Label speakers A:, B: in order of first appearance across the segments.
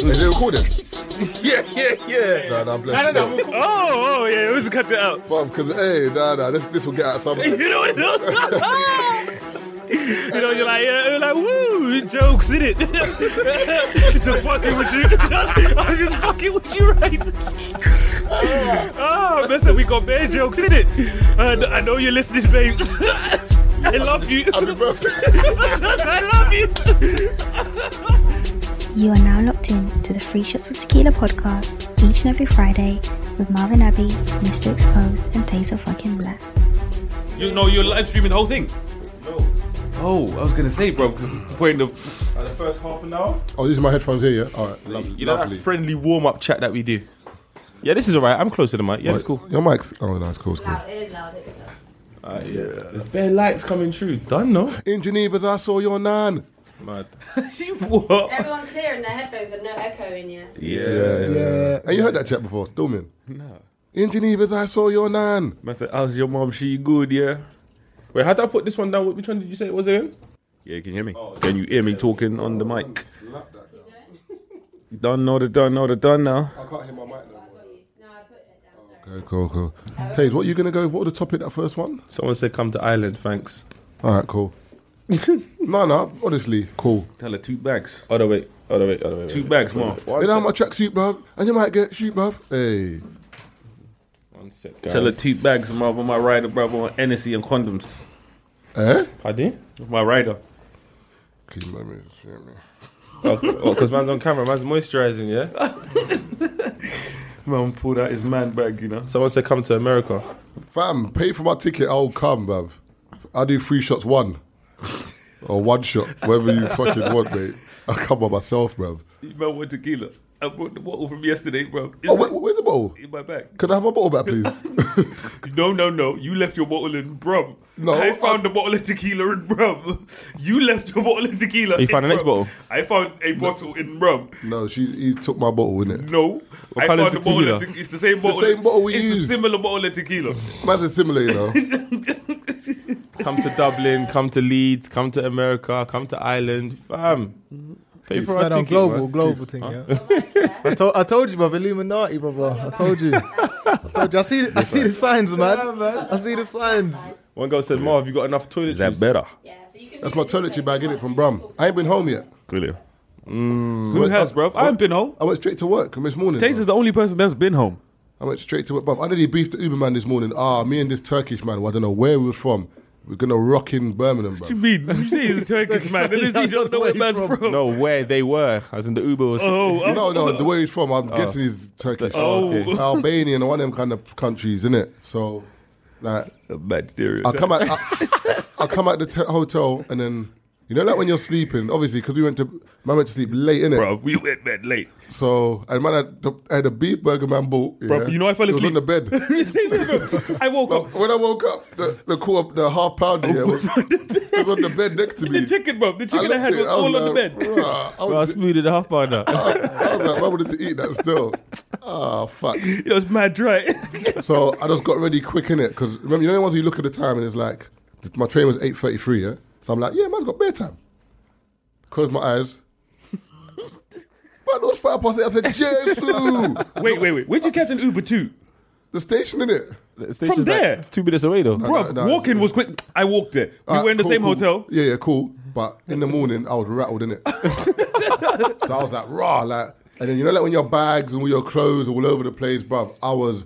A: Is it recording?
B: Yeah, yeah, yeah.
A: Nah, nah,
B: No,
A: bless
B: no, no.
A: you.
B: we'll- Oh, oh, yeah. We'll just cut that out.
A: But because hey, nah, nah, this this will get out somewhere.
B: You know, you know, you know you're like, yeah, you're like, woo, jokes in it. just fucking with you. I was just fucking with you, right? oh, listen, we got bad jokes in it. And I know you're listening, babes. I love you.
A: Happy birthday.
B: I love you.
C: You are now locked in to the Free Shots of Tequila podcast each and every Friday with Marvin Abbey, Mr. Exposed, and Taser Fucking Black.
B: You know, you're live streaming the whole thing. Oh, I was gonna say, bro, point of
D: Like Uh, the first half an hour.
A: Oh, these are my headphones here, yeah? All right, lo-
D: You know
A: lovely.
D: that friendly warm up chat that we do. Yeah, this is alright. I'm close to the mic. Yeah, it's cool.
A: Your mic's. Oh, no, it's cool, it's cool.
E: Loud, it is loud, it is loud.
D: Uh, yeah. There's bare lights coming through. Done, no?
A: In Geneva's, I saw your nan.
D: Mad. what?
E: Everyone clear in their headphones and no echo in you.
D: Yeah.
A: Yeah, yeah. And you heard that chat before, Stormin?
D: No.
A: In Geneva's, I saw your nan.
D: Man said, "How's your mom? She good, yeah." Wait, how did I put this one down? Which one did you say it was again? Yeah, can you hear me? Can you hear me talking on the mic? Done, know the done, know the done now.
A: I can't hear my mic now.
E: No, I put it down, sorry.
A: Okay, cool, cool. Taze, what are you going to go? What was the topic, that first one?
D: Someone said, "Come to Ireland, thanks."
A: All right, cool. no, no, honestly, cool.
D: Tell her two bags. Other way, other way, other way. Two bags, mom.
A: You know how much tracksuit, bruv? And you might get shoot, bruv. Hey.
D: Tell her two bags, mom. On my rider, brother, on Hennessy and condoms.
A: Eh?
D: Pardon? My rider.
A: Please let me. share me.
D: Oh, oh, cause man's on camera, man's moisturizing, yeah. man pulled out his man bag, you know. Someone said, "Come to America."
A: Fam, pay for my ticket, I'll come, bruv. I do three shots, one. or one shot, whatever you fucking want, mate. I'll come by myself, bruv.
D: You man want tequila? I brought the bottle from yesterday, bro. Is
A: Oh,
D: it
A: where, where's the bottle?
D: in my bag.
A: Can I have my bottle back, please?
D: No, no, no. You left your bottle in Brum.
A: No,
D: I
A: I-
D: found a bottle of tequila in Brum. You left your bottle of tequila. You
B: found the next bottle?
D: I found a bottle in Brum.
A: no, she he took my bottle, innit?
D: No, I
B: colour's
D: found a bottle.
B: tequila?
D: Of te- it's the same bottle.
A: same bottle we
D: It's
A: used.
D: the similar bottle of tequila.
A: Man's a similar, you know.
B: Come to Dublin, come to Leeds, come to America, come to Ireland. Fam. Pay for our
F: Man, I'm
B: ticket,
F: global,
B: man.
F: global thing. Yeah. I told, I told you, brother, Illuminati, brother. I told you. I told you. I see, I see the signs, man. I see the signs.
D: One girl said, "Marv, you got enough toilet Is that better?
E: Yeah, so you can
A: That's
E: do
A: my
E: it this way.
A: toiletry bag, innit, from Brum. I ain't been home yet.
D: Clearly.
B: Who has, bruv? I haven't been home.
A: I went straight to work this morning.
B: Taze
A: bruv.
B: is the only person that's been home.
A: I went straight to it, but I nearly beefed the Uber man this morning. Ah, me and this Turkish man, who I don't know where we were from. We're gonna rock in Birmingham,
B: What do
A: bro.
B: you mean? You say he's a Turkish man. That is, he don't know where
F: he's
B: man's
F: from.
B: from.
G: No, where they were, as in the Uber was.
B: Oh, oh,
A: No, no, the way he's from, I'm guessing he's Turkish,
B: Oh, okay.
A: Albanian, one of them kind of countries, isn't it? So, like,
D: Bad theory.
A: I come at I, I come at the t- hotel, and then you know, like when you're sleeping, obviously, because we went to man went to sleep late, innit?
D: Bro, we went bed late.
A: So, and man had, the- I had a beef burger man bought.
B: Bruv, you know I fell
A: It was on
B: asleep.
A: the bed.
B: I woke
A: But
B: up.
A: when I woke up, the the, quarter, the half pounder yeah, was, was on the bed next to me.
B: The chicken, bro. The chicken I,
A: looked
B: had
A: at
B: was
A: it, I
B: all on the
A: like,
B: bed.
A: "Rah." I
G: I
A: was,
G: smoothed it half by now.
A: I was like, I wanted to eat that still. Ah, fuck.
B: It was mad dry.
A: So I just got ready quick in it because remember, you know the ones where you look at the time and it's like th- my train was eight thirty three, yeah. So I'm like, yeah, man's got bare time. Close my eyes. Man, it was five past eight. I said, Jesus,
B: wait, wait, wait. Where'd you catch an Uber to?
A: the station in it.
G: The station's
B: there?
G: Like, it's two minutes away, though.
A: no,
B: Bro,
A: no, it's-
B: walking
A: Uh,
B: was quick. I walked there. We were in the same hotel.
A: Yeah, yeah, cool. But in the morning, I was rattled in it. so I was like, raw, like, and then you know, like when your bags and all your clothes are all over the place, bruv. I was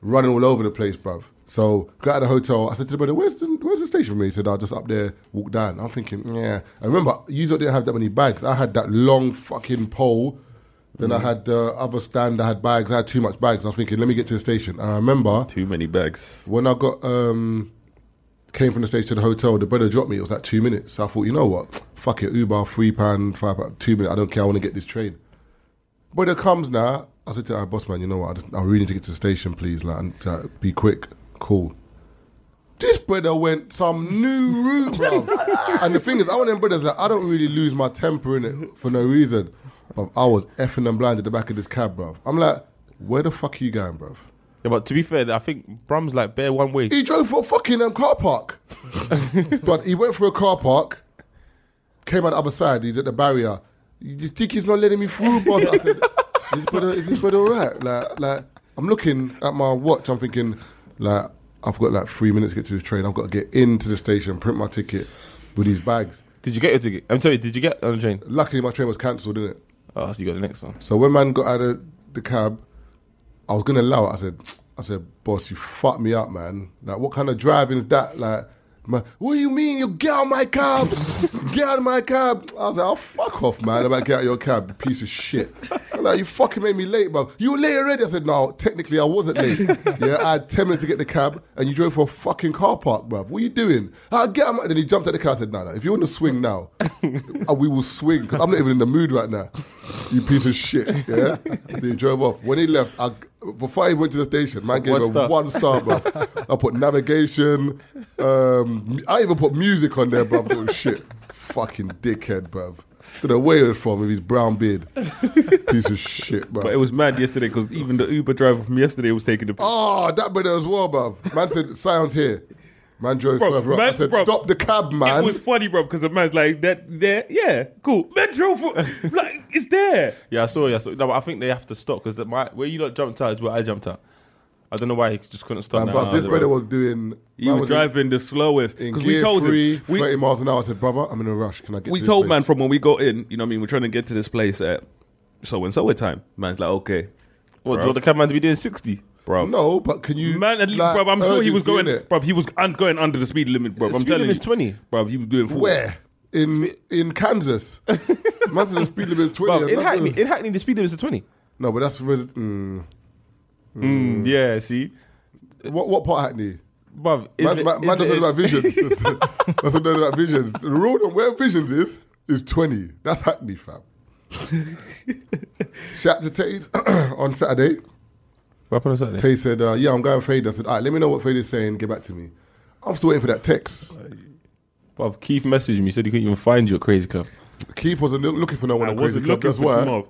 A: running all over the place, bruv. So got out of the hotel. I said to the brother, "Where's the where's the station for me?" He said, "I just up there, walk down." I'm thinking, yeah. I remember you lot didn't have that many bags. I had that long fucking pole. Then
B: Mm.
A: I had the other stand. I had bags. I had too much bags. I was thinking, let me get to the station. And I remember
D: Too many bags.
A: when I got um came from the station to the hotel, the brother dropped me. It was like two minutes. So I thought, you know what? Fuck it, Uber, three pound, five pound, two minutes. I don't care. I want to get this train. Brother comes now. I said to our boss man, you know what? I just I really need to get to the station, please. Like, and, uh, be quick. Cool. This brother went some new route, bro. and the thing is, I want them brothers like I don't really lose my temper in it for no reason. But I was effing and blind at the back of this cab, bro. I'm like, where the fuck are you going, bro?
G: Yeah, but to be fair, I think Brum's like bare one way.
A: He drove for a fucking um, car park. but he went through a car park, came out the other side, he's at the barrier. you think he's not letting me through, boss? I said, is this brother, is this brother all right? Like, like, I'm looking at my watch. I'm thinking, like, I've got like three minutes to get to this train. I've got to get into the station, print my ticket with these bags.
B: Did you get your ticket? I'm sorry, did you get on the train?
A: Luckily, my train was cancelled, didn't it?
B: Oh, so you got the next one.
A: So when man got out of the cab, I was gonna allow it. I said, I said, boss, you fucked me up, man. Like, what kind of driving is that? Like, man, what do you mean? You get out of my cab? get out of my cab? I was like, oh fuck off, man. I'm about to get out of your cab, you piece of shit. I'm like, you fucking made me late, bro. You were late already. I said, no, technically I wasn't late. yeah, I had ten minutes to get the cab, and you drove for a fucking car park, bruv. What are you doing? I get out. my-" Then he jumped at the car. I said, no, no. If you want to swing now, uh, we will swing. Cause I'm not even in the mood right now. You piece of shit. Yeah. so he drove off. When he left, I, before he went to the station, man gave
B: One
A: him
B: star.
A: one star, bro. I put navigation. Um, I even put music on there, bro. Little shit. Fucking dickhead, bro. Don't know where he was from with his brown beard. Piece of shit, bro.
H: But it was mad yesterday because even the Uber driver from yesterday was taking the piss.
A: Oh, that brother as well, bruv. Man said, Scion's here. Man drove
H: Bruv,
A: further up. I
H: man-
A: said,
H: bruv,
A: stop the cab, man.
H: It was funny, bro, because the man's like that. There, yeah, cool. Man drove for like it's there.
B: Yeah, I saw you. I saw, no, but I think they have to stop because my where you lot jumped out is where I jumped out. I don't know why he just couldn't stop.
A: Man,
B: now.
A: bruv,
B: Nah,
A: this
B: nah,
A: brother
B: nah.
A: was doing...
H: He
A: man
H: was,
A: in-
H: driving the slowest
A: in
H: because
A: gear
H: we told
A: three,
H: him. We,
A: 30 miles an hour. I said, brother, I'm in a rush. Can I get
H: we
A: to this
H: told
A: place?
H: man from when we got in, you know what I mean, we're trying to get to this place at so and so time. Man's like, okay,
B: What, do you want the cameraman to be doing sixty?
H: bro.
A: No, but can you...
H: Man, at least,
A: like,
H: bro, I'm sure he was going,
A: urgency, innit?
H: bro. He was un- going under the speed limit, bro.
B: The
H: I'm
B: speed
H: telling
B: limit's
H: you,
B: 20.
H: bro. He was doing 40.
A: Where? In in Kansas. man said the speed limit 20.
B: Bro,
A: I'm
B: in
A: not
B: Hackney,
A: doing-
B: in Hackney, the speed limit's at twenty.
A: No, but that's... Res- mm.
B: Mm, yeah, see,
A: What, what part of Hackney?
B: bruv, is
A: Man,
B: it-
A: man, man doesn't
B: is it-
A: know about visions. that's what knows about visions. The road on where visions is is twenty. That's Hackney, fam. Shout to Taze on Saturday.
B: What happened on Saturday?
A: Tay said, uh, "Yeah, I'm going Fade." I said, "All right, let me know what Fade is saying. Get back to me." I'm still waiting for that text.
B: Bruv, Keith messaged me. He said he couldn't even find you at Crazy Club.
A: Keith wasn't loo- looking for no one.
H: I
A: at Crazy
H: wasn't
A: Club,
H: looking
A: That's
H: for
A: why.
H: more.
B: What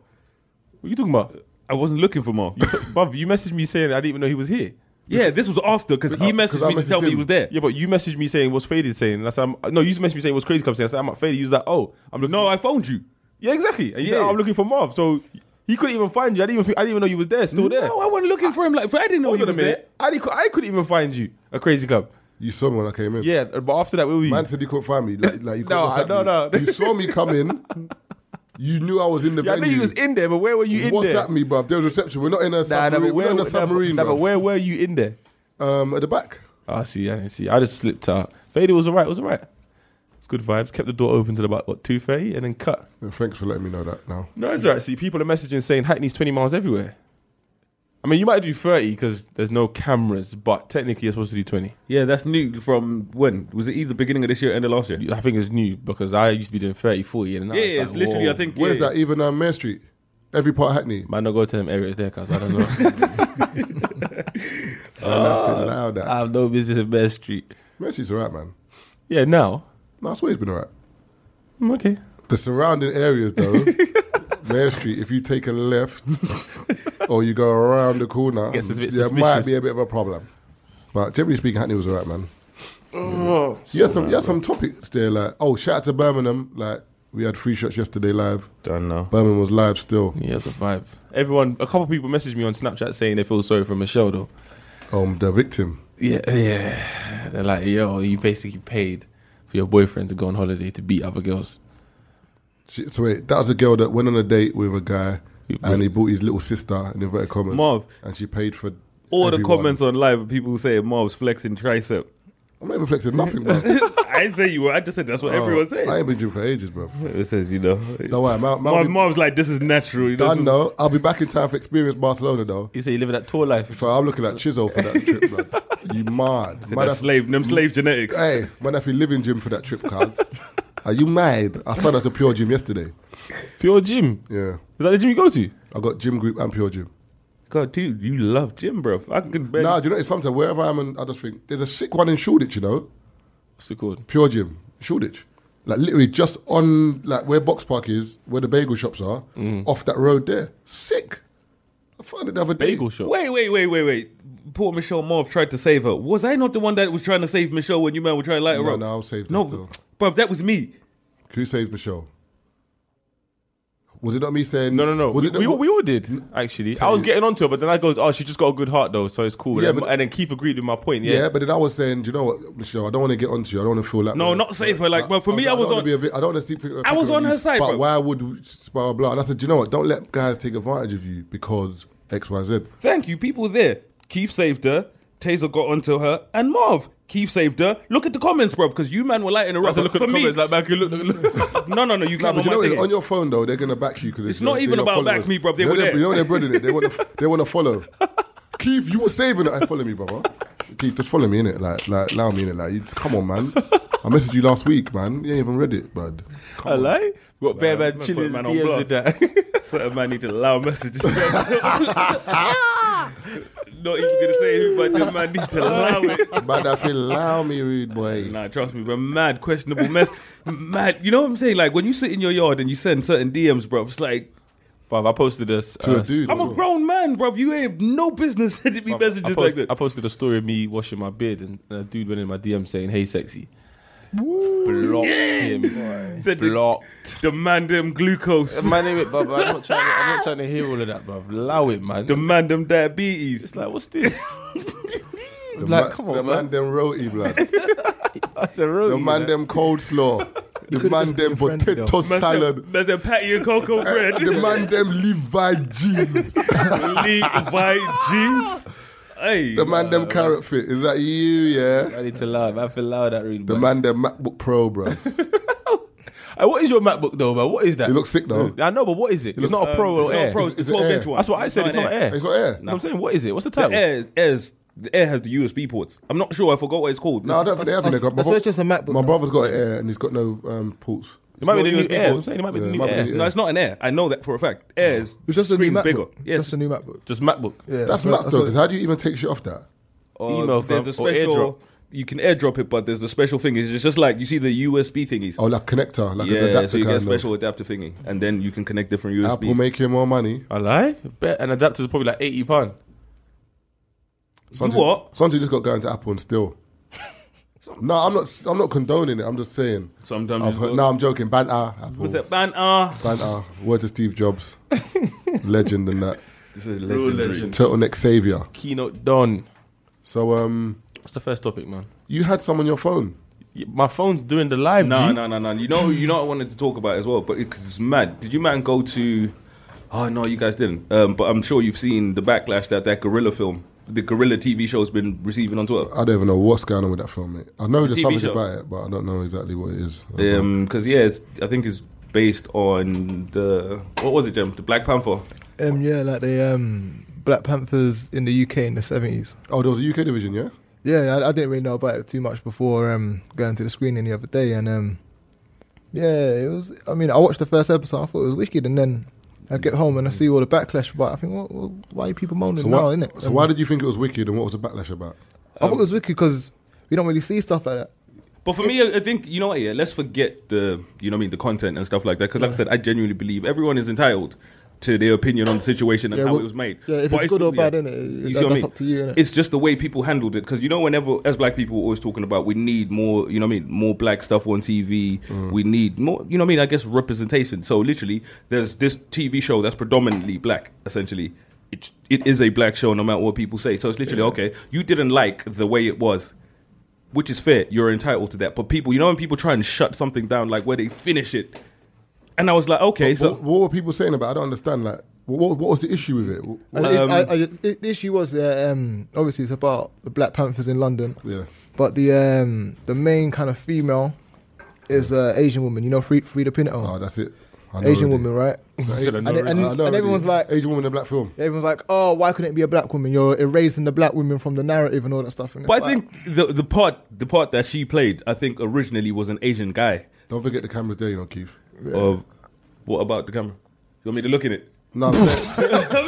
B: are you talking about?
H: I wasn't looking for more.
B: You t- bruv, you messaged me saying I didn't even know he was here.
H: Yeah, this was after because he
A: Uh, 'cause
H: messaged
A: I
H: me to
A: messaged
H: tell me
A: him.
H: he was there.
B: Yeah, but you messaged me saying what's Faded saying. And I said, I'm, no, you messaged me saying what's Crazy Club saying. I said, I'm at Faded. You was like, oh, I'm looking.
H: No, I phoned you.
B: yeah, exactly. And you said,
H: Yeah.
B: oh, I'm looking for Marv. So he couldn't even find you. I didn't even, think, I didn't even know you was there. Still there.
H: No, I wasn't looking for him. Like, I didn't know
B: Hold
H: he
B: on a
H: was there.
B: minute. I, didn't, I couldn't even find you at Crazy Club.
A: You saw me when I came in.
B: Yeah,
H: uh,
B: but after that, where were you?
A: Man said you couldn't find me. Like, like you couldn't
B: No,
A: WhatsApp
B: no,
A: me.
B: no.
A: You saw me come in. You knew I was in the
B: yeah, I
A: venue.
B: knew you was in there, but where were you in
A: What's
B: there?
A: that, me, bruv? There was reception. We're not in a
B: Nah, nah,
A: submarine.
B: but
A: we're
B: where,
A: not in
B: nah,
A: a submarine,
B: but- nah, but
A: bruv.
B: where were you in there? Ah,
A: um, at the back.
B: I see, I didn't see. I just slipped out. Fader was alright. Was alright. It's good vibes. Kept the door open till about what two thirty, and then cut.
A: Yeah, Thanks for letting me know that now.
B: No, it's alright. See, people are messaging saying Hackney's twenty miles everywhere. I mean, you might do thirty because there's no cameras, but technically you're supposed to do twenty.
H: Yeah, that's new from when? Was it either beginning of this year or end of last year?
B: I think it's new because I used to be doing 30, 40 and now
H: Yeah,
B: it's,
H: yeah,
B: like,
H: it's literally,
B: whoa.
H: I think.
A: Where's
H: yeah.
A: that? Even on Main Street, every part of Hackney.
B: Might not go to them areas there, cause I don't know. Ah.
A: Uh, loud
B: I
A: that.
B: have no business in Bear Street.
A: Main Street's alright, man.
B: Yeah, now.
A: No, it's always been alright.
B: Mm, Okay.
A: The surrounding areas, though, Main Street. If you take a left or you go around the corner,
B: Gets a bit
A: there might
B: suspicious.
A: be a bit of a problem. But generally speaking, Hackney was alright, man. you
H: Oh,
A: had some, you had some topics there, like oh, shout out to Birmingham. Like we had three shots yesterday live.
H: Don't know.
A: Birmingham was live still.
B: Yeah, it's a vibe. Everyone, a couple people messaged me on Snapchat saying they feel sorry for Michelle though.
A: Um, the victim.
B: Yeah, yeah. They're like, yo, you basically paid for your boyfriend to go on holiday to beat other girls.
A: She, so wait, that was a girl that went on a date with a guy, and he bought his little sister in inverted commas.
H: Marv.
A: and she paid for
H: All the
A: everyone.
H: comments on live, people saying Marv's flexing tricep.
A: I'm not even flexing nothing, bro.
H: I didn't say you were. I just said that's what everyone
A: Oh, I
H: says.
A: ain't been gym for ages, bro.
H: It says, you know.
A: No way,
H: Marv,
A: man. man
H: Marv's like, this is natural. This
A: done
H: is-
A: though. I'll be back in time for Experience Barcelona though.
B: You say you live that tour life.
A: So I'm looking at Chisel for that trip, bro. You mad? Man,
H: That's slave,
A: Mm.
H: them slave genetics.
A: hey, man, if you living gym for that trip, cuz. Are you mad? I signed up to Pure Gym yesterday.
B: Pure gym.
A: Yeah,
B: Is that the gym you go to?
A: I got gym group and Pure Gym.
H: God, dude, you love gym, bro. I can barely.
A: Nah, do you know it's sometimes wherever I'm, and I just think there's a sick one in Shoreditch, you know,
B: What's it called?
A: Pure Gym, Shoreditch. Like literally just on like where Box Park is, where the bagel shops are,
B: Mm.
A: off that road there. Sick. I found it the other day.
B: Bagel shop.
H: wait, wait, wait, wait, wait. Poor Michelle Marv tried to save her. Was I not the one that was trying to save Michelle when you man were trying to light her
A: No,
H: up?
A: no, I'll save this
H: No,
A: still.
H: bro, that was me.
A: Who saved Michelle? Was it not me saying?
B: No, no, no.
A: Was
B: We,
A: it
B: we,
A: not-
B: we all did actually. I was
A: you.
B: getting onto her, but then I goes, "Oh, she just got a good heart though, so it's cool."
A: Yeah,
B: and, then,
A: but-
B: and then Keith agreed with my point. Yeah,
A: Yeah, but then I was saying, do you know what, Michelle? I don't want to get onto you. I don't want to feel like.
D: No, not safe, but like- but for me, I was
A: don't wanna
D: on-
A: Be a vi- I don't want to see. people-
D: I was on her side,
A: But
D: bro.
A: why would we- blah blah? And I said, do you know what? Don't let guys take advantage of you because X Y Z.
D: Thank you. People were there. Keith saved her. Taser got onto her. And Marv. Keith saved her. Look at the comments, bro, because you man were lighting her up.
B: That's a look at
D: For
B: the
D: me,
B: comments. Like, man, look, look, look.
D: no, no, no. You
A: Nah,
D: can't.
A: but you know, what?
D: on,
A: on your phone though, they're gonna back you because it's
D: not even about back me, bruv. They
A: you know
D: were
A: they're-
D: there.
A: You know they're brethren. They want to. They want to follow. Keith, you were saving it. Hey, follow me, brother. Keith, just follow me in it. Like, like, allow me in it. Like, you, come on, man. I messaged you last week, man. You ain't even read it, bud. Come
B: I
A: on.
B: lie. Got bare
D: man,
B: man
D: put
B: chilling.
D: man on
B: DMs did
D: blast.
B: that.
D: Certain man need to allow messages. Not even gonna say who, but the man need to allow it.
A: But I feel allow me, rude boy.
D: Nah, trust me, bro. Mad questionable mess. Mad. You know what I'm saying? Like when you sit in your yard and you send certain DMs, bro. It's like
B: Bruv, I posted this.
A: To
B: uh,
A: a dude.
D: I'm
A: as
D: a
A: well.
D: grown man, bro. You have no business sending me
B: I,
D: messages
B: post-
D: like
B: I
D: that.
B: posted a story of me washing my beard, and a dude went in my DM saying, "Hey, sexy." Blocked him.
D: Said the-
B: Blocked.
D: Demand them glucose.
B: Man, name it, bruv. I'm not trying. To, I'm not trying to hear all of that, bruv. Allow it, man.
D: Demand them diabetes.
B: It's like, what's this?
A: The
B: Like,
A: ma-
B: come on,
A: the
B: man.
A: man. them roti, blood.
B: That's a road.
A: The man them cold slaw. The man
F: just been
A: them
F: friendly,
A: potato
D: That's a-
A: salad.
D: That's a patty and
B: Uh,
D: cocoa bread.
A: The man them Levi jeans.
D: Levi jeans. Hey.
A: The man them carrot fit. Is that you? Yeah.
B: I need to laugh. I feel loud that read.
A: The man them MacBook Pro, bro.
B: Hey, Uh, what is your MacBook though, man? What is that?
A: It looks sick though.
B: I know, but what is it? It's
A: looks-
B: not a Pro or
D: it's not
B: Air.
D: Pro, it's the
A: Is it
D: 12 inch
A: air?
D: one.
B: That's what I said. It's not, Air.
A: It's got air.
B: You know what I'm saying, what is it? What's the
D: The
B: title?
D: air, air's, the air has the USB ports. I'm not sure. I forgot what it's called.
A: No, I don't think they have
F: That's-
A: it. My
F: that's
A: bro-
F: why it's just a MacBook
A: My
F: now.
A: brother's got an air and he's got no um, ports.
B: It might be the
D: It's
B: new
D: not
B: Air.
D: USB
B: I'm saying it might be
A: Yeah,
B: the
A: it
B: new
A: might be
B: Air.
A: the-
D: No, it's not an air. I know that for a fact. Air's
F: It's just a new
D: screen's
F: MacBook.
D: bigger. Yes.
F: Just a new MacBook.
B: Just MacBook.
F: Yeah,
A: That's
F: what-
A: nuts though.
F: what-
A: 'cause how do you even take shit off that?
D: Uh,
B: Email,
D: there's
B: fam,
D: a
B: or
D: special.
B: airdrop.
D: You can airdrop it, but there's the special thing. It's just- just like you see the USB thingies.
A: Oh, like connector, like an
D: yeah,
A: adapter
D: so you
A: kind
D: get a
A: of.
D: special adapter thingy, and then you can connect different USBs.
A: Apple making more money.
B: I lie. Bet an adapter's probably like eighty pound.
A: Santi-
D: what?
A: Santi just got going to Apple and still. no, I'm not. I'm not condoning it. I'm just saying.
D: Sometimes
A: I've
D: you
A: heard,
D: go-
A: no, I'm joking. Banter. Apple.
D: What's that? Man,
B: uh.
D: ah,
A: Banter. Word to Steve Jobs, legend and that
D: this is legendary.
B: legend.
A: turtleneck savior.
B: Keynote done.
A: So um,
B: What's the first topic, man?
A: you had some on your phone.
B: Y- My phone's doing the live.
D: No,
B: G.
D: no, no, no. You know, you know, what I wanted to talk about as well, but because it's mad. Did you man go to? Oh no, you guys didn't. Um, but I'm sure you've seen the backlash that that gorilla film, the gorilla TV show's been receiving on Twitter.
A: I don't even know what's going on with that film. Mate. I know there's
D: TV
A: something
D: show.
A: about it, but I don't know exactly what it is.
D: Um, because yeah, it's, I think it's based on the what was it, Jim? The Black Panther.
F: Um, yeah, like the um, Black Panthers in the UK in the seventies.
A: oh, there was a UK division, yeah.
F: Yeah, I, I didn't really know about it too much before um, going to the screening the other day, and um, yeah, it was. I mean, I watched the first episode, I thought it was wicked, and then I get home and I see all the backlash. But I think, well, well, why are people moaning
A: So
F: now?
A: why,
F: innit?
A: so
F: Um,
A: why did you think it was wicked, and what was the backlash about?
F: I
D: Um,
F: thought it was wicked because we don't really see stuff like that.
D: But for me, I- I think you know what. Yeah, let's forget the you know what I mean the content and stuff like that. Because like I said, I genuinely believe everyone is entitled to their opinion on the situation and
F: Yeah,
D: how
F: well,
D: it was made.
F: yeah, if it's good or bad, innit?
D: You
F: That-
D: see what I
F: that's
D: mean?
F: up to you, innit?
D: It's just the way people handled it. Because you know, whenever as black people, we're always talking about we need more. You know what I mean? More black stuff on TV. We need more. You know what I mean? I guess representation. So literally, there's this TV show that's predominantly black, essentially. It, it is a black show, no matter what people say. So it's literally okay. You didn't like the way it was which is fair. You're entitled to that. But people, you know, when people try and shut something down, like where they finish it, and I was like, okay, so
A: what, what were people saying about? it? I don't understand. Like, what, what was the issue with it? What-
F: And
D: Um,
F: it, I, I, it, the issue was, uh, um, obviously, it's about the Black Panthers in London,
A: yeah,
F: but the um, the main kind of female is uh, Asian woman. You know, Fre- Frida Pinto,
A: oh, that's it. I know
F: Asian
A: already.
F: woman, right?
A: So,
B: said I
A: and-
B: know
A: and-
F: already.
A: I know
F: and
A: already.
F: everyone's like-
A: Asian woman in a black film.
F: Everyone's like, oh, why couldn't it be a black woman? You're erasing the black women from the narrative and all that stuff. And it's
D: But I
F: like-
D: think the the part the part that she played, I think originally was an Asian guy.
A: Don't forget the camera's there, you know, Keith.
D: Of what about the camera? You want me to look in it?
A: No, I'm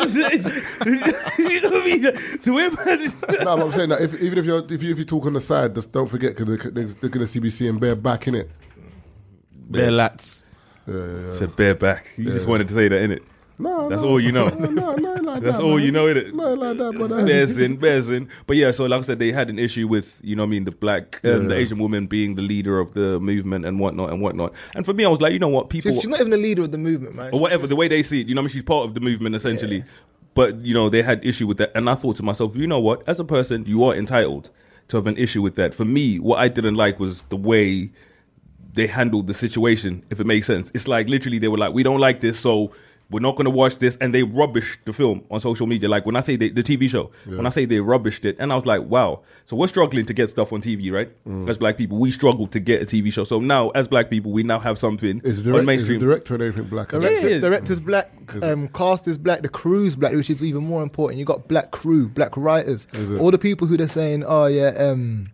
A: saying,
D: you know what I mean? To where man-
A: no, but I'm saying that if, even if you're if you, if you talk on the side, just don't forget because they're, they're, they're going to see me seeing bare back in it.
B: Bare lats.
A: Yeah, yeah, yeah.
D: It's a bareback. You just wanted to say that, innit?
A: Uh, No,
D: That's
A: no.
D: all you know.
A: No, no, no, like
D: That's
A: that,
D: all
A: man.
D: you know, innit?
A: No, like that, but uh,
D: bears in, bears in. But yeah, so like I said, they had an issue with you know what I mean the black uh, the Asian woman being the leader of the movement and whatnot and whatnot. And for me, I was like, you know what, people
F: She's, she's not even the leader of the movement, man.
D: or whatever the way they see it, you know what I mean. She's part of the movement essentially. But you know they had issue with that, and I thought to myself, you know what, as a person, you are entitled to have an issue with that. For me, what I didn't like was the way they handled the situation, if it makes sense. It's like literally they were like, we don't like this, so we're not going to watch this. And they rubbished the film on social media. Like when I say they, the TV show, when I say they rubbished it, and I was like, wow. So we're struggling to get stuff on TV, right?
A: Mm.
D: As black people, we struggle to get a TV show. So now, as black people, we now have something
A: is the,
D: on
A: direct, is the
D: mainstream.
A: director and everything black?
F: Director,
D: Yeah, yeah.
F: Director's black, um, cast is black, the crew's black, which is even more important. You got black crew, black writers,
A: Is it?
F: all the people who they're saying, oh yeah, um,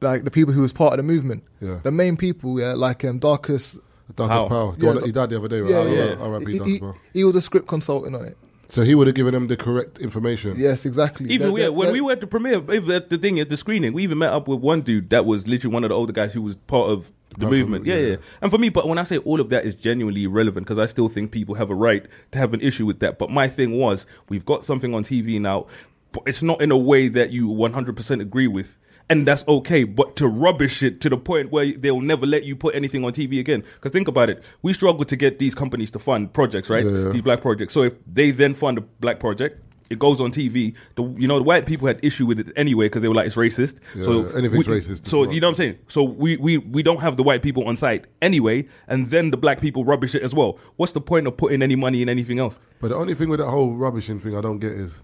F: like the people who was part of the movement,
A: Yeah.
F: the main people, yeah, like um, Darkest.
A: Darkest
D: How?
A: Power. The
F: Yeah,
A: one that
F: the-
A: he died the other day, right?
F: Yeah,
A: R-
F: yeah.
A: R- R.I.P.
F: He-
A: Darkest
F: he,
A: Power.
F: he was a script consultant on it.
A: So he would have given them the correct information.
F: Yes, exactly.
D: Even
F: They're-
D: we-
F: they're-
D: when
F: they're-
D: we were at the premiere, if that, the thing is the screening, we even met up with one dude that was literally one of the older guys who was part of the
A: Part of-
D: movement. yeah,
A: yeah.
D: yeah, And for me, but when I say all of that is genuinely irrelevant because I still think people have a right to have an issue with that. But my thing was, we've got something on TV now, but it's not in a way that you 100% agree with. And that's okay, but to rubbish it to the point where they'll never let you put anything on TV again. Because think about it, we struggle to get these companies to fund projects, right?
A: Yeah, yeah.
D: These black projects. So if they then fund a black project, it goes on TV. The you know the white people had issue with it anyway because they were like it's racist. so
A: Yeah, anything's
D: we-
A: racist, it's
D: So
A: not.
D: you know what I'm saying. So we, we we don't have the white people on site anyway, and then the black people rubbish it as well. What's the point of putting any money in anything else?
A: But the only thing with that whole rubbishing thing I don't get is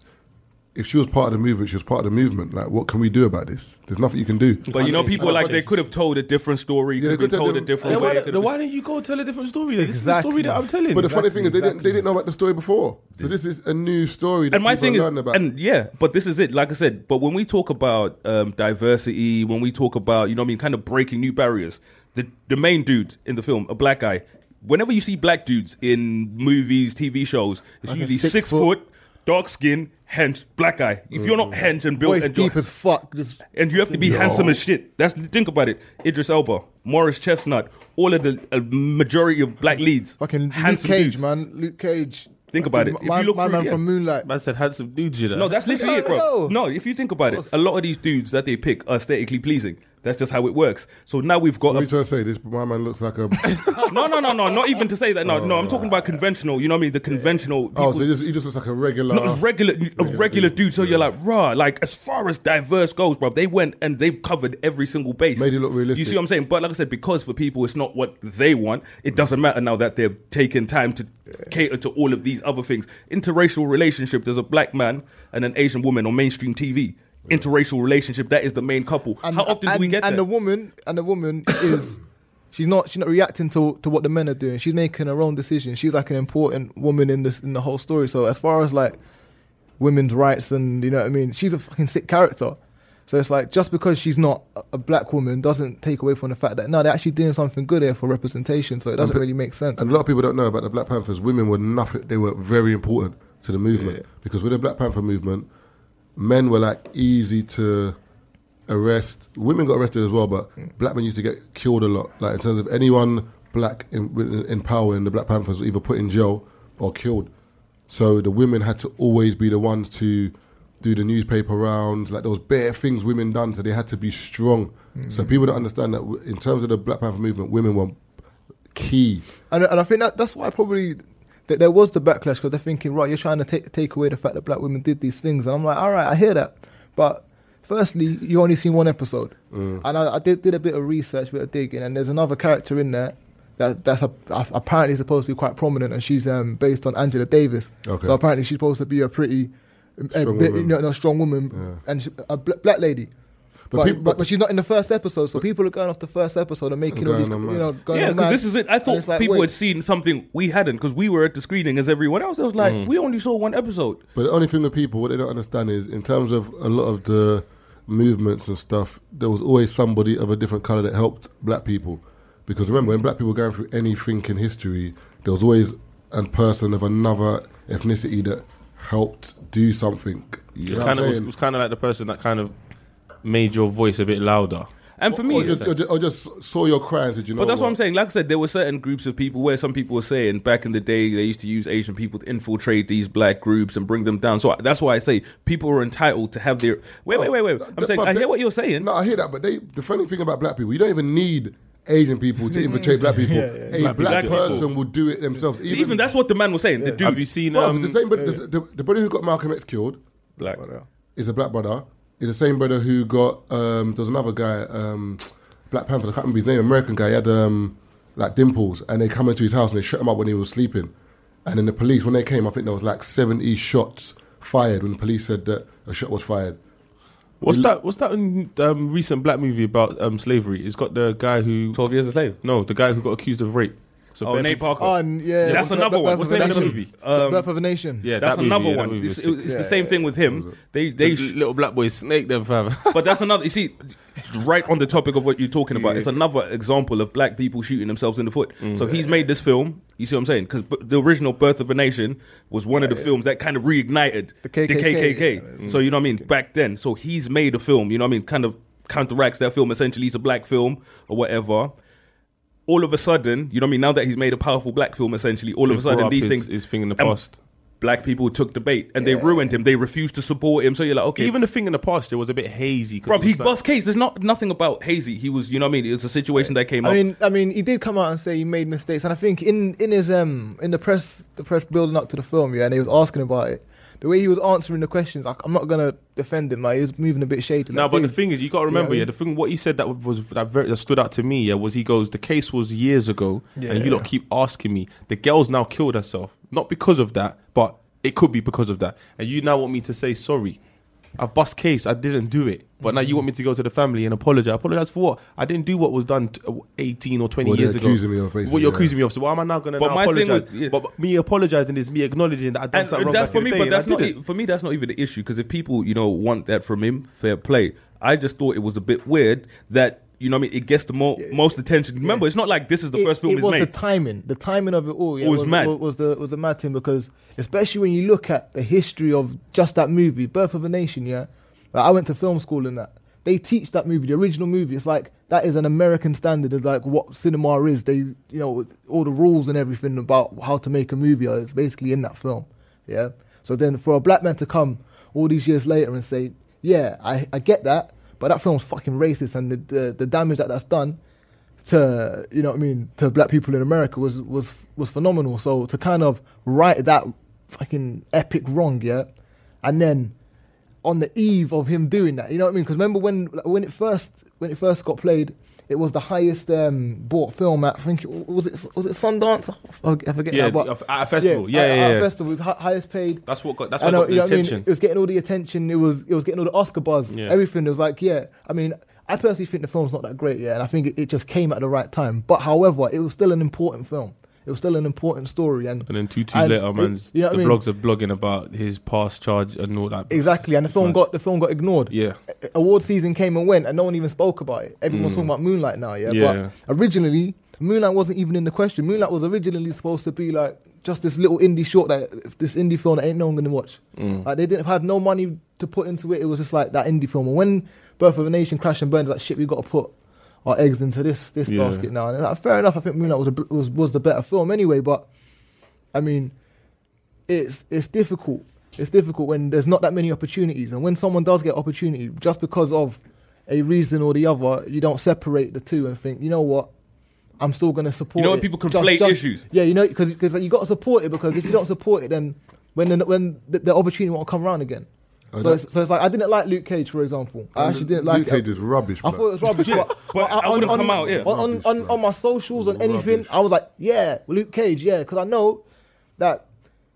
A: if she was part of the movement, she was part of the movement. Like, what can we do about this? There's nothing you can do.
D: But you know people like they
H: Context.
D: could have told a different story.
A: Yeah,
D: could
A: they
D: have been
A: could have
D: told a
A: done-
D: different
B: Then
D: way.
B: why,
D: could
B: then
D: have-
B: why didn't you go tell a different story? This is the
F: Exactly.
B: story that I'm telling.
A: But the funny
F: Exactly,
A: thing is, they, didn't, they
F: exactly.
A: didn't know about the story before. So this is a new story that
D: and my
A: people
D: thing
A: are
D: is,
A: learning about.
D: and yeah, but this is it. Like I said, but when we talk about um, diversity, when we talk about you know, what I mean, kind of breaking new barriers, the the main dude in the film, a black guy. Whenever you see black dudes in movies, TV shows, it's
F: Like a
D: usually
F: six
D: six,
F: foot-
D: foot, dark skin, hench, black guy. If you're not hench and built
F: Mm. voice
D: and
F: deep
D: you're-
F: as fuck. Just
D: and you have to be handsome as shit. That's think about it. Idris Elba, Morris Chestnut, all of the uh, majority of black leads,
F: fucking Luke
D: handsome
F: Cage,
D: dudes.
F: man. Luke Cage.
D: Think about it.
F: My,
D: If you look
F: my
D: through-
F: man
D: yeah.
F: from Moonlight.
B: Man said handsome dude, you know.
D: No, that's literally it, bro.
F: No.
D: No, if you think about it, a lot of these dudes that they pick are aesthetically pleasing. That's just how it works. So now we've got
A: what are
D: a
A: you trying to say? This my man looks like a.
D: no, no, no, no. Not even to say that. No, no. I'm talking about conventional. You know what I mean? The conventional.
A: oh, so
D: people-
A: he just, he just looks like a regular.
D: not a regular, a regular dude. So you're like, rah, like as far as diverse goes, bro. They went and they've covered every single base.
A: Made it look
D: Do you
A: realistic.
D: see what I'm saying? But like I said, because for people it's not what they want, it doesn't matter now that they've taken time to cater to all of these other things. Interracial relationship. There's a black man and an Asian woman on mainstream TV. Interracial relationship. That is the main couple. How often do
F: and,
D: we get
F: and
D: that?
F: the woman and the woman is she's not she's not reacting to to what the men are doing. She's making her own decision. She's like an important woman in this in the whole story. So as far as like women's rights and you know what I mean, she's a fucking sick character. So it's like just because she's not a- a black woman doesn't take away from the fact that no, they're actually doing something good here for representation. So it doesn't
A: pe-
F: really make sense.
A: And a lot of people don't know about the Black Panthers. Women were nothing. They were very important to the movement because with the Black Panther movement, men were like easy to arrest. Women got arrested as well, but black men used to get killed a lot. Like in terms of anyone black in, in power in the Black Panthers, were either put in jail or killed. So the women had to always be the ones to do the newspaper rounds. Like there was bare things women done, so they had to be strong. So people don't understand that w- in terms of the Black Panther movement, women were key.
F: And, and I think that that's why probably that there was the backlash because they're thinking, right, you're trying to take take away the fact that black women did these things, and I'm like, all right, I hear that, but firstly, you only seen one episode,
A: Mm.
F: and I, I did did a bit of research, bit of digging, and there's another character in there. That, that's a, a- apparently supposed to be quite prominent, and she's um, based on Angela Davis.
A: Okay.
F: So apparently she's supposed to be a pretty, um, a
A: Strong
F: bit-
A: woman.
F: you know, no, strong woman, and she, a bl- black lady. But but,
A: people-
F: but she's not in the first episode, so people are going off the first episode and making all
A: Going
F: these,
A: on
F: you
A: mad.
F: know, going
D: yeah,
F: on
D: because
F: mad.
D: this is it. I
F: And
D: thought
F: it's like,
D: people
F: wait.
D: had seen something we hadn't because we were at the screening as everyone else. It was like
A: Mm.
D: we only saw one episode.
A: But the only thing with people, what they don't understand is, in terms of a lot of the movements and stuff, there was always somebody of a different color that helped black people. Because remember, when black people were going through anything in history, there was always a person of another ethnicity that helped do something. You know
B: It was
A: what I'm
B: kind of, it was,
A: saying?
B: kind of like the person that kind of made your voice a bit louder.
D: And for me,
A: or
D: it's
A: just,
D: like-
A: or just, or just saw your cry and said, you know.
D: but that's what I'm saying. Like I said, there were certain groups of people where some people were saying back in the day they used to use Asian people to infiltrate these black groups and bring them down. So that's why I say people are entitled to have their. Wait, wait, wait, wait. I'm
A: Th-
D: saying
A: but
D: I
A: they-
D: hear what you're saying.
A: No, I hear that, but they the funny thing about black people, you don't even need Asian people to infiltrate black people. A
D: Black
A: black,
D: people do it.
A: person will do it themselves.
D: Even, that's what the man was saying. The dude,
B: Have you seen
A: Well,
B: um,
A: the same, brother, the, the brother who got Malcolm X killed
D: black.
A: is a black brother. Is the same brother who got um, there's another guy, um, Black Panther. I can't remember his name. American guy. He had um, like dimples, and they come into his house and they shut him up when he was sleeping. And then the police, when they came, I think there was like 70 shots fired. When the police said that a shot was fired,
B: what's that? What's that in, um, recent black movie about um, slavery? It's got the guy who
D: Twelve years a slave.
B: no, the guy who got accused of rape. So
D: Oh,
B: bare
D: Nate
B: people-
D: Parker.
F: Oh, and yeah,
D: That's
F: Birth-
D: another one.
F: Birth
D: What's
F: of
D: the
F: a
D: name of the
F: Nation.
D: movie? Um,
F: Birth of a Nation.
B: Yeah,
D: that's
B: that movie,
D: another
B: yeah, that
D: one.
B: movie
D: It's,
B: was
D: it's
B: sick.
D: the same thing with him. They they
B: The little black boy snake them fam.
D: but that's another. You see, right on the topic of what you're talking about, it's another example of black people shooting themselves in the foot.
B: Mm.
D: So he's made this film. You see what I'm saying? Because the original Birth of a Nation was one of the films that kind of reignited the
F: KKK.
D: So you know what I mean?
B: Mm.
D: Back then, so he's made a film. You know what I mean? Kind of counteracts that film. Essentially, it's a black film or whatever. All of a sudden, you know what I mean? Now that he's made a powerful black film, essentially, all of a sudden these things,
B: is thing in the
D: and
B: past.
D: black people took the bait and they ruined him. They refused to support him. So you're like, okay,
B: Even the thing in the past, it was a bit hazy. 'cause
D: Bro,
B: it was
D: he
B: like-
D: bust case. There's not nothing about Hazy. He was, you know, what I mean, it was a situation that came
F: I
D: up.
F: mean, I mean, he did come out and say he made mistakes, and I think in in his um in the press, the press building up to the film, yeah, and he was asking about it. The way he was answering the questions, I, I'm not gonna defend him. Like he was moving a bit shady.
B: No,
F: like,
B: but the
F: dude,
B: thing is, you got to remember,
F: I
B: yeah,
F: mean-
B: The thing, what he said that was that, very, that stood out to me, yeah, was he goes, the case was years ago, and you lot keep asking me. The girl's now killed herself, not because of that, but it could be because of that. And you now want me to say sorry. I bust case. I didn't do it, but now you want me to go to the family and apologize. Apologize for what? I didn't do what was done t- uh, eighteen or twenty
A: What they're
B: years ago.
A: accusing me of, basically,
B: what you're
A: yeah.
B: accusing me of? So why am I now going to
D: But my thing
B: apologize?
D: was- yeah.
B: But but me apologizing is me acknowledging that I done
D: and
B: something wrong.
D: that's
B: back
D: for
B: in the
D: me,
B: day,
D: but
B: and I
D: that's not
B: didn't.
D: e- for me. That's not even the issue because if people, you know, want that from him, fair play. I just thought it was a bit weird that you know, what I mean, it gets the mo- most attention. Remember, it's not like this is the
F: it-
D: first film
F: it
D: he's
F: was
D: made.
F: the timing. The timing of it all yeah,
D: It was mad.
F: Was, the was the mad thing because especially when you look at the history of just that movie, Birth of a Nation. Yeah, like, I went to film school and that they teach that movie, the original movie. It's like that is an American standard of like what cinema is. They you know all the rules and everything about how to make a movie. uh, It's basically in that film. Yeah. So then for a black man to come all these years later and say, yeah, I, I get that. But that film's fucking racist, and the, the, the damage that that's done to you know what I mean to black people in America was was was phenomenal. So to kind of right that fucking epic wrong, yeah, and then on the eve of him doing that, you know what I mean? Because remember when like, when it first when it first got played, it was the highest um, bought film at I think it, was it was it Sundance? I forget, I forget
B: Yeah,
F: now, but
B: at a festival. Yeah,
F: at-
B: yeah,
F: at a
B: yeah.
F: festival, it was hi- highest paid.
B: That's what got. That's
F: I
B: what
F: know,
B: got
F: you
B: the
F: know what I mean?
B: attention.
F: It was getting all the attention. It was it was getting all the Oscar buzz.
B: Yeah.
F: Everything. It was like, yeah. I mean, I personally think the film's not that great, yeah, and I think it, it just came at the right time. But however, it was still an important film. It was still an important story, and
B: And then two twos
F: and
B: later,
F: it-
B: man's
F: you know
B: the
F: what I mean?
B: blogs are blogging about his past charge and all that.
F: exactly. And the film
B: Right.
F: got the film got ignored.
B: Yeah.
F: A- Award season came and went, and no one even spoke about it. Everyone's talking about Moonlight now, yeah.
B: Hmm. Yeah.
F: But originally, Moonlight wasn't even in the question. Moonlight was originally supposed to be like just this little indie short that this indie film that ain't no one gonna watch.
B: Hmm.
F: Like they didn't have no money to put into it. It was just like that indie film. And when Birth of a Nation crashed and burned, like shit, we got to put our eggs into this this
B: Yeah.
F: basket now. And like, fair enough, I think Moonlight was, a, b- was was the better film anyway. But I mean, it's it's difficult. It's difficult when there's not that many opportunities, and when someone does get opportunity, just because of a reason or the other, you don't separate the two and think, you know what, I'm still going to support.
D: You know when
F: it.
D: people
F: Just-
D: conflate
F: just-
D: issues.
F: Yeah, you know, because like, you got to support it because if you don't support it, then when the, when the, the opportunity won't come around again.
A: I
F: So
A: don't-
F: it's, so it's like I didn't like Luke Cage, for example. I actually didn't like
A: Oh, Luke Cage is rubbish.
F: I
A: blood.
F: thought it was rubbish.
D: Yeah,
F: but,
D: but I would've come out, yeah.
F: On, on,
A: Rubbish,
F: on, on my
A: man.
F: socials, on anything,
A: Rubbish.
F: I was like, yeah, Luke Cage, yeah, because I know that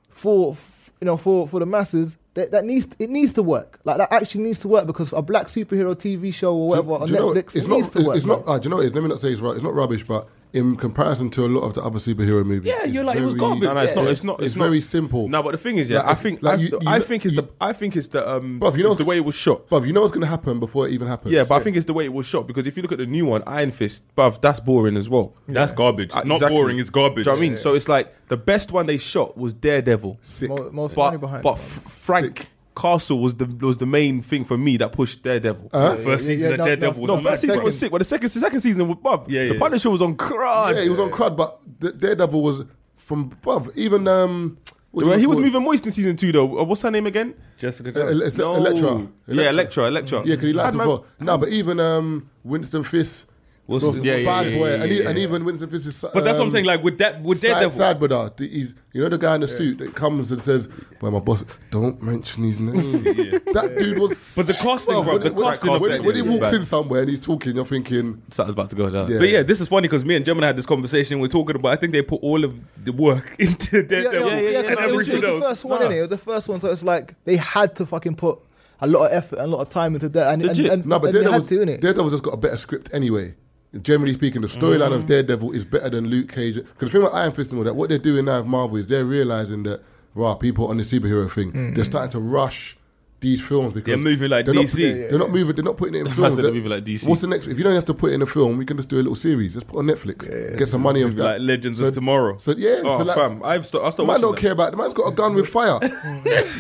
F: for f- you know for for the masses that, that needs it needs to work. Like that actually needs to work because a black superhero TV show or
A: Do-
F: whatever on
A: do you know,
F: Netflix,
A: it's
F: it
A: not.
F: needs to
A: it's-
F: work.
A: it's not.
F: man.
A: uh, do you know? what it is? Let me not say it's right. It's not rubbish, but in comparison to a lot of the other superhero movies,
D: Yeah, you're like, it was garbage.
B: No, no, it's
A: yeah.
B: not. It's not. It's,
A: It's
B: not-
A: very simple.
B: No, but the thing is, yeah,
A: Like,
B: I
A: it's-
B: think,
A: like,
B: I,
A: you-
B: I
A: you-
B: think it's the,
A: you-
B: I think it's the, um,
A: Bruv, you know-
B: it's the way it was shot.
A: But you know what's going to happen before it even happens.
B: Yeah, but I think it's the way it was shot because if you look at the new one, Iron Fist, bruv, that's boring as well.
D: That's garbage.
B: Uh,
D: not
B: exactly.
D: boring. It's
B: Do you
D: garbage.
B: know what I mean? So it's like the best one they shot was Daredevil,
A: sick.
F: Mo- most money
B: but
F: behind.
B: but
F: it.
B: Frank Castle was the was the main thing for me that pushed Daredevil.
A: Huh?
D: First
F: yeah,
D: season
F: yeah,
D: of
F: no,
D: Daredevil
F: no,
B: no,
D: was
B: first season
D: second.
B: was sick, but the second second season was above.
D: Yeah,
B: The
D: yeah.
B: Punisher was on crud.
A: Yeah, he was on crud, but D- Daredevil was from above. Even um, what do
B: Well,
A: you
B: he was
A: call it?
B: moving moist in season two though. Uh, What's her name again?
D: Jessica
A: Uh,
D: Jones.
A: Ele- Electra.
B: Yeah, Electra. Electra.
A: Yeah, because he liked
B: Bad
A: him
B: man-
A: for. No, but even um, Winston Fisk.
D: Wilson-
A: was
B: yeah, yeah,
A: bad
B: yeah,
A: boy,
B: yeah,
A: and, he,
B: yeah,
A: and
B: yeah.
A: even Winston Fisk is.
D: But that's what I'm
A: um,
D: saying. Like with that, with Daredevil,
A: Side, side brother. The- He's, you know the guy in the suit that comes and says, "Well, my boss, don't mention his name." That dude was.
D: But the
A: sick,
D: casting,
A: bruv.
D: bruv,
A: when,
D: the
A: when-
D: casting
A: when-
D: was
A: when he
B: bad, yeah,
A: walks
B: yeah.
A: in somewhere and he's talking, you're thinking,
B: Something's about to go down.
A: Yeah.
D: But yeah, this is funny because me and Gemini had this conversation. We're talking about. I think they put all of the work into Daredevil.
F: yeah, yeah, yeah, 'cause
D: And
F: it, was, it was
D: everything
F: the first one,
D: else.
F: innit? It was the first one, so it's like they had to fucking put a lot of effort and a lot of time into that, and, and,
B: Legit.
F: and,
A: "No, but
F: and they had
A: Daredevil's,
F: to, innit?
A: Daredevil's just got a better script anyway." Generally speaking, the storyline
D: Mm-hmm.
A: of Daredevil is better than Luke Cage. Because the thing with Iron Fist and all that, what they're doing now with Marvel is they're realizing that, rah, people on the superhero thing,
F: Mm-hmm.
A: they're starting to rush these films because
D: They're moving like
A: they're not-
D: DC.
A: they're not moving. They're not putting it in films.
B: said
A: They're-
B: they'll be like DC.
A: What's the next? If you don't have to put it in a film, we can just do a little series. Just put on Netflix. get some money off
D: Like
A: that.
D: Legends
A: So-
D: of Tomorrow.
A: So yeah,
B: Oh,
A: so like,
B: fam, I've st- I
A: the
B: stopped
A: man
B: watching
A: don't
B: that.
A: care about. The man's got a gun with fire.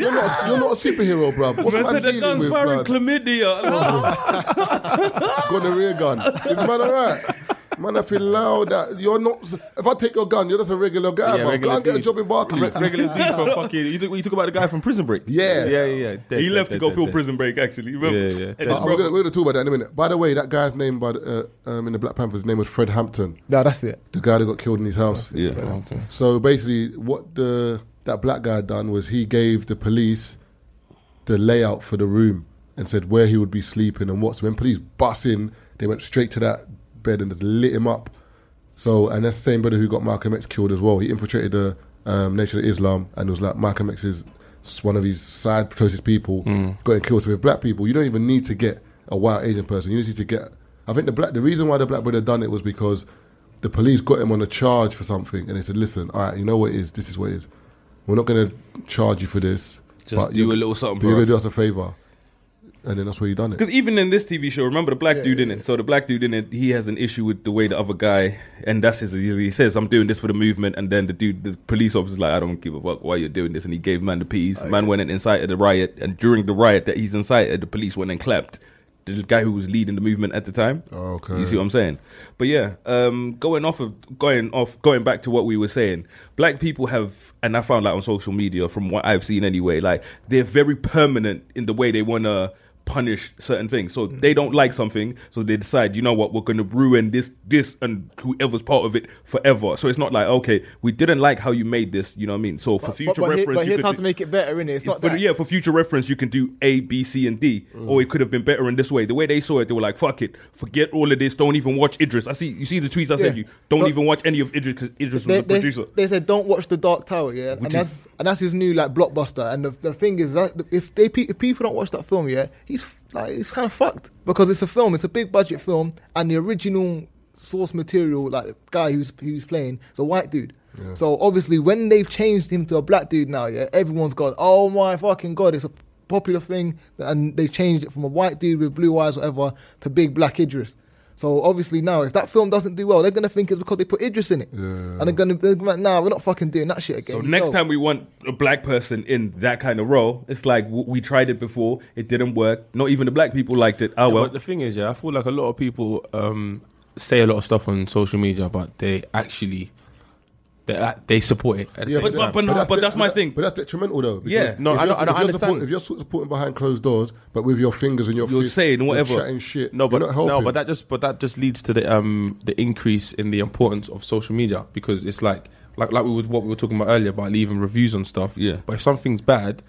A: you're not. A, you're not a superhero, bruv. What's
D: Man
A: the man
D: said the
A: dealing
D: gun's
A: with?
D: firing
A: blood?
D: chlamydia. No.
A: Gonorrhea gun. Is man alright? Man, I feel loud that you're not. If I take your gun, you're just a regular guy,
B: Yeah,
A: man.
B: regular
A: Can't get a
B: dude.
A: job in Barclays.
B: Regular dude from fucking. You talk, you talk about the guy from Prison Break.
A: Yeah.
B: yeah, yeah. yeah. Dead,
D: he
B: dead,
D: left to
B: dead,
D: go
B: dead,
D: feel
B: dead.
D: prison break. Actually, remember?
B: Yeah, yeah. But
D: And
A: But
D: then,
A: I'm
D: bro,
A: gonna, we're going to talk about that in a minute. By the way, that guy's name by the, uh, um, in the Black Panthers' name was Fred Hampton,
F: No, that's it.
A: the guy that got killed in his house.
D: yeah.
A: So basically, what the that black guy done was he gave the police the layout for the room and said where he would be sleeping and what. So when police bust in, they went straight to that bed and just lit him up. So and that's the same brother who got Malcolm X killed as well. He infiltrated the um, Nation of Islam and was like Malcolm X is s- one of his side closest people
D: Hmm.
A: got him killed. So with black people, you don't even need to get a white Asian person. You just need to get. I think the black the reason why the black brother done it was because the police got him on a charge for something and they said, listen, all right, you know what it is. This is what it is. We're not going to charge you for this.
D: Just
A: but
D: do
A: you-
D: a little something
A: but
D: for
A: You're going
D: us.
A: to do us a favor. And then that's where you done it.
D: Because even in this TV show, remember the black dude in it. So the black dude in it, he has an issue with the way the other guy, and that's his. He says, "I'm doing this for the movement," and then the dude, the police officer's like, "I don't give a fuck why you're doing this," and he gave man the peas.
A: Oh,
D: man went and incited the riot, and during the riot that he's incited, the police went and clapped the guy who was leading the movement at the time.
A: Okay.
D: you see what I'm saying? But yeah, um, going off of going off going back to what we were saying, black people have, and I found out on social media from what I've seen anyway, like they're very permanent in the way they want to punish certain things. So they don't like something, so they decide, you know what, we're going to ruin this, this, and whoever's part of it forever. So it's not like okay, we didn't like how you made this, you know what I mean? So for future
F: but, but here-
D: reference,
F: but
D: you
F: here's
D: could
F: how
D: do-
F: to make it better, innit? It's not
D: but
F: that.
D: yeah, for future reference, you can do A, B, C, and D, or it could have been better in this way. The way they saw it, they were like, "Fuck it, forget all of this. Don't even watch Idris." I see you see the tweets I sent
F: Yeah.
D: you. Don't
F: But-
D: even watch any of Idris because Idris was
F: They,
D: the
F: they,
D: producer.
F: they said don't watch the Dark Tower, yeah, and
D: Which
F: that's and that's his new like blockbuster. And the, the thing is that if they pe- if people don't watch that film, yeah, he's f- like he's kind of fucked because it's a film, it's a big budget film, and the original source material like guy who's who's playing is a white dude. So obviously, when they've changed him to a black dude now, yeah, everyone's gone. Oh my fucking god, it's a popular thing, and they changed it from a white dude with blue eyes, whatever, to big black Idris. So obviously now, if that film doesn't do well, they're gonna think it's because they put Idris in it, and they're gonna be like, "Nah, we're not fucking doing that shit again."
D: So
F: You
D: next
F: know?
D: time we want a black person in that kind of role, it's like w- we tried it before, it didn't work. Not even the black people liked it. Oh
B: Yeah,
D: well,
B: but the thing is, yeah, I feel like a lot of people um, say a lot of stuff on social media, but they actually they act- they support it. At the
A: Yeah,
B: same
D: but-
B: time.
D: but- no, that's my
A: that-
D: thing.
A: But that's detrimental though. because
D: Yeah.
B: No,
A: if
B: I
A: you're-
B: don't- I don't
A: if you're
B: understand.
A: Support, if you're su- supporting behind closed doors, but with your fingers and your
D: You're
A: fists,
D: saying whatever.
A: you're chatting shit.
B: No, but
A: you're not helping.
B: no, but that just but that just leads to the um the increase in the importance of social media because it's like like like we was what we were talking about earlier about leaving reviews on stuff.
D: Yeah.
B: But if something's bad,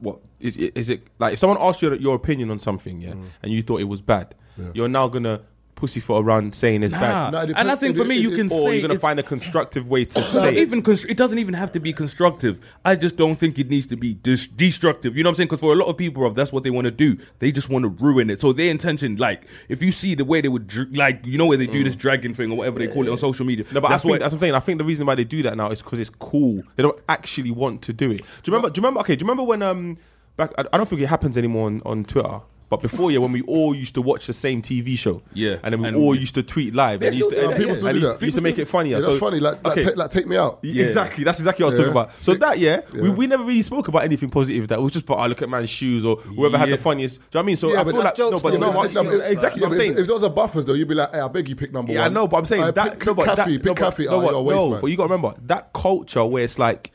B: what is, is it like? If someone asked you your opinion on something,
A: Mm.
B: yeah, and you thought it was bad, you're now gonna pussyfoot around saying it's
D: nah.
B: bad.
A: No, it
D: and I
A: depends-
D: think
A: it-
D: for me,
A: it-
D: you
A: it-
D: can
B: Or
D: say
B: you're gonna
D: it's-
B: find a constructive way to
D: It's not
B: say it.
D: even constr- it doesn't even have to be constructive. I just don't think it needs to be dis- destructive. You know what I'm saying? Because for a lot of people, bruv, that's what they want to do. They just want to ruin it. So their intention, like if you see the way they would, dr- like you know where they
B: Mm.
D: do this dragon thing or whatever they call it on social media.
B: No, but I
D: that's
B: think,
D: what.
B: that's what I'm saying. I think the reason why they do that now is because it's cool. They don't actually want to do it. Do you remember? Do you remember? Okay, do you remember when um back? I, I don't think it happens anymore on, on Twitter. But before, yeah, when we all used to watch the same TV show,
D: Yeah.
B: and then we
D: And
B: all
D: we-
B: used to tweet live, and used
D: They still
B: to,
D: do
B: and,
D: that,
A: People
B: and
A: still
B: used-
A: do that.
B: used, to make it funnier.
A: Yeah, that's
B: so,
A: funny. Like, like,
B: okay.
A: take, like, take me out.
B: Y- Exactly. That's exactly what I was talking
A: Yeah.
B: about. So that yeah, we,
A: Yeah.
B: we never really spoke about anything positive. That was just, but I look at man's shoes or whoever had
D: Yeah.
B: the funniest. Do you know what I mean?
A: Yeah,
B: So I
A: but
B: feel
A: that's
B: like no,
F: jokes,
B: but
F: though.
B: you know
F: Yeah,
B: what?
F: but it's-
B: Yeah, exactly.
A: yeah,
B: what
A: but
B: I'm saying.
A: If, if those are buffers, though, you'd be like, hey, I beg you, pick number
B: Yeah, I
A: one.
B: know, but I'm saying
A: Aye,
B: that.
A: pick,
B: no, but
A: Kathy,
B: that,
A: pick
B: no, but,
A: Kathy
B: no,
A: out
B: but,
A: your waist,
B: no,
A: man.
B: but you got to remember that culture where it's like,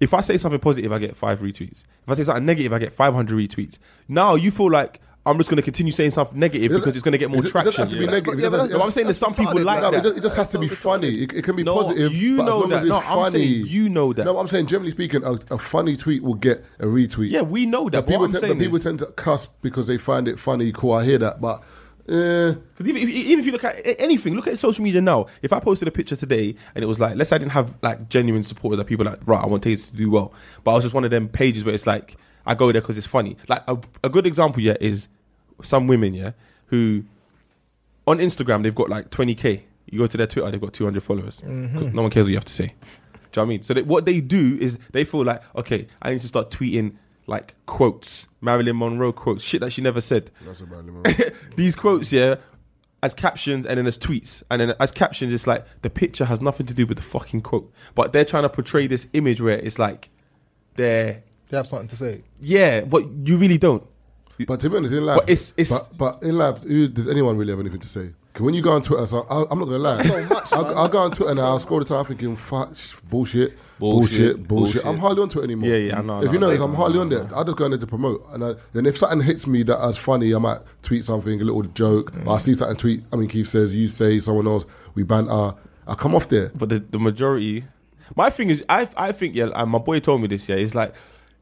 B: if I say something positive, I get five retweets. If I say something negative, I get 500 retweets. Now you feel like I'm just going to continue saying something negative
A: doesn't-
B: because it's going to get more
A: it doesn't
B: traction.
A: have to be
B: Yeah.
A: negative.
B: Yeah,
A: It doesn't-
B: but I'm saying there's some people
F: retarded,
B: like
A: No, it
B: that.
A: just, it just has to be funny. It, it can be
B: No,
A: positive.
B: you
A: but as
B: know
A: long
B: that.
A: as it's
B: No, I'm
A: funny.
B: saying you know that.
A: No, I'm saying generally speaking, a, a funny tweet will get a retweet.
B: Yeah, we know
A: But
B: that. But what
A: people,
B: I'm
A: tend-
B: saying
A: but people
B: is-
A: tend to cuss because they find it funny. Cool, I hear that, but eh,
B: 'Cause even, if- even if you look at a- anything, look at social media now. If I posted a picture today and it was like, let's say I didn't have like genuine support that people like, right, I want Taser to do well, but I was just one of them pages where it's like, I go there because it's funny. Like a, a good example, yeah, is some women, yeah, who on Instagram they've got like 20k. You go to their Twitter, they've got 200 followers. 'Cause No one cares what you have to say. Do you know what I mean? So they, what they do is they feel like, okay, I need to start tweeting like quotes, Marilyn Monroe quotes, shit that she never said
A: that's a bad
B: these quotes yeah as captions and then as tweets and then as captions it's like the picture has nothing to do with the fucking quote but they're trying to portray this image where it's like they're
F: They have something to say.
B: yeah but you really don't
A: But to be honest, in life,
B: But it's- it's-
A: but, but in life, who, does anyone really have anything to say? 'Cause when you go on Twitter, so I, I'm not gonna lie, I, I go on Twitter now, I scroll the time thinking, fuck, sh- bullshit, bullshit, bullshit,
D: Bullshit,
A: I'm
D: bullshit.
A: hardly on Twitter anymore.
B: Yeah, yeah, I know, I
A: If
B: know,
A: you
B: I
A: notice,
B: know,
A: I'm
B: I
A: hardly
B: know,
A: on
B: I
A: there. I just go on there to promote, and I, then if something hits me that as funny, I might tweet something, a little joke. I see something tweet. I mean, Keith says, you say, someone else, we banter. I come off there.
B: but the, the majority my thing is I, I think yeah and my boy told me this yeah it's like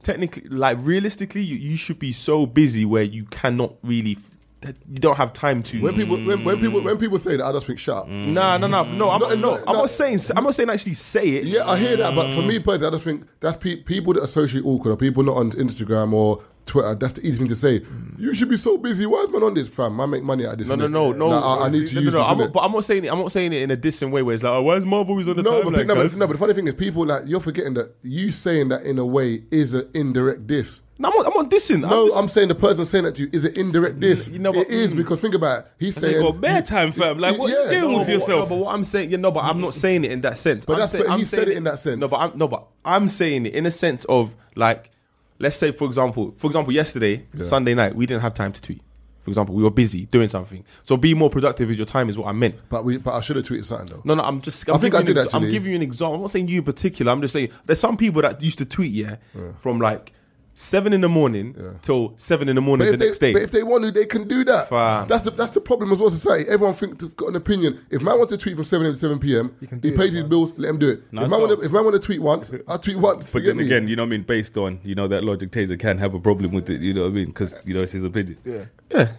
B: technically like realistically you, you should be so busy where you cannot really f- you don't have time to
A: When people, when, when people, when people say that, I just think, shut up.
B: Nah, no, no, no. I'm,
A: No,
B: no,
A: no,
B: I'm
A: no.
B: not saying. I'm not saying actually say it.
A: Yeah, I hear that, but for
B: Mm.
A: me personally, I just think that's pe- people that associate awkward or people not on Instagram or Twitter. That's the easy thing to say. You should be so busy. Why is man on this, fam? I make money out of this.
B: Mm. No, no,
A: innit?
B: no, no.
A: Like, I, I need to
B: no,
A: use
B: no, no. I'm
A: this.
B: not,
A: innit?
B: but I'm not saying it. I'm not saying it in a dissing way where it's like, oh, where's Marvel? He's on the
A: no,
B: timeline,
A: but, no, but,
B: guys?
A: no, but the funny thing is, people like you're forgetting that you saying that in a way is an indirect diss.
B: No, I'm, not, I'm not dissing.
A: No, I'm,
B: just-
A: saying the person saying that to you is an indirect diss.
B: You know, but-
A: it is
B: mm.
A: because think about it. He's
D: You
A: saying,
D: got bare time, fam. Like, what
A: Yeah.
D: you doing
B: No,
D: with
B: but-
D: yourself?
B: No, but what I'm saying, yeah, no, but I'm not saying it in that sense.
A: But
B: I'm
A: that's-
B: saying,
A: but he
B: I'm
A: said
B: saying
A: it in that sense.
B: No, but I'm no, but I'm saying it in a sense of like, let's say for example, for example, yesterday Sunday night we didn't have time to tweet. For example, we were busy doing something. So be more productive with your time is what I meant.
A: but we, but I should have tweeted something though.
B: No, no, I'm just. I'm
A: I think
B: giving
A: I
B: you an
A: did
B: ex- I'm
A: actually.
B: giving you an example. I'm not saying you in particular. I'm just saying there's some people that used to tweet, yeah, from like seven in the morning till seven in the morning
A: But
B: the
A: if, they,
B: next day.
A: but if they want to, they can do that.
B: Fam.
A: That's the that's the problem as well. Society, everyone thinks they've got an opinion. If man wants to tweet from seven a.m. to seven p.m.,
F: can
A: he
F: do
A: pays his
F: that, man.
A: bills. Let him do it.
D: No,
A: if man
D: it's not.
A: want to, if man want to tweet once, I tweet once.
D: But
A: you
D: then
A: get me?
D: again, you know what I mean. Based on you know that logic, Taser can have a problem with it. You know what I mean? Because you know it's his opinion.
A: yeah,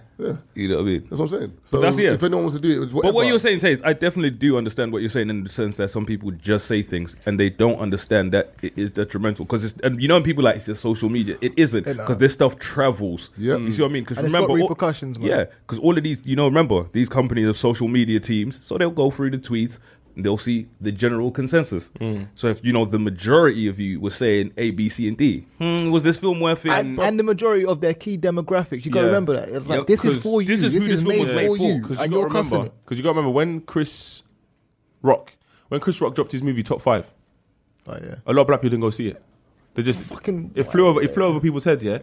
D: You know what I mean.
A: that's what I'm saying. So
D: that's- yeah.
A: if anyone wants to do it, it's whatever.
D: But what you're saying, Taze, I definitely do understand what you're saying in the sense that some people just say things and they don't understand that it is detrimental because it's and you know people like it's just social media. It isn't
F: It- nah.
D: because this stuff travels.
A: Yeah.
D: you see what I mean? Because
F: And it's got
D: remember all-
F: repercussions, man.
D: Yeah, because all of these, you know, remember these companies have social media teams, so they'll go through the tweets. and They'll see the general consensus. So if you know the majority of you were saying A, B, C, and D, hmm, was this film worth it?
F: And, and the majority of their key demographics, you got
D: Yeah.
F: to remember that. It's like,
D: Yeah,
F: this is
D: 'cause
F: for you.
D: this is who this film
F: made
D: was made
F: for
D: for,
F: you.
B: because you
F: And
B: got to
F: you're cussing
B: remember,
F: it.
B: because you got to remember when Chris Rock, when Chris Rock dropped his movie Top Five,
F: Oh, yeah.
B: a lot of black people didn't go see it. They just
F: Fucking-
B: it flew over it flew over people's heads. Yeah.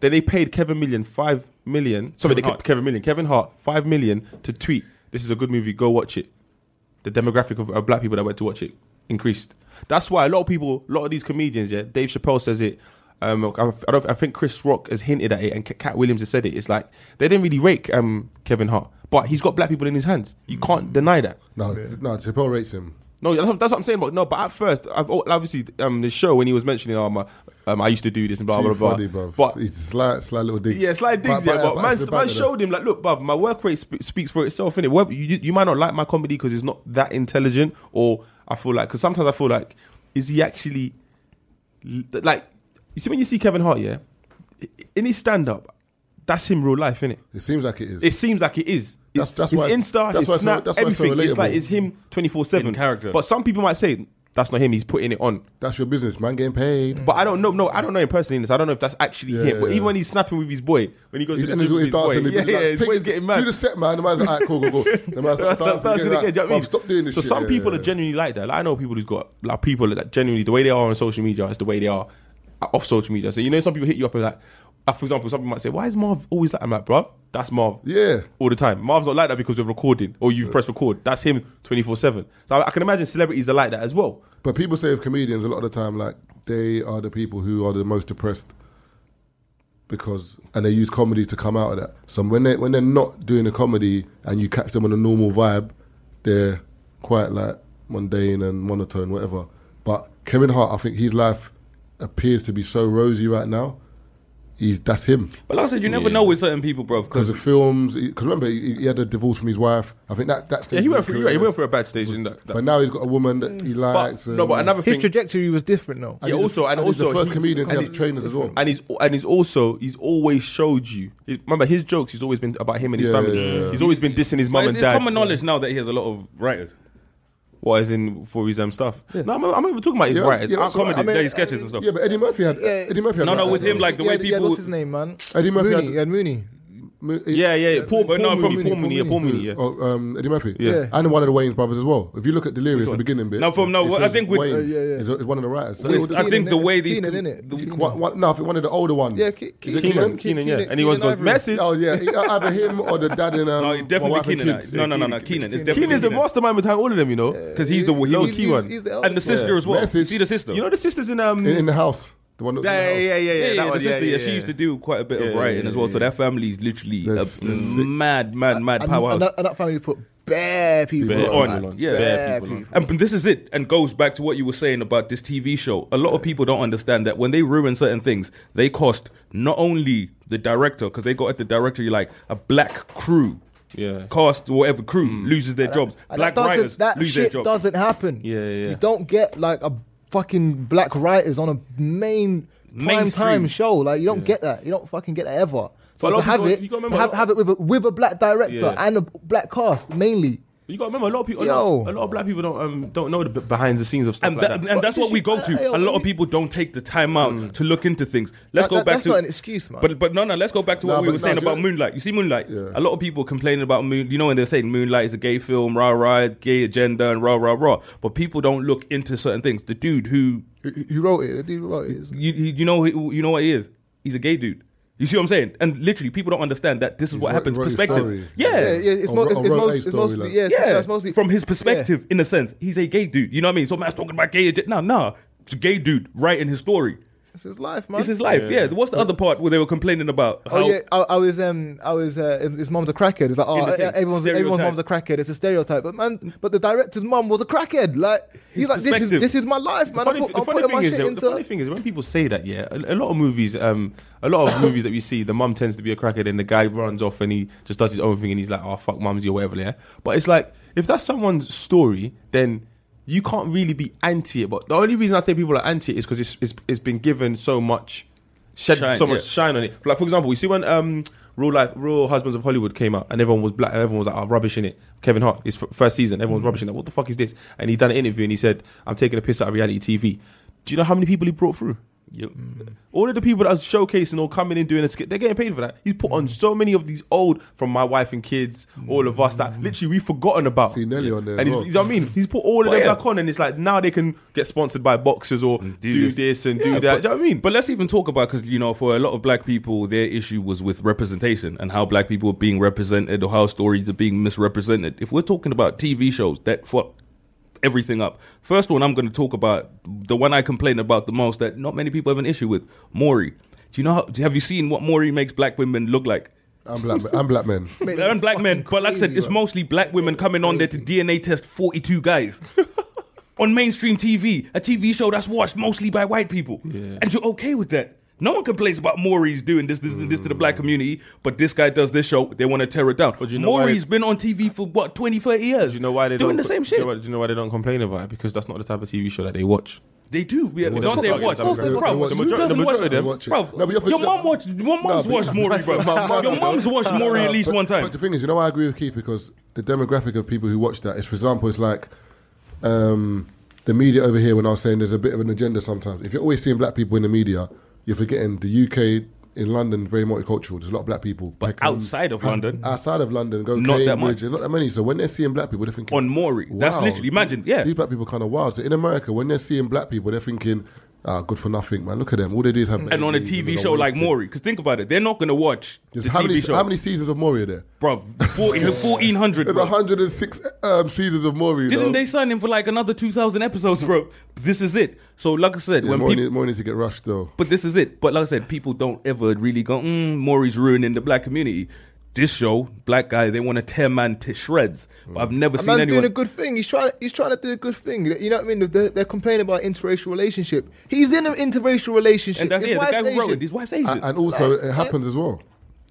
B: Then they paid Kevin Million five million. Sorry,
D: Kevin
B: they
D: Hart.
B: kept Kevin Million, Kevin Hart five million to tweet. This is a good movie. Go watch it. The demographic of, of black people that went to watch it increased. That's why a lot of people, a lot of these comedians, yeah. Dave Chappelle says it. Um, I, I don't, I think Chris Rock has hinted at it, and Ca- Cat Williams has said it. It's like they didn't really rake um, Kevin Hart, but he's got black people in his hands. You can't deny that.
A: no, no, Chappelle rates him.
B: No, that's what, that's what I'm saying. But no, but at first, I've al- obviously um, the show when he was mentioning, oh, my, um, I used to do this and blah
A: Too
B: blah blah.
A: funny, bruv.
B: But
A: he's slight, slight little digs.
B: yeah, slight digs, yeah. But,
A: it's
B: man,
A: about
B: man
A: it,
B: showed him like, look, bruv, my work rate sp- speaks for itself. In it, you, you might not like my comedy because it's not that intelligent, or I feel like because sometimes I feel like, is he actually like? You see, when you see Kevin Hart, yeah, i- in his stand up, that's him real life, innit?
A: though. It seems like it is.
B: It seems like it is.
A: That's-
B: His-
A: that's
B: his
A: why-
B: Insta,
A: that's why
B: his
A: it's so-
B: Snap,
A: that's why it's so
B: everything. It's like
A: relatable.
B: it's him twenty four seven
D: In character.
B: But some people might say That's not him. He's putting it on.
A: That's your business, man. Getting paid.
B: But I don't know. No, I don't know him personally. In this, I don't know if that's actually
A: Yeah,
B: him.
A: yeah,
B: But even
A: yeah.
B: when he's snapping with his boy, when he goes
A: He's,
B: to the
A: and he's
B: gym with
A: always
B: his boy,
A: dancing.
B: yeah,
A: He's
B: yeah,
A: like,
B: his
A: take
B: boy's
A: the-
B: getting mad.
A: Do the set, man. The man's like, all right, cool, go, go. The man's like,
B: Stop
A: dancing
B: dancing
A: again, like,
B: again, do you know what I
A: "Bruv,
B: mean?
A: Stop doing this
B: So
A: shit,
B: some
A: yeah,
B: people
A: yeah.
B: are genuinely like that. Like, I know people who's got like people that genuinely the way they are on social media is the way they are off social media. So you know, some people hit you up and like, uh, for example, some people might say, "Why is Marv always like?" that?" I'm like, "Bro, that's Marv."
A: Yeah.
B: all the time. Marv's not like that because we're recording or you've pressed record. That's him 24 seven. So I, I can imagine celebrities are like that as well.
A: But people say of comedians a lot of the time, like they are the people who are the most depressed because, and they use comedy to come out of that. So when they when they're not doing a comedy and you catch them on a normal vibe, they're quite like mundane and monotone, whatever. But Kevin Hart, I think his life appears to be so rosy right now. He's that's him
D: But like I said, you never know with certain people, bro.
A: because
D: Because
A: of films. Because remember, he, he had a divorce from his wife. I think that that's
B: Yeah, he went for he went for a bad stage. in that, that-
A: But now he's got a woman that he likes.
B: but, no, but
A: and-
B: another
F: His
B: thing.
F: trajectory was different though.
B: Yeah, also, and,
A: and he's
B: also
A: the first
B: he-
A: comedian to
B: and
A: have
B: he-
A: trainers as well.
B: and he's and he's also he's always showed you. He- remember his jokes. He's always been about him and his
A: Yeah,
B: family.
A: yeah, yeah.
B: He's always been dissing his mum
D: it's,
B: and
D: it's
B: dad.
D: common knowledge now that he has a lot of writers.
B: What is in for his um stuff? No, I'm, I'm not even talking about his
A: Yeah,
B: writers.
A: yeah,
B: I'm
A: that's what
D: Comedy,
A: I mean,
D: their sketches and stuff.
A: Yeah, but Eddie Murphy had
F: Yeah.
A: Eddie Murphy. Had
D: No, no,
A: that
D: with
A: as
D: him,
A: well.
D: like the
F: He
D: way
F: had- he had-
D: people.
F: what's his name, man?
A: Eddie Murphy
F: Mooney.
A: had-
F: He had Mooney.
A: M- he-
B: yeah, yeah, yeah. Paul,
D: But
B: Paul,
D: no,
B: no,
D: from-
B: Mooney,
D: Paul
B: Paul Mooney, yeah, Paul Mooney, yeah.
A: Oh, um, Eddie Murphy.
F: Yeah.
A: and one of the Wayans brothers as well. If you look at Delirious, the beginning bit.
D: No, from- no,
A: it
D: what- I
A: says
D: think with-
A: Wayans
F: Oh, Yeah, yeah.
A: is, is one of the writers. So
D: With-
A: it would-
D: I think the way these
F: Keenan,
D: com-
F: innit?
D: the-
F: Keenan.
A: one, one, no, I think one of the older ones.
F: Yeah, Ke-
A: Is it
F: Keenan.
A: Keenan?
B: Keenan, yeah.
F: Keenan-
B: And he was
F: Keenan
B: going
F: Ivory.
B: message.
A: Oh yeah, e- either him or the dad in. Um,
D: No,
A: My
D: definitely
A: Wife and
D: Keenan.
A: Kids.
D: No, no, no, no. Keenan. It's
B: Keenan
D: definitely
B: is the mastermind behind all of them, you know, because
D: he's the he
B: low
D: was
B: key one.
F: he's the
D: and the
F: eldest.
D: sister as well.
A: Message.
D: You see the sister.
B: You know the sisters in um.
A: in, in the house. The one. that was in
B: yeah,
A: the house.
B: yeah, yeah, yeah,
D: yeah, yeah,
B: that
D: the
B: one,
D: sister,
B: yeah, yeah,
D: she
B: yeah.
D: used to do quite a bit
B: Yeah,
D: of
B: yeah,
D: writing
B: yeah,
D: as well. So
B: yeah.
D: that family is literally
A: That's-
D: a
A: that's sick.
D: mad, mad, mad
F: And-
D: powerhouse.
F: And that, and that family put bare people
B: Bare
F: on.
B: people
F: like,
B: on. Yeah, bare people on.
D: And but this is it, and goes back to what you were saying about this TV show. A lot of people don't understand that when they ruin certain things, they cost not only the director because they got at the director you're like a black crew,
B: Yeah.
D: cast or whatever crew loses their jobs,
F: And
D: black
F: that doesn't-
D: writers
F: that
D: lose their
F: shit
D: jobs.
F: doesn't happen.
B: Yeah, yeah, yeah.
F: You don't get like a fucking black writers on a main prime
D: Mainstream.
F: time show. Like you don't get that. You don't fucking get that ever. So
B: But a lot
F: to
B: of
F: have
B: people-
F: it,
B: you gotta
F: to
B: remember a
F: have,
B: lot-
F: have it with a, with a black director
B: Yeah.
F: and a black cast mainly.
B: You got to remember a lot of people. A
F: Yo.
B: lot, a lot of black people don't um, don't know the b- behind the scenes of stuff
D: and,
B: like
D: that,
B: that.
D: and that's
F: But
D: what we
F: this
D: go
F: is-
D: to. A
F: uh,
D: lot
F: uh,
D: of people don't take the time out to look into things. Let's
F: Mm. That-
D: go
F: that-
D: back
F: that's
D: to
F: not an excuse, man.
D: But but no no, let's go back to
A: Nah,
D: what we
A: but
D: were
A: nah,
D: saying
A: do you
D: about
A: know-
D: Moonlight. You see Moonlight.
A: Yeah.
D: A lot of people complaining about Moon. You know when they're saying Moonlight is a gay film, rah rah, gay agenda, and rah rah rah. But people don't look into certain things. The dude who
F: Who, who wrote it? The dude who wrote it. is-
D: you you you know who- you know what he is. He's a gay dude. You see what I'm saying? And literally, people don't understand that this is what
A: wrote-
D: happens.
A: wrote his
D: Perspective.
A: story.
D: Yeah.
F: Yeah, yeah, it's,
A: Or
F: mo-
A: wrote-
F: it's, it's
A: or wrote
F: most-
A: a
F: it's
A: story,
F: mostly,
A: like-
F: yeah, it's-
D: yeah,
F: it's mostly
D: from his
F: yeah.
D: perspective, in a sense, he's a gay dude. You know what I mean? So man's talking about gay. No, nah, it's a gay dude writing his story.
F: It's his life, man.
D: It's his life. Yeah. What's the other part where they were complaining about?
F: Oh
D: how-
F: yeah, I, I was um, I was uh, his mom's a crackhead. It's like
D: In
F: oh,
D: the thing,
F: everyone's everyone's
D: stereotype.
F: mom's a crackhead. It's a stereotype, but man, but the director's mom was a crackhead. Like he's like this is
D: perspective.
F: this is my life, man.
B: funny,
F: I'm,
B: thi-
F: put,
B: the
F: I'm
B: funny
F: putting
B: thing
F: my
B: is,
F: shit
B: though,
F: into.
B: the funny thing is when people say that, yeah, a, a lot of movies, um, a lot of movies that we see, the mum tends to be a crackhead and the guy runs off and he just does his own thing and he's like, oh fuck, mumsy or whatever. Yeah, but it's like if that's someone's story, then you can't really be anti it. But the only reason I say people are anti it is because it's, it's it's been given so much shed
D: Shine,
B: so much
D: yeah.
B: shine on it. Like for example, you see when um. Real life, Real Husbands of Hollywood came out, and everyone was black. And everyone was like, "Oh, rubbish in it." Kevin Hart, his f- first season, everyone was rubbish in it. What the fuck is this? And he done an interview, and he said, "I'm taking a piss out of reality TV." Do you know how many people he brought through? Yep. All of the people that are showcasing or coming in doing a skit, they're getting paid for that. He's put on so many of these old from my wife and kids, all of us that literally we've forgotten about.
A: See Nelly on there
B: And
A: as
B: he's,
A: well.
B: you know what I mean? He's put all of
D: Well,
B: them
D: yeah. Mm,
B: back on, and it's like now they can get sponsored by boxers or do,
D: this.
B: this. and do that. do you know what I mean?
D: But let's even talk about because you know, for a lot of black people, their issue was with representation and how black people are being represented or how stories are being misrepresented. If we're talking about TV shows that fuck everything up, first one I'm going to talk about the one I complain about the most that not many people have an issue with, Maury. Do you know? How, have you seen what Maury makes black women look like?
A: I'm black. men- I'm black men.
F: Mate,
D: and black men,
F: fucking
D: but like I said,
F: crazy,
D: it's
F: bro.
D: mostly black women coming on there to DNA test 42 guys. on mainstream TV, a TV show that's watched mostly by white people. And you're okay with that. No one complains about Maury's doing this, this, and this to the black community, but this guy does this show, they want to tear it down. But
B: you know why-
D: been on TV for what, 20, 30 years?
B: Do you know why they don't
D: doing the same
B: do you
D: shit?
B: know why- Do you know why they don't complain about it? Because that's not the type of TV show that they watch.
D: They do. Yeah,
A: watch
D: don't
A: it.
D: they
A: Of
D: watch?
A: course they
D: Bro,
A: watch it. The
D: who
A: majority-
D: doesn't
B: the
D: watch
B: majority
A: of them.
D: Bro,
A: No, but you-
D: your mum watched. Your mum's
A: but-
D: watched Maury, bro. Your mum's watched Maury at least
A: but,
D: one time.
A: But the thing is, you know, why I agree with Keith because the demographic of people who watch that is, for example, it's like um, the media over here, when I was saying there's a bit of an agenda sometimes, if you're always seeing black people in the media, you're forgetting the UK in London very multicultural. There's a lot of black people.
D: But outside of London,
A: outside of London, go
D: Not that
A: Cambridge,
D: much.
A: there's not that many. So when they're seeing black people, they're thinking
D: on Maury. That's
A: wow,
D: literally imagine. Yeah,
A: These black people kind of wild. So in America, when they're seeing black people, they're thinking, ah, good for nothing, man. Look at them. All they do is have
D: and on a
A: babies and
D: TV
A: they're
D: show like
A: wasted."
D: Maury, because think about it, they're not gonna watch the
A: Just how,
D: TV
A: many,
D: show,
A: how many seasons of Maury are there?
D: bro. 1400
A: There's
D: bro.
A: 106 um, seasons of Maury.
D: Didn't
A: though.
D: they sign him for like another 2,000 episodes, bro? This is it. So, like I said,
A: Yeah,
D: when
A: Maury,
D: people.
A: need- Maury needs to get rushed though.
D: But this is it. But like I said, people don't ever really go, mm, Maury's ruining the black community. This show, black guy, they want to tear man to shreds. But I've never
F: A
D: seen
F: man's
D: anyone.
F: doing a good thing. He's trying. He's trying to do a good thing. You know what I mean? They're, they're complaining about interracial relationship. He's in an interracial relationship.
D: and that's
F: His
D: yeah, the
F: wife's
D: guy who wrote
F: Asian.
D: it. His wife's Asian.
A: And, and also, it happens as well.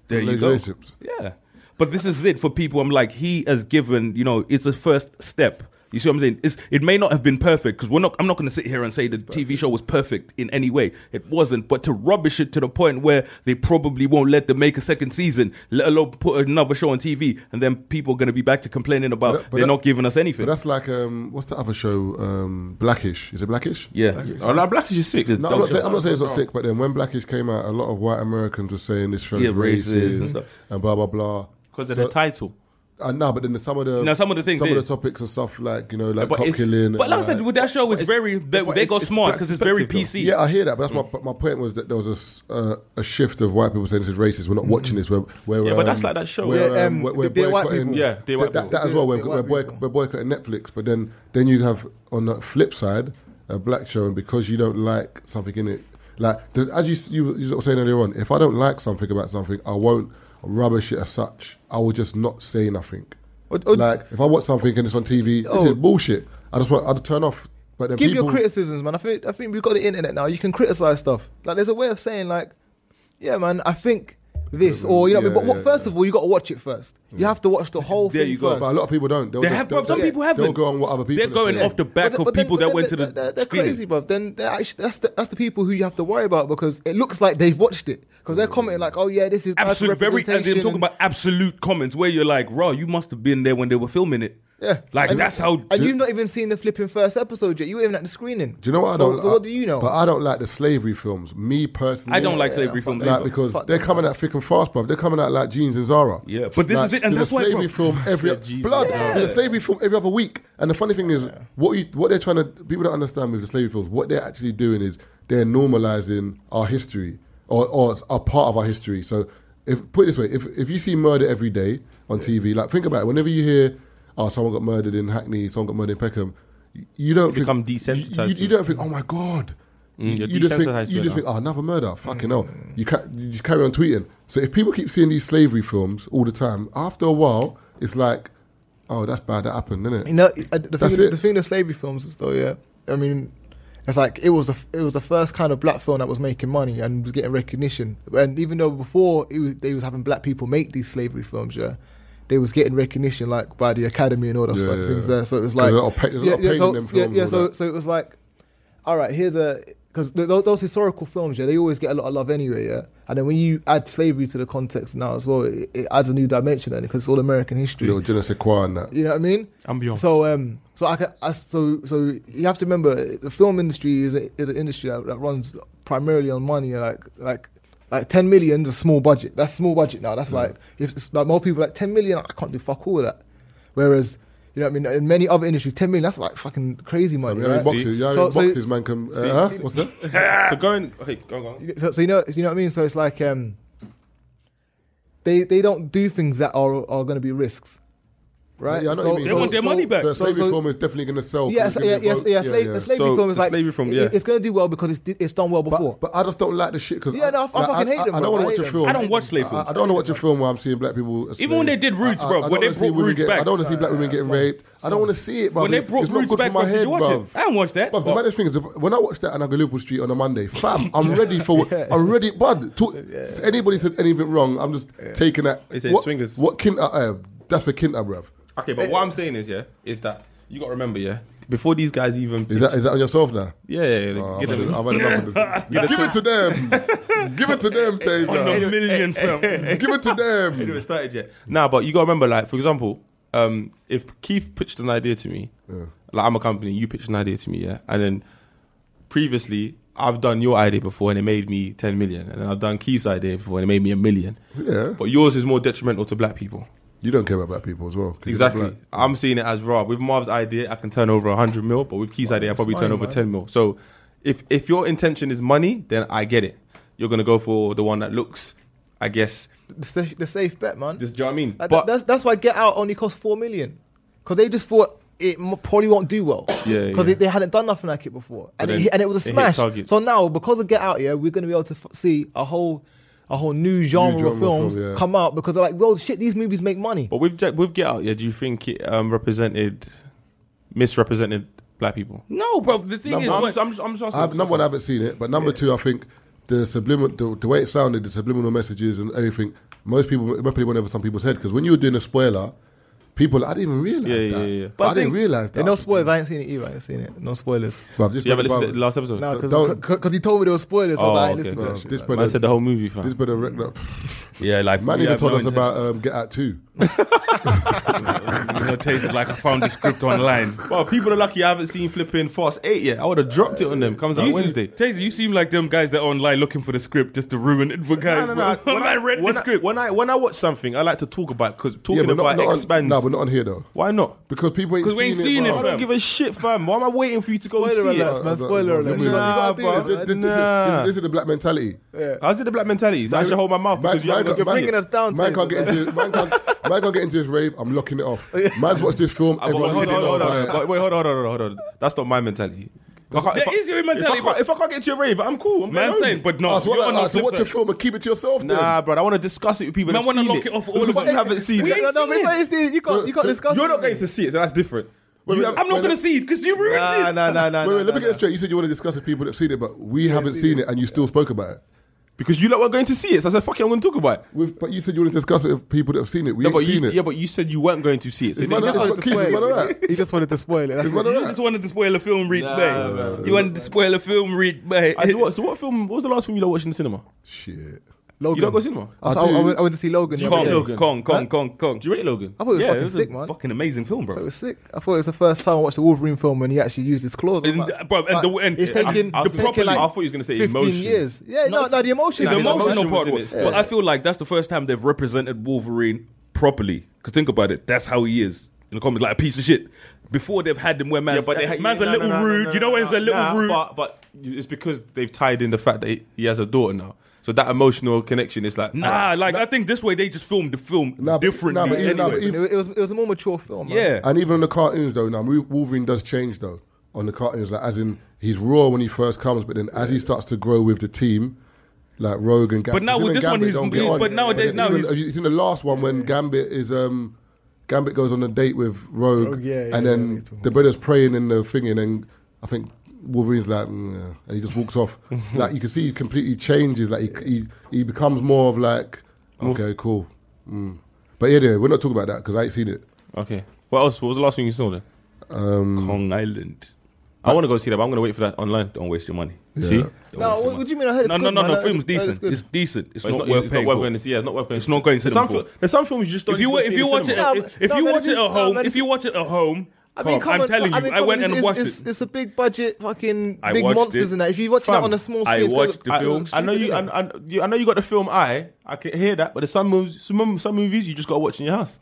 D: There you go.
A: Relationships.
D: Yeah. But this is it for people. I'm like, he has given, you know, it's the first step. You see what I'm saying? It's, it may not have been perfect because we're not. I'm not going to sit here and say the TV show was perfect in any way. It wasn't. But to rubbish it to the point where they probably won't let them make a second season, let alone put another show on TV, and then people are going to be back to complaining about
A: But that- but
D: they're
A: that-
D: not giving us anything.
A: But that's like um, what's the other show? Um, Blackish. Is it Blackish?
D: yeah.
B: Oh, no, Black is just sick.
A: No, I'm not, saying, I'm not saying it's not sick, but then when Blackish came out, a lot of white Americans were saying this show's
D: Yeah, racist
A: racist
D: and
A: and,
D: stuff.
A: blah blah blah.
B: because of
A: So-
B: the title.
A: I know, but then some of the
D: No, some of the things
A: some of
D: is.
A: the topics and stuff like you know, like
B: but
A: cop
B: it's-
A: killing.
D: But like I said,
A: and, uh,
D: with that show, it's
B: it's-
D: very they,
B: but
D: they
B: it's-
D: got
B: it's
D: smart
B: black
D: because it's very
B: perspective,
D: PC.
A: yeah, I hear that, but that's my but my point was that there was a s- uh, a shift of white people saying this is racist. We're not watching this. We're, we're
B: Yeah, but
A: um,
B: that's like that show.
A: We're,
F: Yeah,
A: um,
F: um,
A: we're, we're
F: the- the white
A: boycotting-
F: people.
B: Yeah, the white
A: that, that, that as
F: people.
A: well. We're,
F: The
A: we're,
F: white
A: boy,
F: people.
A: we're boycotting Netflix, but then then you have on the flip side a black show, and because you don't like something in it, like the, as you s- you, you were saying earlier on, if I don't like something about something, I won't rubbish it as such. I will just not say nothing.
B: Oh,
F: Or- or-
A: like if I watch something and it's on TV, this
F: Oh.
A: is bullshit. I just want I'd turn off. But then
F: Give
A: people,
F: your criticisms, man. I think I think we've got the internet now. You can criticize stuff. Like there's a way of saying like, yeah, man. I think this or you know. what I mean?
A: Yeah,
F: but what,
A: yeah,
F: first of all, you got to watch it first. You have to watch the whole
D: There
F: thing
D: you go.
F: first.
A: But a lot of people don't. They'll
D: They
A: just-
D: have,
A: they'll-
D: bruv, some
A: they'll-
D: people haven't.
A: Theyll go on what other people.
D: They're
A: are
D: going
A: saying.
D: off the back
F: But-
D: of
F: but then-
D: people
F: but
D: that
F: then
D: went to the
F: they're, they're
D: screening.
F: crazy, bro. Then they're actually, that's the, that's the people who you have to worry about because it looks like they've watched it because they're commenting like, "Oh yeah, this is bad
D: absolute very and they're
F: representation
D: talking
F: and-
D: about absolute comments where you're like, "Raw, you must have been there when they were filming it."
F: Yeah,
D: like
F: And-
D: that's how.
F: And you've not even seen the flipping first episode yet. You weren't even at the screening.
A: Do you know what I
F: So,
A: don't?
F: so
A: I-
F: what do you know?
A: But I don't like the slavery films. Me personally,
D: I don't like slavery films
A: Like
D: either.
A: because they're coming out thick and fast, bruv. They're coming out like jeans and Zara.
D: Yeah, but this
A: Like,
D: is it, and
A: there's
D: that's why,
A: a slavery
D: bruv.
A: film every
B: jeans and
A: blood.
B: Zara.
A: There's a slavery film every other week. And the funny thing is, what you, what they're trying to people don't understand with the slavery films. What they're actually doing is they're normalizing our history or or a part of our history. So if put it this way, if if you see murder every day on TV, like think about it. Whenever you hear, oh, someone got murdered in Hackney, someone got murdered in Peckham. you- You don't think-
B: become desensitized
A: you- You,
B: to
A: you
B: it. Mm,
A: don't think, oh my god,
B: you're
A: you just
B: desensitized
A: think,
B: to
A: you
B: it
A: just
B: now.
A: think, oh, another murder. Fucking hell. You, ca- you just carry on tweeting. So if people keep seeing these slavery films all the time, after a while, it's like, oh, that's bad. That happened, isn't it?
F: You know, I- the
A: That's
F: thing, the
A: it.
F: thing with slavery films is though, yeah. I mean, it's like it was the f- it was the first kind of black film that was making money and was getting recognition. And even though before it was, they was having black people make these slavery films, yeah, they was getting recognition like by the academy and all that
A: Yeah,
F: stuff
A: yeah,
F: things
A: yeah.
F: there. So it was
A: 'Cause
F: like
A: a lot of pa- there's a lot of pain
F: so,
A: in them
F: yeah,
A: films
F: yeah,
A: and all
F: so,
A: that.
F: so it was like, all right, here's a because th- those, those historical films, yeah, they always get a lot of love anyway, yeah. And then when you add slavery to the context now as well, it, it adds a new dimension then because it's all American history.
A: Little je ne sais quoi and that.
F: You know what I mean?
B: Ambiance.
F: So um, so I can, I, so so you have to remember the film industry is a, is an industry that, that runs primarily on money. Like like like ten million is a small budget. That's small budget now.
A: Mm.
F: That's like if it's like more people like ten million, I can't do fuck all of that. Whereas you know what I mean in many other industries, ten million that's like fucking crazy
A: I
F: money.
A: mean, I mean,
F: right?
A: boxes, yeah, I mean,
F: So- so-
A: boxes, man. Can, uh, huh? What's that?
B: so going. Okay, go on, go on.
F: so, so you know you know what I mean. So it's like um, they they don't do things that are are going to be risks, right?
A: Yeah, I know
F: So-
A: what you mean.
D: They want their money back.
A: So a
F: So-
A: slavery
F: so-
A: film is definitely going to sell. 'cause
F: Yeah,
A: it's
F: so,
A: gonna
F: yeah,
A: be
F: yeah,
A: about-
F: yeah, slave, the slavery
B: So
F: film is
B: the
F: like
B: slavery film,
F: it-
B: yeah.
F: it's gonna do well because it's it's done well before.
A: But, but I just don't like the shit because
F: Yeah, no, I- I fucking hate
A: I,
F: them,
A: I
F: bro.
A: don't want
F: I
A: to watch
F: hate
A: a
F: them.
A: film.
D: I don't watch slave films.
A: I, I don't want to watch a film where I'm seeing black people. as
D: Even when
A: slaves.
D: they did Roots,
A: I- I-
D: bruv,
A: I don't
D: when they
A: wanna see
D: brought
A: women
D: Roots
A: get- I
D: back.
A: don't want to see black women getting raped. I don't want to see it, bruv.
D: when they
A: It-
D: brought
A: it's not
D: Roots
A: good for
D: back,
A: my
D: bro, did
A: head,
D: you watch
A: bruv.
D: it? I didn't watch that.
A: Bruv, the maddest thing is, if- when I watch that and I go Liverpool Street on a Monday, fam, I'm ready for. I'm ready, bud. Talk, if Anybody says anything wrong, I'm just taking that.
B: They say
A: what,
B: swingers.
A: What Kinta? Uh, that's for Kinta, bruv.
B: Okay, but what I'm saying is, yeah, is that you got to remember, yeah, before these guys even,
A: Is that is that on yourself now?
B: yeah, yeah, yeah,
A: Oh,
B: get
A: I've had
B: them.
A: I've had enough of this. Give it to them. Give it to them,
D: on the
A: Taser.
D: million film.
A: Give it to
B: It
A: them.
B: was started yet. Nah, but you got to remember, like for example, um, if Keith pitched an idea to me, Like I'm a company, you pitch an idea to me, yeah, and then previously I've done your idea before and it made me ten million, and then I've done Keith's idea before and it made me a million.
A: Yeah.
B: But yours is more detrimental to black people.
A: You don't care about black people as well. 'cause you're
B: Exactly.
A: black.
B: I'm seeing it as raw. With Marv's idea, I can turn over 100 mil, but with Key's idea, I probably turn
F: fine,
B: over
F: man.
B: 10 mil. So if if your intention is money, then I get it. You're going to go for the one that looks, I guess,
F: The, sa- the safe bet, man.
B: this, do you know what I mean?
F: Like,
B: but
F: that's that's why Get Out only cost four million because they just thought it m- probably won't do well.
B: Yeah,
F: because
B: yeah.
F: they, they hadn't done nothing like it before, and
B: then
F: it, hit- and it was
B: it
F: a
B: hit
F: smash.
B: targets.
F: So now because of Get Out, yeah, we're gonna be able to f- see a whole a whole new genre,
A: genre
F: of
A: of
F: films
A: film, yeah.
F: come out because they're like, well, shit, these movies make money.
B: but with, Jack, with Get Out, yeah, do you think it um, represented, misrepresented black people?
D: No, bro. The thing
A: Number-
D: is,
A: I'm
D: what-
B: I'm just, I'm just
A: I have, number one, I haven't seen it, but number two, I think the subliminal, the, the way it sounded, the subliminal messages and everything. Most people, it probably went over some people's head because when you were doing a spoiler, people, I didn't even realize
B: Yeah, yeah,
A: that.
B: yeah.
D: But I
A: I, didn't
D: think-
A: realize that.
F: Yeah, no spoilers. I ain't seen it either. I ain't seen it. No spoilers.
A: Bruv, this
B: You haven't
A: brother-
B: listened to the last episode?
F: No,
A: Don't-
F: because he told me there were spoilers. so I
B: Oh,
F: was like, I ain't
B: okay.
F: listening to
A: Bruv,
F: that shit.
A: this
F: man.
B: I
A: brother,
B: said the whole movie,
A: this
B: fam.
A: brother wrecked up.
D: yeah, like
A: Man
D: yeah,
A: even told
D: no
A: us about um, Get Out 2.
D: intention. You know, tasted like I found the script online.
B: Well, people are lucky I haven't seen flipping Fast 8 yet. I would have dropped it on them. Comes out
D: You-
B: Wednesday.
D: Taser, you seem like them guys that are online looking for the script just to ruin it for guys.
B: No, no, no.
D: When I read
B: when
D: the script,
B: when I when I watch something, I like to talk about because
A: Yeah,
B: talking
A: but
B: about
A: not, not on,
B: expands.
A: no, but not on here though.
B: Why not?
A: Because people ain't
D: 'Cause
A: seen
D: we ain't seen it,
A: bruv.
B: I don't give a shit, fam. Why am I waiting for you to go
F: Spoiler
B: see
F: alert,
B: it?
F: man. Spoiler alert.
A: Nah,
F: You gotta- you
B: bro.
F: gotta do
A: This,
F: that.
A: this, this,
B: Nah.
A: is, this is the black mentality.
B: How's it the black mentality? So I should hold my mouth because you
A: man-
B: haven't got to
A: man-
B: see
F: bringing
B: it.
F: us down.
A: Man can't
F: Taser,
A: get into man can't, man can't get into this rave. I'm locking it off. Man's watched this film.
B: Ah, but Hold
A: everyone's
B: on,
A: looking
B: hold on, hold
A: it off,
B: on.
A: like,
B: But Wait, hold on, hold on, hold on. That's not my mentality. If I can't- if
D: that
B: I-
D: is your
B: if I
D: mentality,
B: can't-
D: but-
B: If I can't get to a rave, I'm cool. I'm going
D: man
B: home.
D: saying, but no,
A: Ah, so what,
D: you're on
A: ah,
D: the
A: so
D: flip
A: watch a
D: side.
A: film and keep it to yourself. then.
B: Nah, bro. I want to discuss it with people.
D: Man
B: that
D: wanna
B: have seen
D: lock it off all
B: Because
D: of
B: you
D: them.
B: haven't seen
D: We
B: it.
F: No, no,
D: ain't seen
F: we
D: it.
F: ain't seen it. You can't.
A: So-
F: You can't
A: so
F: discuss.
B: You're
F: it.
B: not going to see it, so that's different.
A: Wait, wait,
D: I'm not
A: wait,
D: gonna
A: let-
D: see it because you ruined
F: Nah,
D: it.
F: nah, nah, nah.
A: Wait, wait,
F: nah,
A: let me
F: nah.
A: get it straight. You said you want to discuss with people that have seen it, but we haven't seen it, and you still spoke about it.
B: Because you lot were going to see it, so I said, fuck it, I'm going to talk about it.
A: We've, but you said you want to discuss it with people that have seen it. We
B: Yeah,
A: haven't
B: but
A: seen
B: you,
A: it.
B: yeah, but you said you weren't going to see it. So
A: Is
B: then
A: man-
B: that's
A: is
B: how
A: man-
B: it's
A: Keith, is man alright?
F: He just wanted to spoil it. That's
A: Is
F: it.
A: man
D: You
A: alright?
D: just wanted to spoil a film read
B: Nah, nah,
D: bay. You wanted to spoil a film read bay.
B: Ah, so, what, so what film? What was the last film you lot watched in the cinema?
A: Shit.
F: Logan.
B: You don't go to cinema.
F: I,
A: I
F: saw- I
A: do.
F: went, I went to see Logan. the
D: Kong,
F: other day.
B: Logan?
D: Kong, Kong, Kong, Kong.
B: Do you rate Logan?
F: I thought it was
D: yeah,
F: fucking
D: it was
F: sick,
D: a
F: man.
D: fucking amazing film,
F: It
D: bro.
F: was sick. I thought it was the first time I watched the Wolverine film when he actually used his claws. I was
D: And
F: like-
D: the- bro, and the- and-
F: it's taking,
B: I, I,
F: it's
B: was
F: taking
B: properly-
F: like
B: I thought you was gonna say
F: 15
B: emotions.
F: years. Yeah, no, no, the emotions.
D: the
B: Nah,
D: emotional
B: emotion was
D: part
B: in
D: was.
B: it.
D: But I feel like that's the first time they've represented Wolverine properly. Because think about it, that's how he is in the comics, like a piece of shit. Before they've had him where man's, man's a little rude. you know, when he's a little rude.
B: But, but it's because they've tied in the fact that he, he has a daughter now. So that emotional connection is like ah.
D: nah, like I think this way they just filmed the film
A: Nah, but-
D: differently.
A: nah, but even- nah,
D: anyway.
A: but even-
F: It, wa- it was it was a more mature film. Man.
D: yeah,
A: And even on the cartoons, though, now Wolverine does change, though, on the cartoons. Like, as in, he's raw when he first comes, but then as he starts to grow with the team, like Rogue and Gambit.
D: But now with
A: even
D: this one,
A: Gambit
D: he's-
A: don't get
D: he's-
A: on.
D: but nowadays-
A: then
D: now
A: even-
D: he's-
A: have you seen the last one when Gambit is um, Gambit goes on a date with Rogue,
F: Rogue, yeah, yeah,
A: and
F: yeah,
A: then
F: you're talking
A: the brother's praying in the thing, and then I think. Wolverine's like, mm, yeah, and he just walks off. like you can see, he completely changes. Like he, he he becomes more of like, okay, cool. Mm. But yeah, anyway, we're not talking about that because I ain't seen it.
B: okay. What else? What was the last thing you saw then?
D: Kong Island.
B: I want to go see that. but I'm gonna wait for that online.
D: Don't waste your money.
B: See,
A: Yeah.
B: Don't
F: No,
B: waste your
F: what,
B: money.
F: what do you mean? I heard it's
D: no, no,
F: good,
D: no,
F: man.
D: no.
F: I heard
D: Film's
F: I heard
D: decent. It's decent. It's,
B: But
D: not, worth
B: it's
D: paying.
B: not
D: for.
B: worth going to see. Yeah, it's not worth going.
D: It's
B: to
D: not
B: see.
D: going to
B: There's some,
D: cinema
B: fil- there's some films you just don't.
D: if you
B: need to
D: wa-
B: go
D: if
B: see
D: you
B: in
D: watch it,
B: cinema.
F: No,
D: if, if
F: no,
D: you
F: but
D: watch
F: this
D: it
F: is-
D: at
F: no,
D: home,
F: but
D: if
F: this
D: you
F: is-
D: watch it at home,
F: I mean,
D: come,
F: come
D: I'm
F: on,
D: telling
F: I
D: you,
F: mean,
D: I
F: come
D: went
F: on,
D: and
F: it's,
D: watched
F: it's,
D: it.
F: It's a big budget, fucking
D: I
F: big
D: watched
F: monsters
D: it.
F: and that. If you're watching
B: Fam,
F: that on a small
D: I
F: screen, it's gonna
D: watched
F: look
D: the
B: I,
D: film.
B: I know you.
F: stupid,
B: I,
F: innit?
B: I, you- I know you got the film. I I can hear that, but there's some movies. Some some movies you just gotta watch in your house.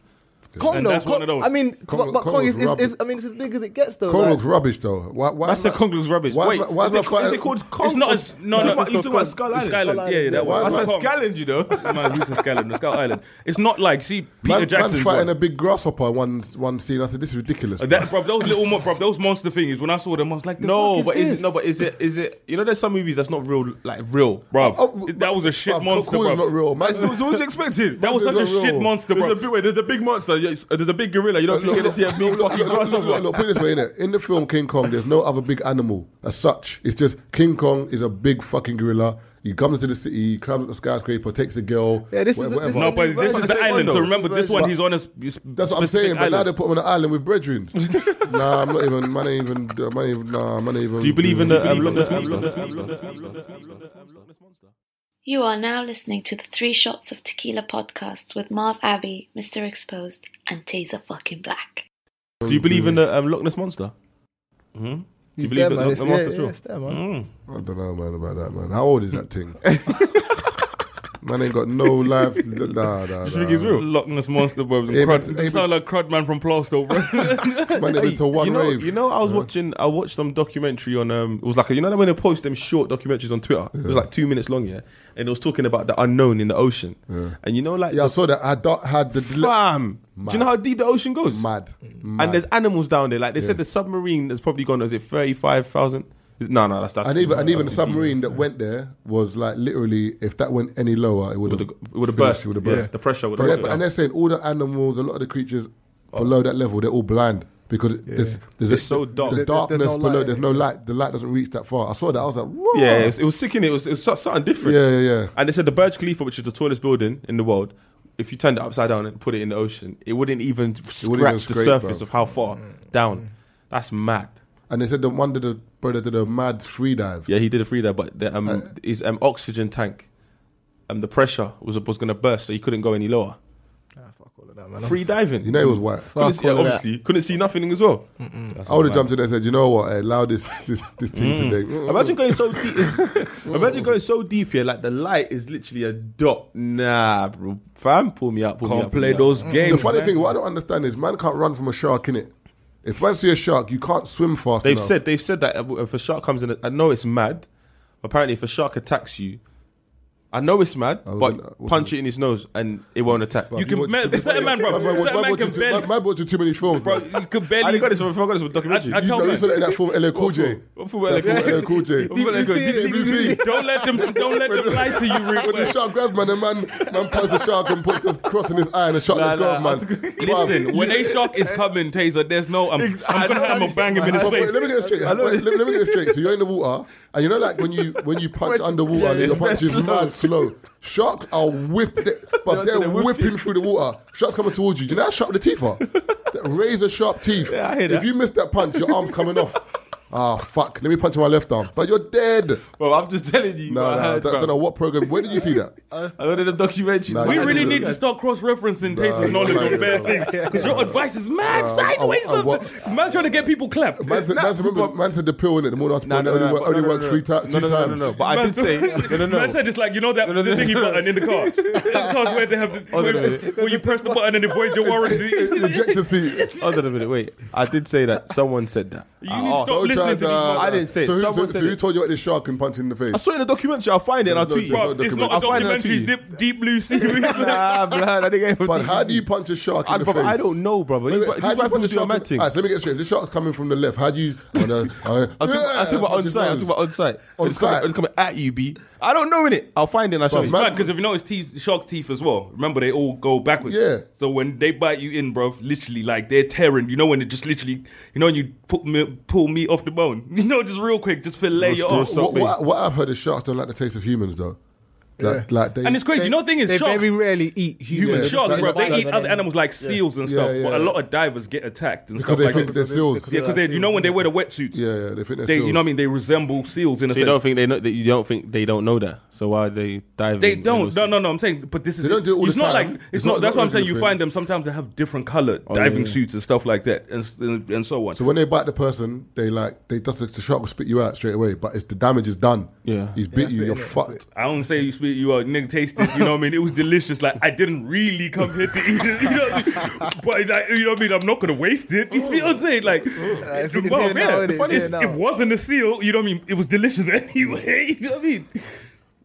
F: Kong
D: And
F: though,
D: that's one
F: Kong-
D: of those.
F: I mean,
A: Kong-
F: but, but
A: Kong
F: Kong
A: was
F: is, is,
A: rubbish.
F: is, I mean, it's as big as it gets though.
A: Kong
F: like-
A: looks rubbish though. Why, why
B: That's
A: is
B: the
A: that-
B: Kong looks rubbish.
A: Why-
B: Wait,
A: why- why
B: is,
A: is
B: it,
A: that
B: is
A: fighting-
B: it called Kong?
D: It's not
B: or-
D: as no
B: You
D: no.
B: talking about- you talking about Skull Island?
D: Skull Island. Yeah, yeah, that
A: Why-
D: one.
B: That's
A: why-
B: a
D: Kong.
B: scallenge, you know.
D: Man, we said Skull Island. Skull Island. It's not like see Peter
A: Man- man's
D: Jackson's
A: fighting
D: one.
A: a big grasshopper one one scene. I said this is ridiculous.
D: Uh, That, bro, those little mo- bro, those monster things. When I saw them, I was like, the fuck
B: No,
D: is
B: but
D: this?
B: is it, no, but is it is it? You know, there's some movies that's not real, like real,
D: bro,
A: Oh,
D: it- that was a shit
A: bruv,
D: monster,
A: Kong is
D: bro.
A: not real. Man,
B: So, so what you expected?
D: That was such a
A: Monsters are
D: shit
A: real.
D: monster,
B: There's
D: bro.
B: a big, wait, there's a big monster. yeah, it's- There's a big gorilla. You don't think you're gonna see a big
A: look,
B: fucking
A: look, look,
B: grasshopper?
A: look, look, put it this way, innit? In the film King Kong, there's no other big animal as such. It's just King Kong is a big fucking gorilla. He comes into the city, he climbs up the skyscraper, takes a girl.
F: Yeah, this is-
A: whatever,
F: this is
A: whatever.
D: No,
F: a
D: but
F: new
D: this
F: version.
D: is the
B: It's a
D: island. So
B: new
D: remember, this
F: version.
D: one he's on a.
A: That's what I'm saying. But now they put him on an island with brethren. nah, I'm not even. Man, ain't even. Man, ain't even. Nah, man, ain't even.
B: Do you believe in the um, Loch Ness
D: believe in
B: monster?
C: You are now listening to the Three Shots of Tequila podcast with Marv Abbey, Mr. Exposed, and Taser Fucking Black.
B: Do you believe in the um, Loch Ness monster?
F: He's
B: believe
F: there,
B: that
F: man.
B: the-
F: It's,
B: the
F: yeah,
B: master's
F: yeah,
B: true?
F: it's there, man.
A: I don't know, man, about that, man. How old is that thing? man ain't got no life. Nah, nah, nah.
B: think it's real?
D: Loch Ness monster boys and
A: Yeah, but-
D: crud.
A: yeah,
D: You sound like crud man from Plasto, bro.
A: Man, they
B: Hey,
A: went to one
B: you know,
A: rave.
B: You know, I was
A: Yeah.
B: watching. I watched some documentary on. Um, it was like a, you know when they post them short documentaries on Twitter. It was like two minutes long, yeah. And it was talking about the unknown in the ocean. And you know, like
A: yeah, I saw that. I do- had the deli-
B: fam. Do you know how deep the ocean goes?
A: mad,
B: And
A: mad.
B: there's animals down there. Like they
A: Yeah.
B: said, the submarine has probably gone. Is it thirty-five thousand? No, no, that's that's.
A: and even and
B: that's
A: even the
B: deep.
A: submarine that went there was like literally, if that went any lower, it would have
B: Would've- it would've burst.
A: It would have
B: Yeah,
A: burst.
B: the pressure would've
A: But
B: brought it
A: they're-
B: down.
A: And they're saying all the animals, a lot of the creatures below that level, they're all blind because there's there's
B: It's so dark.
A: The
B: There-
F: there's no
A: darkness
F: light
A: below.
F: in
A: There's
F: it,
A: no light. The light doesn't reach that far. I saw that. I was like, Whoa.
B: Yeah, it was, it was sickening. It was, it was so- something different.
A: yeah, yeah, yeah.
B: And they said the Burj Khalifa, which is the tallest building in the world, if you turned it upside down and put it in the ocean, it wouldn't even scratch
A: wouldn't even
B: the
A: scrape,
B: surface
A: bro.
B: of how far down. That's mad.
A: And they said the one did a brother did a mad free dive.
B: Yeah, he did a free dive, but the, um,
A: Uh,
B: his um, oxygen tank, um, the pressure was was going to burst, so he couldn't go any lower.
F: Ah, fuck all of that, man.
B: Free diving.
A: You know it was white.
B: couldn't
F: Fuck
B: see, yeah,
F: all of that.
B: obviously couldn't see nothing as well. That's
A: I would have
B: mad.
A: jumped in there and said, you know what, eh, allow this this this thing today. Mm, mm,
B: Imagine going so deep. imagine going so deep here, like the light is literally a dot. Nah, bro, fam, pull me up. Pull me
D: Can't
B: up,
D: play
B: pull me up.
D: those games.
A: The funny
D: man.
A: thing, what I don't understand is, man can't run from a shark, innit? If man see a shark, you can't swim fast
B: They've
A: enough.
B: said they've said that if a shark comes in, I know it's mad. Apparently, if a shark attacks you, I know it's mad,
A: I was
B: but
A: gonna- what's
B: punch
A: it-
B: it in his nose and it won't attack.
A: But
D: you can-
A: watch
D: man,
A: too many-
D: certain man, bro, certain
A: watch-
D: man
A: watch
D: can
A: too-
D: barely-
A: man- man watching too many films,
D: bro.
A: bro.
D: Oh, You could
B: I
D: barely.
B: got this from I got this from a documentary.
D: I- I
A: You
D: told-
A: know, you saw that in that film, LL Cool J.
B: What for, what
A: That
B: for,
A: film,
B: LL
A: LL Cool J.
B: What for, LL Cool J?
A: Did you see?
D: Don't let them. Don't let them lie to you. Rick.
A: When the shark grabs man, the man man pulls the shark and puts the cross in his eye, and the shark
B: Nah,
A: just
B: nah,
A: grabs
B: I
A: man.
B: took-
A: Bruv,
D: Listen, when a shark is coming, Taser, there's no. I'm, I'm gonna have him bang him in his
A: But wait,
D: face.
A: let me get it straight.
B: I know
A: Wait,
B: this-
A: let, me, let me get it straight. So you're in the water, and you know, like when you when you punch underwater, and
B: it's
A: your punch
B: mad
A: is mad slow. Sharks are whipped, but
B: They
A: they're,
B: whip
A: whipping
B: you.
A: through the water. Sharks coming towards you. Do you know how sharp the teeth are? That razor sharp teeth.
B: Yeah, I hear
A: If
B: that.
A: you miss that punch, your arm's coming off. Ah, fuck. Let me punch my left arm. But you're dead.
B: Well, I'm just telling you.
A: No,
B: what I
A: no. I
B: heard,
A: don't know
B: bro.
A: what program. Where did you see that?
B: I heard in the documentary.
A: Nah,
D: We
A: Yeah,
D: really
A: yeah,
D: need
A: yeah.
D: to start cross-referencing Taser's
A: Nah,
D: knowledge
A: nah,
D: on bare
A: nah,
D: things because your advice is mad
A: Nah,
D: sideways.
A: I- I- I
D: of-
A: wa-
D: man trying to get people clapped.
A: Man said, man, said, remember, man said the pill in it. The morning after
B: No,
A: pill
B: no,
A: only,
B: no,
A: work,
B: but-
A: only
B: no, no,
A: works
B: no,
A: three,
B: no.
A: ta- two
B: No, no,
A: times.
B: no, no, no. But I did say, no, no, no.
D: Man said it's like you know that the thingy button in the car. In cars where they have the, where, where you press the button and it voids your warranty.
A: It's
D: you need to
A: ejector seat.
B: Hold on a minute, wait. I did say that. Someone said that. I asked.
D: stop
A: Don't
D: listening
A: try
D: to these.
A: to-
B: I
D: motherfuckers.
B: didn't say it.
A: uh, So who, so,
B: Someone
A: so
B: said
A: who
B: it.
A: told you about this shark and punch in the face?
B: I saw it in the documentary. I'll find it and I'll
A: There's no
B: tweet you.
A: doc-
D: Bro, it's not a
B: I'll find out to
D: documentary.
B: you.
D: Deep, deep blue sea.
B: Nah, bro, that nigga ain't
A: But how do you punch a shark in
B: I,
A: the
B: brother,
A: face?
B: I don't know, bro. But
A: Wait,
B: these,
A: wait,
B: these
A: how do you
B: white people
A: punch a
B: do a
A: shark in-
B: mad thing.
A: Alright, so let me get straight. The shark's coming from the left. How do you? I know. I
B: I took, I took about on site. I took about on site.
A: On
B: it's coming,
A: site.
B: it's coming at you, B. I don't know in it. I'll find it. and I'll show
A: Bro,
B: you.
A: man-
D: because if you notice teeth, shark's teeth as well. Remember, they all go backwards.
A: Yeah.
D: So when they bite you in, bro, literally like they're tearing. You know when it just literally, you know, when you put me, pull meat off the bone. You know, just real quick, just fillet your
B: Restore
D: arm.
B: salt.
A: What, what, what I've heard is sharks don't like the taste of humans though. Like, like they,
D: And it's crazy. you know, the thing is,
F: They
D: sharks.
F: very rarely eat humans.
A: Yeah.
D: Sharks,
A: Like,
D: bro,
A: like-
D: they eat other animals like seals and
A: Yeah,
D: stuff,
A: yeah.
D: but a lot of divers get attacked and
A: because
D: stuff
A: they
D: like
A: think
D: that.
A: they're seals.
D: Yeah, because they, you know, when they wear the wetsuits,
A: yeah, yeah, they think they're
D: they,
A: seals.
D: you know what I mean? They resemble seals in a
B: So you
D: sense.
B: don't think they know? That you don't think they don't know that? So why are they diving?
D: They
B: in
D: don't.
B: those-
D: No, no, no. I'm saying, but this is.
A: don't do it all
D: it's
A: the
D: not
A: time.
D: like it's,
A: It's
D: not.
A: not-
D: That's
A: not
D: what I'm saying. You
A: everything.
D: find them sometimes they have different colored
B: yeah,
D: diving
B: Oh, yeah.
D: suits and stuff like that, and s- and, and so on.
A: So when they bite the person, they like they that's the, the shark will spit you out straight away. But it's the damage is done.
B: Yeah.
A: he's bit
F: that's
A: you.
F: it,
A: You're
F: innit? That's
A: fucked.
D: I don't say you spit you out, nigga tasted, you know what I mean? It was delicious. Like I didn't really come here to eat it, you know what I mean? But like, you know what I mean? I'm not gonna waste it. You see what I'm saying? Like
F: it's-
D: it's-
F: it's
D: well,
F: here now,
D: yeah,
F: innit?
D: the funny
F: It's
D: is,
F: here
D: it
F: now.
D: wasn't a seal, you know what I mean? It was delicious anyway, you know what I mean?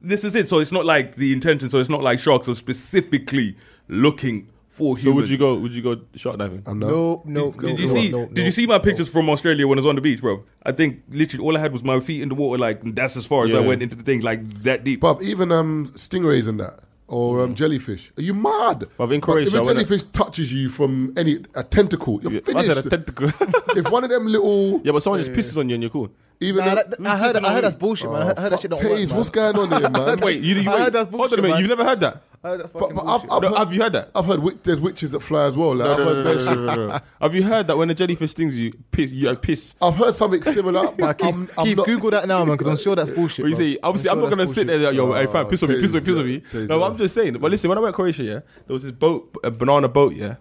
D: This is it. So it's not like the intention, so it's not like sharks are specifically looking for humans.
B: So would you go? Would you go shark diving?
A: I know.
F: No, no, no.
D: Did you
F: no,
D: see?
F: no,
D: did
F: no.
D: you see my pictures from Australia when I was on the beach, bro? I think literally all I had was my feet in the water. Like that's as far as I
B: Yeah.
D: went into the thing, like that deep.
A: But even um, stingrays and that, or um, jellyfish. Are you mad?
B: Bruv, Mm. in Croatia,
A: if a
B: when I-
A: jellyfish touches you from any a tentacle, you're
B: Yeah, I
A: finished.
B: said a tentacle.
A: if one of them little,
B: yeah, but someone just pisses on you and you're cool.
A: even though-
F: Nah, that, I heard, I heard that's bullshit, man. I heard, I heard that shit don't work,
A: Taze,
F: man.
A: what's going on here, man?
B: Wait, you, you
F: I heard
B: wait.
F: that's
B: Hold on
F: bullshit,
B: a minute.
F: man.
B: You've never heard that?
F: I heard that's
A: But,
F: fucking
A: but
F: bullshit.
A: I've, I've,
B: No,
A: heard,
B: have you heard that?
A: I've heard wi- there's witches that fly as well. Like, I've,
B: No,
A: heard
B: no,
A: bare
B: no,
A: shit.
B: no, no, no. Have you heard that when a jellyfish stings you, piss, you uh, piss?
A: I've heard something similar,
F: Nah,
A: but
F: Keith,
A: I'm, I'm
F: Keith,
A: not.
F: Google that now, man, because I'm sure that's bullshit.
B: But you
F: bro.
B: say, obviously, I'm,
F: sure
B: not gonna
F: that's
B: sit there
F: bullshit.
B: like, yo, hey,
A: Oh,
B: fam, piss on me, piss on me, piss on me.
A: taste that, taste
B: No,
A: that.
B: I'm just saying. But listen, when I went to Croatia, yeah, there was this boat, a banana boat, yeah,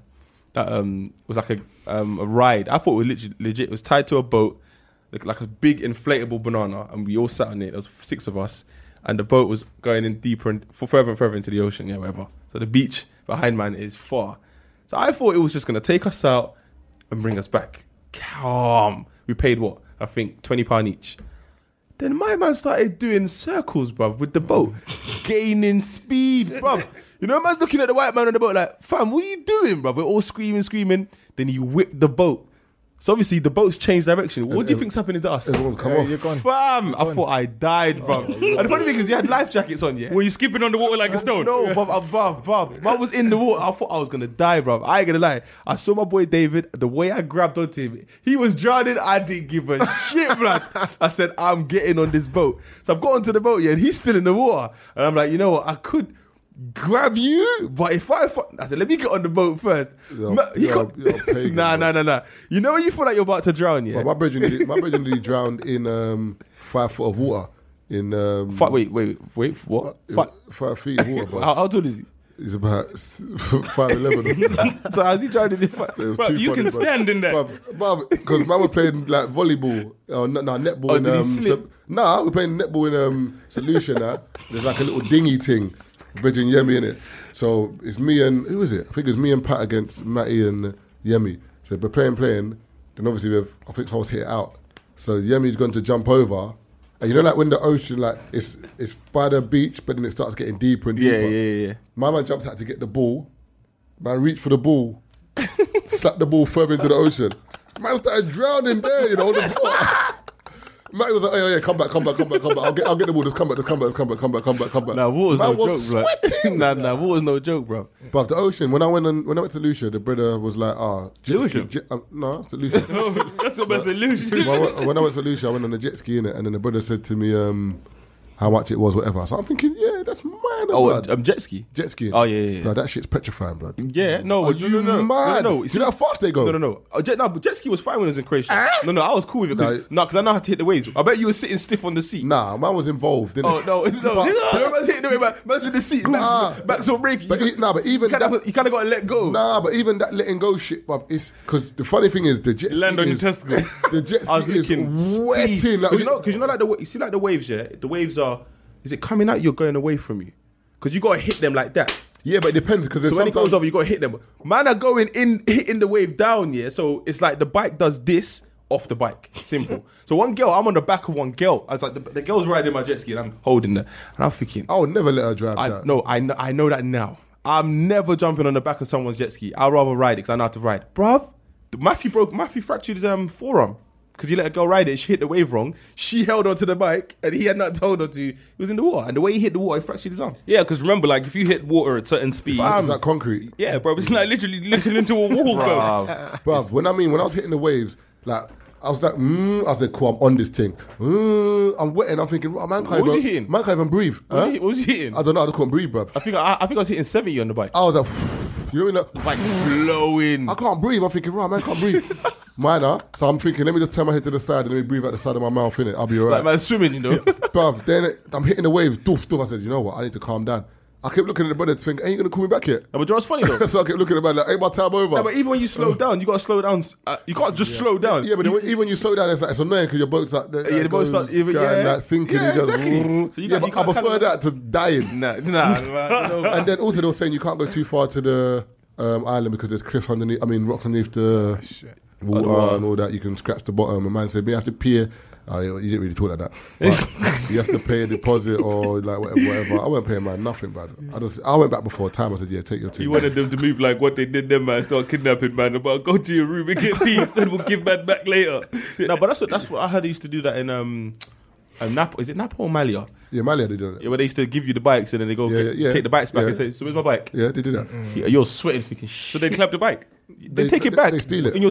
B: that um was like a um a ride. I thought it was legit. legit. It was tied to a boat, like, like a big inflatable banana, and we all sat on it. There was six of us, and the boat was going in deeper and f- further and further into the ocean. Yeah, whatever. So the beach behind man is far. So I thought it was just gonna take us out and bring us back. Calm. We paid what I think twenty pound each. Then my man started doing circles, bruv, with the boat, gaining speed, bruv. You know, man's looking at the white man on the boat like, fam, what are you doing, bruv? We're all screaming, screaming. Then he whipped the boat. So obviously the boat's changed direction. What do you think's happening to us?
A: Everyone's come
F: Yeah,
A: off.
F: you're Uh, gone. Oh,
B: Fam, I thought I died, bruv. and the funny thing is, you had life jackets on, yeah?
D: Were you skipping on the water like a stone?
B: No, bruv, uh, bruv, bruv. Man was in the water. I thought I was gonna die, bruv. I ain't gonna lie. I saw my boy David. The way I grabbed onto him, he was drowning. I didn't give a shit, bruv. I said, I'm getting on this boat. So I've got onto the boat, yeah, and he's still in the water. And I'm like, you know what? I could grab you, but if I, fu-, I said, let me get on the boat first.
A: You're-
B: Ma- he
A: you're-
B: got-
A: you're a pagan,
B: nah,
A: bruv.
B: nah, nah, nah. You know when you feel like you're about to drown, yeah?
A: But my brethren, did- my brethren, he drowned in um, five foot of water. In um,
B: Fi- wait, wait, wait. What?
A: it
B: Fi-
A: was five feet of water,
B: how,
A: but
B: how tall is he?
A: he's about five eleven. or something.
B: so how's he drowning? In fi-
A: It was
D: Bruv,
A: too
D: you
A: funny,
D: can
A: bruv.
D: stand in there.
A: Bruv, bruv, because man was playing like volleyball, uh, no, no, netball.
B: Oh,
A: in,
B: did he
A: um,
B: slip?
A: Sub- nah, we're playing netball in um, Solution. Now there's like a little dingy thing, Virgin Yemi in it. So it's me and who is it? I think it's me and Pat against Matty and Yemi. So we're playing, playing. Then obviously we've, I think someone's hit it out. So Yemi's going to jump over. And you know, like when the ocean, like it's it's by the beach, but then it starts getting deeper and
B: Yeah,
A: deeper.
B: yeah, yeah, yeah.
A: My man jumps out to get the ball. Man reached for the ball, slapped the ball further into the ocean. Man started drowning there, you know. on The floor. Man was like, oh, yeah, yeah, come back, come back, come back, come back. I'll get, I'll get the ball. Just come back, just come back, just come back, come back, come back, come back.
B: Nah, water's
A: man
B: no
A: was
B: joke, bro.
A: sweating.
B: nah, nah, water's no joke, bro.
A: But the ocean, when I went on, when I went to Lucia, the brother was like, ah, jet ski.
D: Lucia?
A: Jet, um, no, it's Lucia.
D: That's the best illusion.
A: Well, when- when I went to Lucia, I went on a jet ski in it, and then the brother said to me um, how much it was, whatever. So I'm thinking, yeah, that's mine.
B: Oh,
A: blood.
B: um, jet ski.
A: jet skiing.
B: Oh, yeah, yeah, yeah.
A: Blood, that shit's petrifying, blood.
B: Yeah, no,
A: Are
B: no,
A: you
B: no, no,
A: mad?
B: no, no, no.
A: Do you know how fast they go?
B: No, no, no. Uh, jet, nah, but jet ski was fine when it was in Croatia. No, no, I was cool with it. Cause,
A: Nah.
B: nah, because I know how to hit the waves. I bet you were sitting stiff on the seat.
A: Nah, man was involved, didn't
B: Oh
A: he?
B: no, no, no!
A: But-
B: no, Man's hitting the wave, man. man's in the seat.
A: Nah.
B: Back's, back's all breaking.
A: But
B: you,
A: e- nah, but even
B: kind
A: that-
B: of, you kind of got to let go.
A: Nah, but even that letting go shit, bruv, it's because the funny thing is the jet ski
D: Land on your
A: is-
D: testicle.
A: The jet ski
B: I was looking
A: is wetting. Like,
B: because you know, because you know, like the wa- you see, like the waves. Yeah, the waves are. Is it coming out? You're going away from you. Because you got to hit them like that.
A: yeah, but it depends because
B: So when it goes
A: sometimes
B: over, you gotta hit them. Man are going in, hitting the wave down, yeah. So it's like the bike does this off the bike. Simple. so one girl, I'm on the back of one girl. I was like, the, the girl's riding my jet ski, and I'm holding her, and I'm thinking,
A: I would never let her drive
B: I
A: that.
B: Uh, no, I know, I know that now. I'm never jumping on the back of someone's jet ski. I'd rather ride it because I know how to ride, bruv. Matthew broke. Matthew fractured his um, forearm because he let a girl ride it. She hit the wave wrong. She held onto the bike, and he had not told her to. He was in the water, and the way he hit the water, he fractured his arm.
D: Yeah, because remember, like if you hit water at certain speeds,
A: Is that concrete,
D: yeah, bro, it's like literally looking into a wall, bro.
A: bruv? When I mean when I was hitting the waves, like. I was like, mm, I said, cool, I'm on this thing. Mm, I'm wetting. I'm thinking, right, man can't,
B: What was
A: even,
B: you hitting?
A: man can't even breathe.
B: What
A: huh?
B: was he- what was he hitting?
A: I don't know, I just couldn't breathe,
B: I
A: bruv.
B: think I, I think I was hitting seventy on the bike.
A: I was like, you know what I mean? Like,
B: Like blowing.
A: I can't breathe. I'm thinking, right, man, I can't breathe. Mine are. So I'm thinking, let me just turn my head to the side and let me breathe out the side of my mouth, innit? I'll be all right.
B: Like man swimming, you know.
A: Bruv, then it- I'm hitting the waves, doof, doof. I said, you know what? I need to calm down. I kept looking at the brother to think, ain't you going to call me back yet?
B: No, but you know what's funny though.
A: so I kept looking at the man like, ain't my time over?
B: No, but even when you slow down, you gotta slow down. s- Uh, you can't just slow down.
A: yeah, but then when- even when you slow down, it's, like, it's annoying because your boat's like,
B: Yeah, the boat starts- yeah, but yeah.
A: like sinking.
B: Yeah,
A: it goes,
B: exactly.
A: "Vroom."
B: So you
A: yeah,
B: can't- you
A: but I
B: can't-
A: prefer that
B: can't-
A: to dying.
B: Nah, nah, man, you know.
A: and then also they were saying you can't go too far to the um, island because there's cliffs underneath. I mean, rocks underneath
B: Ah,
A: the water and all that. You can scratch the bottom. A man said, "Me have to pier." Uh, you you didn't really talk like that. But you have to pay a deposit or like whatever. whatever. I won't pay man nothing, bad. I just I went back before time. I said, "Yeah, take your two.
D: You wanted them to move like what they did then, man. Start kidnapping, man. About go to your room and get peace, then we'll give man back later.
B: no, but that's what that's what I heard. They used to do that in um, um Napa. Is it Napa or Malia?
A: yeah, Mali had done it.
B: Yeah, where they used to give you the bikes and then they go
A: Yeah,
B: get-
A: yeah, yeah.
B: take the bikes back
A: Yeah.
B: and say, "So where's my bike?"
A: Yeah, they did that.
B: Yeah, You're sweating, thinking,
D: So
B: "Shit."
D: they clap the bike.
B: They,
A: They-
B: take
A: they-
B: it back.
A: they steal it.
B: in your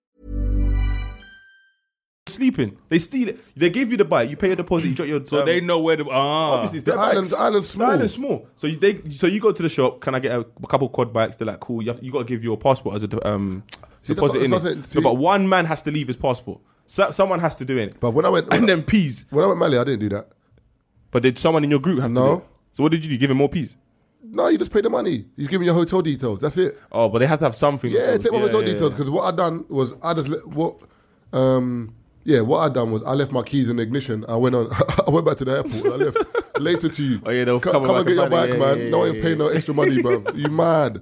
B: sleeping. They steal it. They give you the bike. You pay your deposit. You drop your.
D: So
B: um,
D: they know where the ah.
B: Obviously, it's
A: The
B: their
A: island-
B: bikes.
A: the island's small.
B: The island's small. So you they, so you go to the shop. Can I get a, a couple quad bikes? They're like, cool. You, have- you got to give your passport as a de- um,
A: See, that's
B: deposit
A: what-
B: in.
A: that's
B: It.
A: what I'm saying.
B: No, but
A: See-
B: one man has to leave his passport. So, someone has to do it.
A: But when I went, when,
B: and
A: I,
B: then peas.
A: when I went Mali, I didn't do that.
B: But did someone in your group have
A: No.
B: to? do it? So what did you do? Give him more peas.
A: No, you just pay the money. He's giving your hotel details. That's it.
B: Oh, but they have to have something.
A: Yeah,
B: towards-
A: take my hotel
B: yeah, yeah.
A: details because what I done was I just let, what, um, yeah, what I done was I left my keys in the ignition. I went on. I went back to the airport. and I left later to you.
B: Oh, yeah, they'll
A: Co-
B: come
A: come,
B: back
A: and get your
B: and find
A: bike,
B: it. Yeah,
A: man.
B: yeah,
A: no
B: yeah,
A: one
B: yeah,
A: paying no extra money, bro. You mad?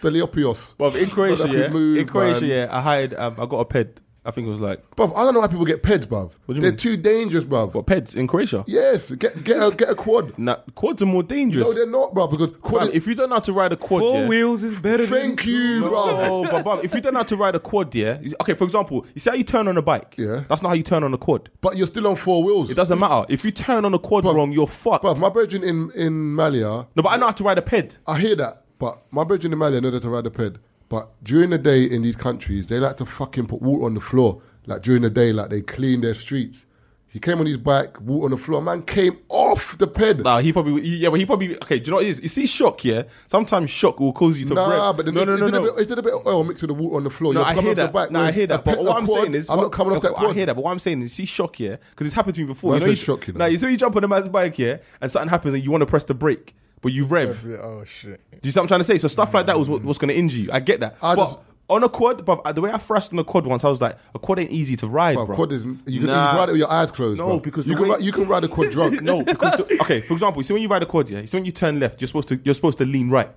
A: Steliopios.
B: Well, in Croatia,
A: Not that we
B: yeah,
A: move,
B: in Croatia,
A: man.
B: yeah, I hired. Um, I got a ped. I think it was like
A: Bruv, I don't know why people get peds, bruv.
B: What do you
A: They're
B: mean?
A: too dangerous, bruv.
B: what peds in Croatia.
A: Yes, get get a, get a quad.
B: Nah, quads are more dangerous.
A: No, they're not, bruv. Because quad.
B: Fam,
A: is-
B: if you don't know how to ride a quad,
D: Four
B: yeah,
D: wheels is better.
A: thank you, bruv.
B: No, Oh, but, but if you don't know how to ride a quad, yeah. is- Okay, for example, you see how you turn on a bike.
A: Yeah.
B: That's not how you turn on a quad.
A: But you're still on four wheels.
B: It doesn't matter. If you turn on a quad
A: Bruv,
B: wrong, you're fucked.
A: Bruv, my brethren in in Malia,
B: no, but I know how to ride a ped.
A: I hear that, but my brethren in Mali know that to ride a ped. E But during the day in these countries, they like to fucking put water on the floor. Like during the day, like they clean their streets. He came on his bike, water on the floor. Man came off the E ped.
B: Nah, he probably he- yeah, but he probably okay. Do you know what it is? You see, shock yeah. Sometimes shock will cause you to
A: Nah,
B: break.
A: but then
B: no,
A: it,
B: no, no,
A: it, did
B: no.
A: A bit, it did a bit of oil mixed with the water on the floor.
B: No,
A: You're
B: I
A: coming
B: hear
A: off the
B: that.
A: bike.
B: no, I
A: whereas
B: hear
A: a
B: that. But
A: ped-
B: what
A: a
B: I'm
A: quad,
B: saying is,
A: I'm
B: what-
A: not coming off
B: okay,
A: that
B: I
A: quad.
B: hear that. But what I'm saying is, see, shock yeah, because it's happened to me before.
A: Well,
B: you
A: I
B: know,
A: said shock, you know.
B: Nah, you see, you jump on a man's bike yeah, and something happens, and you want to press the brake, but you rev. Do
F: Oh shit.
B: you see what I'm trying to say? So stuff like that was what, what's going to injure you. I get that.
A: I
B: but
A: just-
B: on a quad, but the way I thrashed on a quad once, I was like, a quad ain't easy to ride,
A: Bruv,
B: bro.
A: quad isn't. You can, you
B: Nah.
A: can ride it with your eyes closed.
B: No,
A: bruv.
B: because
A: you
B: the
A: can,
B: way-
A: ri- you can ride a quad drunk.
B: No, because the- okay, for example, you see when you ride a quad, yeah, you see when you turn left, you're supposed to you're supposed to lean right.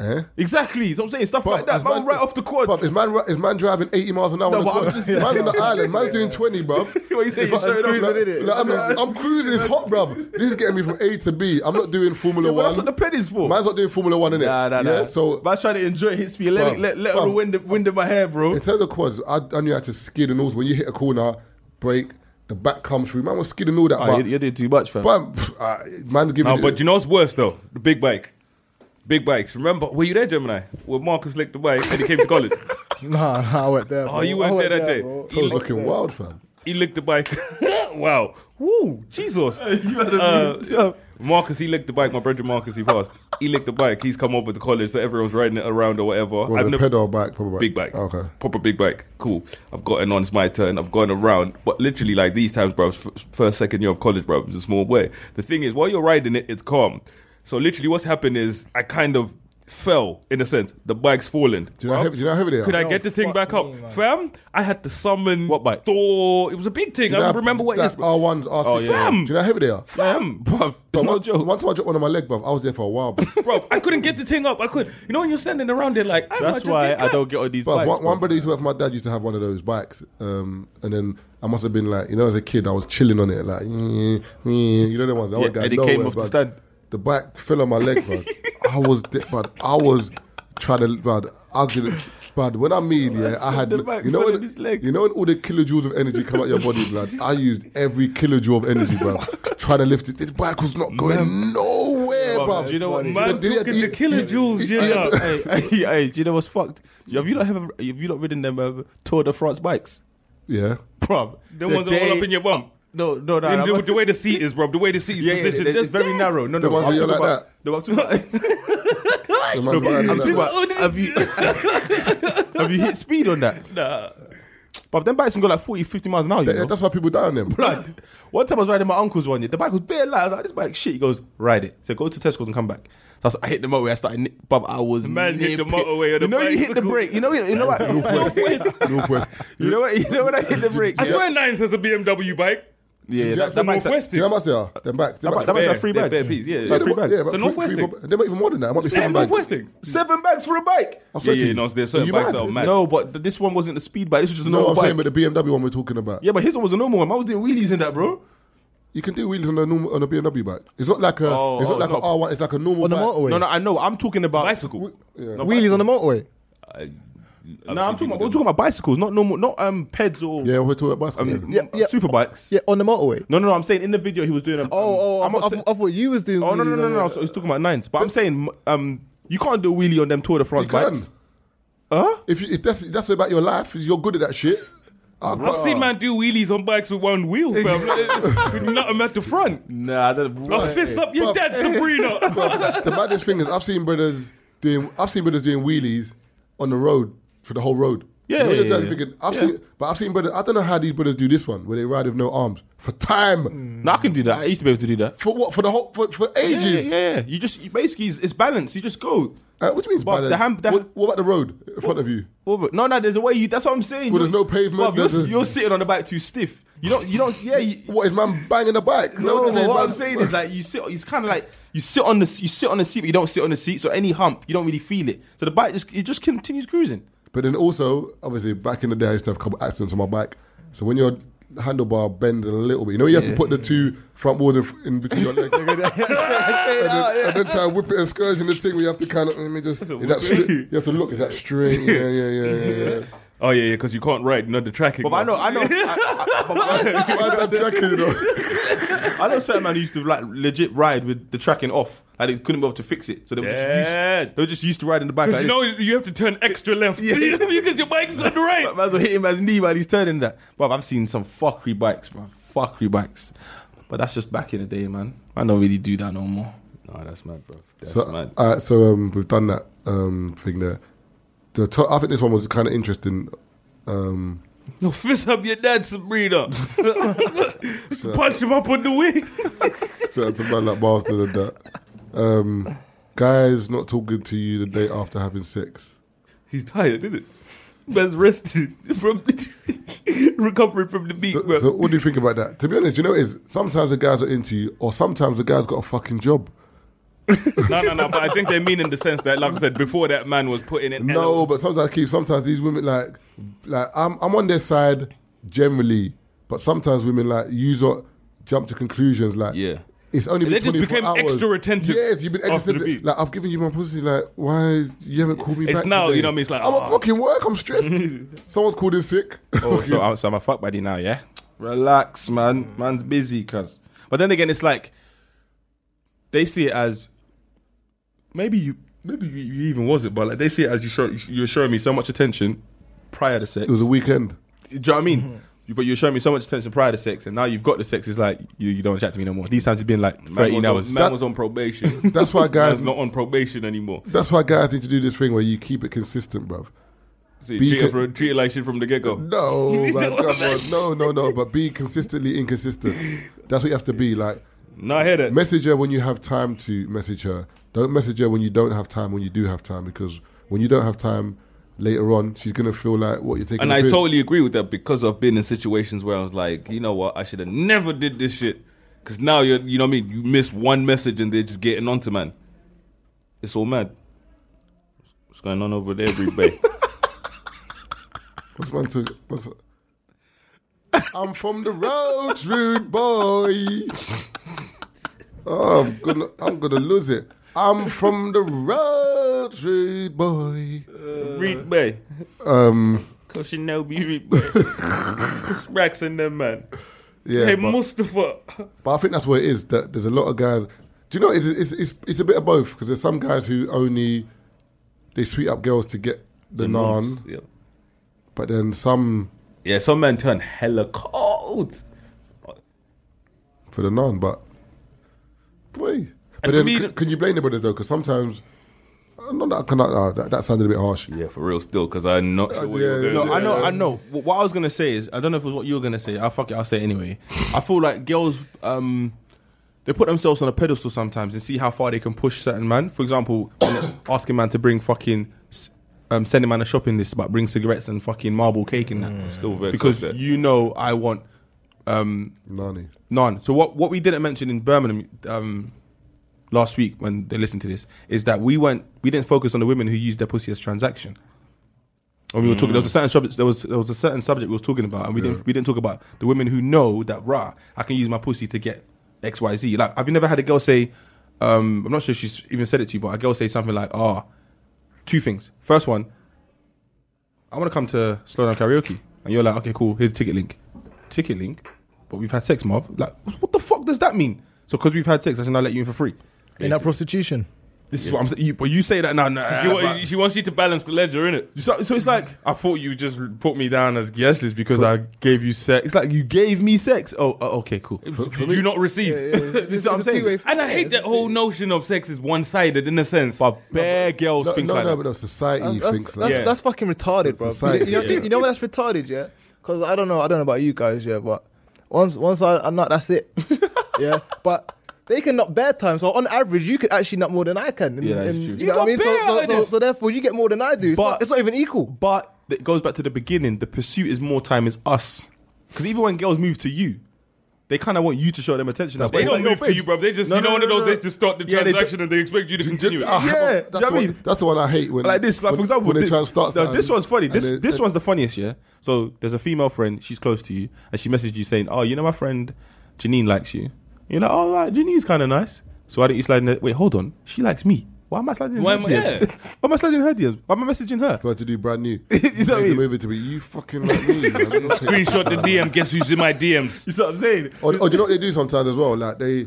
A: Eh?
B: Exactly. So I'm saying stuff
A: Bruv,
B: like that.
A: as
B: Man, right off the quad.
A: Bruv, is man ri- is man driving eighty miles an hour?
B: No,
A: on the
B: but I'm
A: quad?
B: just-
A: man on the island. Man's doing twenty, bruv.
B: What you saying?
A: If I-
B: You're showing off,
A: like-
B: innit?
A: like, I'm, I'm cruising. It's hot, bruv. This is getting me from A to B. I'm not doing Formula
B: Yeah, but
A: One.
B: that's what the ped is for.
A: Man's not doing Formula One, innit?
B: Nah, nah, nah.
A: Yeah. So
B: but I trying to enjoy his speed. Let,
A: Bruv,
B: it, let, let
A: bruv.
B: the wind, wind in my hair, bro.
A: in terms of quads, I, I knew how to skid and all. When you hit a corner, brake, the back comes through. Man was skidding all that,
B: Oh,
A: but
B: you, you did too much, fam.
A: but pff, uh, man's giving.
D: No,
A: it-
D: but you know what's worse though? The big bike. Big bikes. Remember, were you there, Gemini? When Marcus licked the bike and he came to college.
F: Nah, nah, I went there. Bro.
D: Oh, you
F: I
D: went there that day.
F: bro.
D: He,
A: toes
D: licked,
A: looking wild, fam.
D: he licked the bike. wow. Woo, Jesus. Uh, Marcus, he licked the bike. My brother Marcus, he passed. He licked the bike. He's come over to college, so everyone's riding it around or whatever.
A: Well, the pedal bike, probably
D: Big bike.
A: Okay.
D: Proper big bike. Cool. I've gotten on. It's my turn. I've gone around. But literally, like these times, bro, f- first, second year of college, bro, it's a small way. The thing is, while you're riding it, it's calm. So literally, what's happened is I kind of fell in a sense. The bike's fallen.
A: Do you know how
D: bruv.
A: heavy- do you know how heavy they are?
D: Could I
F: No,
D: get the thing
F: fuck
D: back up,
F: me, man.
D: fam? I had to summon
B: What bike?
D: Thor. It was a big thing. I
A: Do you
D: don't
A: know
D: remember what it
A: that
D: is.
A: R1s, R6s.
B: Oh,
D: yeah.
A: Do you know how heavy they are?
D: Fam, bruv, it's
A: But
D: no
A: one,
D: joke,
A: one time I dropped one on my leg, bruv. I was there for a while, bruv.
D: bro. I couldn't get the thing up. I could. not You know when you're standing around there like, I might
B: That's
D: just
B: why
D: get
B: I
D: cut.
B: don't get on these
A: But
B: bikes.
A: one, one
B: bro.
A: brother used to work for my dad used to have one of those bikes, um, and then I must have been like, you know, as a kid, I was chilling on it, like, mm, mm, you know, the ones. I
B: Yeah,
A: wasn't going
B: and it came
A: nowhere,
B: off the
A: bruv.
B: stand.
A: The bike fell on my leg, bro. I was, di- but I was trying to, but I didn't. But when I mean, yeah, I had,
B: the bike
A: you know,
B: fell
A: when,
B: on his leg.
A: you know, when all the kilojoules of energy come out your body, blood. I used every kilojoule of energy, bro, trying to lift it. This bike was not going nowhere,
B: Bro,
A: bro.
B: do you know what-
D: Man
A: Did he-
D: talking
A: he-
D: to killer
A: he-
D: jewels,
A: he-
D: yeah.
A: he-
D: yeah.
B: hey, hey, hey, do you know what's fucked? Have you not ever have you not ridden them uh, Tour de France bikes,
A: Yeah.
B: bro?
D: The ones that roll up in your bum.
B: No, no, no.
D: In
B: I'm
D: the,
B: not-
D: the way the seat is, bro. The way the seat is
B: yeah, yeah,
D: positioned.
B: it's
D: There's
B: very
D: death.
B: narrow. No, no,
A: The ones
B: I'm
A: that you're
B: talking
A: like
B: about, No, I'm talking about.
A: The man bike
B: I'm
A: had
B: talking
A: that.
B: about have you have you hit speed on that?
D: Nah.
B: But them bikes can go like 40, 50 miles an hour. You
A: Yeah,
B: know?
A: Eh, that's why people die on them.
B: blood. One time I was riding my uncle's one year. The bike was bare light. I was like, this bike shit. He goes, ride it. So go to Tesco's and come back. So I s- I hit the motorway. I started, nip, but I was
D: man hit the
B: nipping.
D: motorway on the
B: You know, you hit the
D: bicycle.
B: brake. You know, you know what? you
A: Northwest.
B: know what? You know when I hit the brake.
D: I swear Nines has a BMW bike.
B: yeah, yeah,
A: Do you
B: that, that
A: know
B: bike's like,
D: Northwest.
A: Do you know how much they are? Them back. Them
B: that,
A: back.
B: bike- that bike's
D: Bare-
B: like three
D: bare-
B: bags.
D: bare piece, yeah,
B: Like
D: yeah.
B: three bags.
A: Yeah, but
D: It's a
A: three-
D: Northwest
A: three-
D: thing.
A: four- They might even more than that. It might be
D: It's
A: seven bags.
D: Northwest thing.
B: Seven bags for a bike.
A: I swear
D: Yeah,
A: to
D: yeah,
A: you.
D: no, there's certain
A: You
D: bikes
A: mad?
D: that are mad.
B: No, but th- this one wasn't a speed bike. This was just a
A: No,
B: normal
A: I'm saying,
B: bike.
A: but the BMW one we're talking about.
B: yeah, but his one was a normal one. Mine was doing wheelies in that, bro.
A: You can do wheelies on a normal on a BMW bike. It's not like a.
B: Oh,
A: it's
B: oh,
A: not like
B: no.
A: an R1. It's like a normal
F: On the
A: bike.
F: motorway.
B: No, no, I know. I'm talking about
D: Bicycle. No,
F: Wheelies on the motorway.
B: No, I'm talking about, we're talking about bicycles, not normal, not um peds or
A: Yeah, we're talking about bicycle.
B: um,
A: yeah.
F: Yeah, yeah.
B: super bikes.
F: Yeah, on the motorway.
B: No, no, no. I'm saying in the video he was doing. A, um,
F: Oh, oh,
B: I'm
F: I,
B: not
F: thought- I,
B: saying-
F: thought- I thought you was doing.
B: oh no, no,
F: wheelies
B: no,
F: on
B: no.
F: the-
B: So he's talking about nines, but I'm saying um you can't do a wheelie on them Tour de France
A: You can.
B: bikes. Huh?
A: If you, if that's if that's about your life, is you're good at that shit. Ah, I've
D: I've seen man do wheelies on bikes with one wheel, fam. with nothing at the front.
H: Nah, I don't.
D: I'll fist up your
A: Bruv.
D: dad, Sabrina.
A: But the baddest thing is I've seen brothers doing I've seen brothers doing wheelies on the road for the whole road.
B: Yeah,
A: know,
B: yeah,
A: you're done
B: yeah.
A: thinking, I've seen, but I've seen brothers. I don't know how these brothers do this one where they ride with no arms for time
B: No, I can do that. I used to be able to do that.
A: for what for the whole for, for
B: Hmm. Yeah, yeah,
A: ages.
B: yeah. You just you basically it's, it's balance. You just go.
A: Uh, what do you mean?
B: But
A: by
B: the
A: that?
B: hand- the-
A: what, what about the road in front of you?
B: Well, but- no, no. There's a way. You, that's what I'm saying.
A: Well,
B: You're-
A: there's no pavement,
B: bruv, you're,
A: there's a-
B: you're sitting on the bike too stiff. You don't. You don't. Yeah. You,
A: What is man banging the bike?
B: No,
A: they-
B: but what
A: man-
B: I'm saying is like you sit. It's kind of like you sit on the you sit on the seat, but you don't sit on the seat. So any hump, you don't really feel it. So the bike just it just continues cruising.
A: But then also, obviously, back in the day, I used to have a couple accidents on my bike. So when your handlebar bends a little bit, you know, you have to put the two front wheels in, in between your legs. and, then, and then try and whip it and scourge in the thing where you have to kind of, let me just, is that straight? You have to look, is that straight? Yeah, yeah, yeah, yeah. yeah.
D: oh yeah, yeah, because you can't ride, not the tracking.
B: But I know, I know, I, I- but
A: Why is that tracking, you know?
B: I, I know certain man used to like legit ride with the tracking off. Like they couldn't be able to fix it, so they were just
D: Yeah.
B: used. They were just used to riding the bike.
D: Because
B: Like
D: you
B: this.
D: know you have to turn extra left
B: Yeah.
D: because your bike's on the right.
B: Might as well hit him as knee while he's turning that. But I've seen some fuckery bikes, bro. Fuckery bikes. But that's just back in the day, man. I don't really do that no more.
D: No, that's mad, bro. That's
A: So, uh, so um, we've done that um, thing there. The to- I think this one was kind of interesting. Um,
D: No, fist up your dad, Sabrina. Punch him up on the wing.
A: so it's about like bastard and that. Um, guys not talking to you the day after having sex.
D: He's tired, isn't it? Man's rested from recovering from the beat,
A: So,
D: bro.
A: so what do you think about that? To be honest, you know, what it is sometimes the guys are into you, or sometimes the guy's got a fucking job.
D: No, no, no. But I think they mean in the sense that, like I said before, that man was putting in.
A: No, but sometimes keep. Sometimes these women like, like I'm, I'm on their side generally, but sometimes women like use or jump to conclusions. Like,
D: Yeah.
A: it's only
D: They
A: been
D: just
A: 24
D: became
A: hours.
D: extra attentive
A: Yes, you've been
D: after
A: extra
D: the
A: attentive.
D: beat.
A: Like I've given you my pussy. Like, why you haven't called me
D: It's
A: back?
D: now,
A: today?
D: you know what I mean? It's like,
A: I'm
D: ah.
A: at fucking work. I'm stressed. Someone's called in sick.
B: Oh, so, I'm, so I'm a fuck buddy now, yeah? Relax, man. Man's busy, cuz. But then again, it's like they see it as maybe you, maybe you, you even was it, but like they see it as you show, you're showing me so much attention prior to sex.
A: it was a weekend.
B: Do you know what I
D: Mm-hmm.
B: mean? You- But you're showing me so much attention prior to sex, and now you've got the sex. It's like you, you don't chat to me no more. These times it's been like
D: Man, was
B: 13 hours.
D: on, man was on probation.
A: That's why guys.
D: Man's not on probation anymore.
A: that's why guys need to do this thing where you keep it consistent, bruv.
D: So
A: Be
D: you treat, her
A: con-
D: for, treat her like shit from the get go.
A: No,
D: Is
A: man,
D: that what
A: come on. no, no, no. But be consistently inconsistent. That's what you have to be. Like,
D: No, I hear that.
A: message her when you have time to message her. Don't message her when you don't have time. When you do have time, because when you don't have time later on, she's gonna feel like what you're taking.
D: And
A: the
D: I
A: piss.
D: totally agree with that because I've been in situations where I was like, you know what, I should have never did this shit. Because now you're, you know what I mean, you miss one message and they're just getting onto man. It's all mad. What's going on over there, every bay?
A: What's man to? What's I'm from the roads, rude boy. Oh, I'm gonna, I'm gonna lose it. I'm from the roads, rude boy.
D: Reed Bay.
A: Um,
D: Koshinobi Reed Bay. it's Rax and them, man.
A: yeah.
D: hey,
A: but-
D: Mustafa.
A: But I think that's what it is. That there's a lot of guys. Do you know it's it's it's, it's a bit of both because there's some guys who only they sweet up girls to get the, non,
D: Yeah.
A: but then some
D: yeah, some man turn hella cold.
A: for the non. But boy, but
D: And for
A: then
D: me,
A: c-
D: the-
A: can you blame the brothers though? Because sometimes no, that, can I, uh, that that sounded a bit harsh.
D: Yeah, for real, still, because I'm not sure what
A: yeah,
D: you're
A: yeah,
D: doing.
B: No, I know,
A: Yeah.
B: I know. Wh- What I was gonna say is, I don't know if it was what you were gonna say. I fuck it, I'll say it anyway. I feel like girls, um, they put themselves on a pedestal sometimes and see how far they can push certain man. For example, when they're asking man to bring fucking, s- um, sending man a shopping list, but bring cigarettes and fucking marble cake and that.
A: Mm,
D: Still vexed
B: because
D: off that.
B: you know I want, um,
A: Nani,
B: none. So what what we didn't mention in Birmingham um, last week when they listened to this is that we went we didn't focus on the women who used their pussy as transaction. When we were talking, there was a certain subject. There was there was a certain subject we was talking about, and we didn't we didn't talk about the women who know that rah, I can use my pussy to get X Y Z. Like, have you never had a girl say? Um, I'm not sure if she's even said it to you, but a girl say something like, "Ah, two things. First one, I want to come to slow down karaoke, and you're like, okay, cool. Here's a ticket link. Ticket link, but we've had sex, Marv. Like, what the fuck does that mean? So because we've had sex, I should now let you in for free.
F: In that prostitution.
B: This is what I'm saying. You, but you say that now. Nah,
D: She, wa-
B: Uh, but-
D: she wants you to balance the ledger, innit?
B: so, so it's like I thought you just put me down as guestless because I gave you sex. It's like you gave me sex. Oh, uh, okay, cool.
D: Did you not receive?
B: This is what I'm saying.
D: And I hate that whole notion of sex is one sided in a sense.
B: But bare girls
A: No,
B: think
A: no,
B: like
A: no,
B: that.
A: but no, society
F: That's, that's-
A: thinks
F: that's-
A: like
F: that's fucking retarded, bro.
A: Society,
F: you, know,
A: yeah.
F: you know what? That's retarded, yeah. Because I don't know. I don't know about you guys, yeah. But once, once I, I'm not. That's it. yeah. But they can nut bare time. So on average, you could actually nut more than I can.
B: Yeah, that's true. You
F: You, know what I
B: got
F: mean? So,
B: bare
F: so, so,
B: ideas.
F: so therefore, you get more than I do. It's,
B: But-
F: not, it's not even equal.
B: But it goes back to the beginning. The pursuit is more time is us. Because even when girls move to you, they kind of want you to show them attention.
D: They don't move to you, bro. They just,
B: No,
D: you know,
B: no,
D: one of
B: no,
D: those,
B: no.
D: they just start the
B: Yeah, they
D: transaction and they expect you to continue it.
A: Ah,
B: Yeah,
A: that's,
B: do you know
A: the
B: what I
A: one,
B: mean?
A: that's the one I hate when
B: like this, like
A: when-
B: for example,
A: when they
B: thi-
A: try and start
B: no,
A: something
B: this one's funny.
A: and
B: This
A: they-
B: this
A: and-
B: one's the funniest, yeah. So there's a female friend, she's close to you, and she messaged you saying, "Oh, you know my friend Janine likes you." You're like, "Oh, right, Janine's kind of nice." So why don't you slide in? The, wait, hold on, she likes me. Why am I sliding in
D: Why
B: her
D: am I-
B: DMs?
D: yeah.
B: Why am I sliding in her DMs? Why am I messaging her?
A: try to do brand new.
B: You see what I
A: Make
B: mean?
A: them over to me. You fucking like me. man. You're not taking
D: Screenshot the
A: this out.
D: DM, guess who's in my DMs?
B: You see what I'm saying?
A: Or, or do you know what they do sometimes as well? Like they,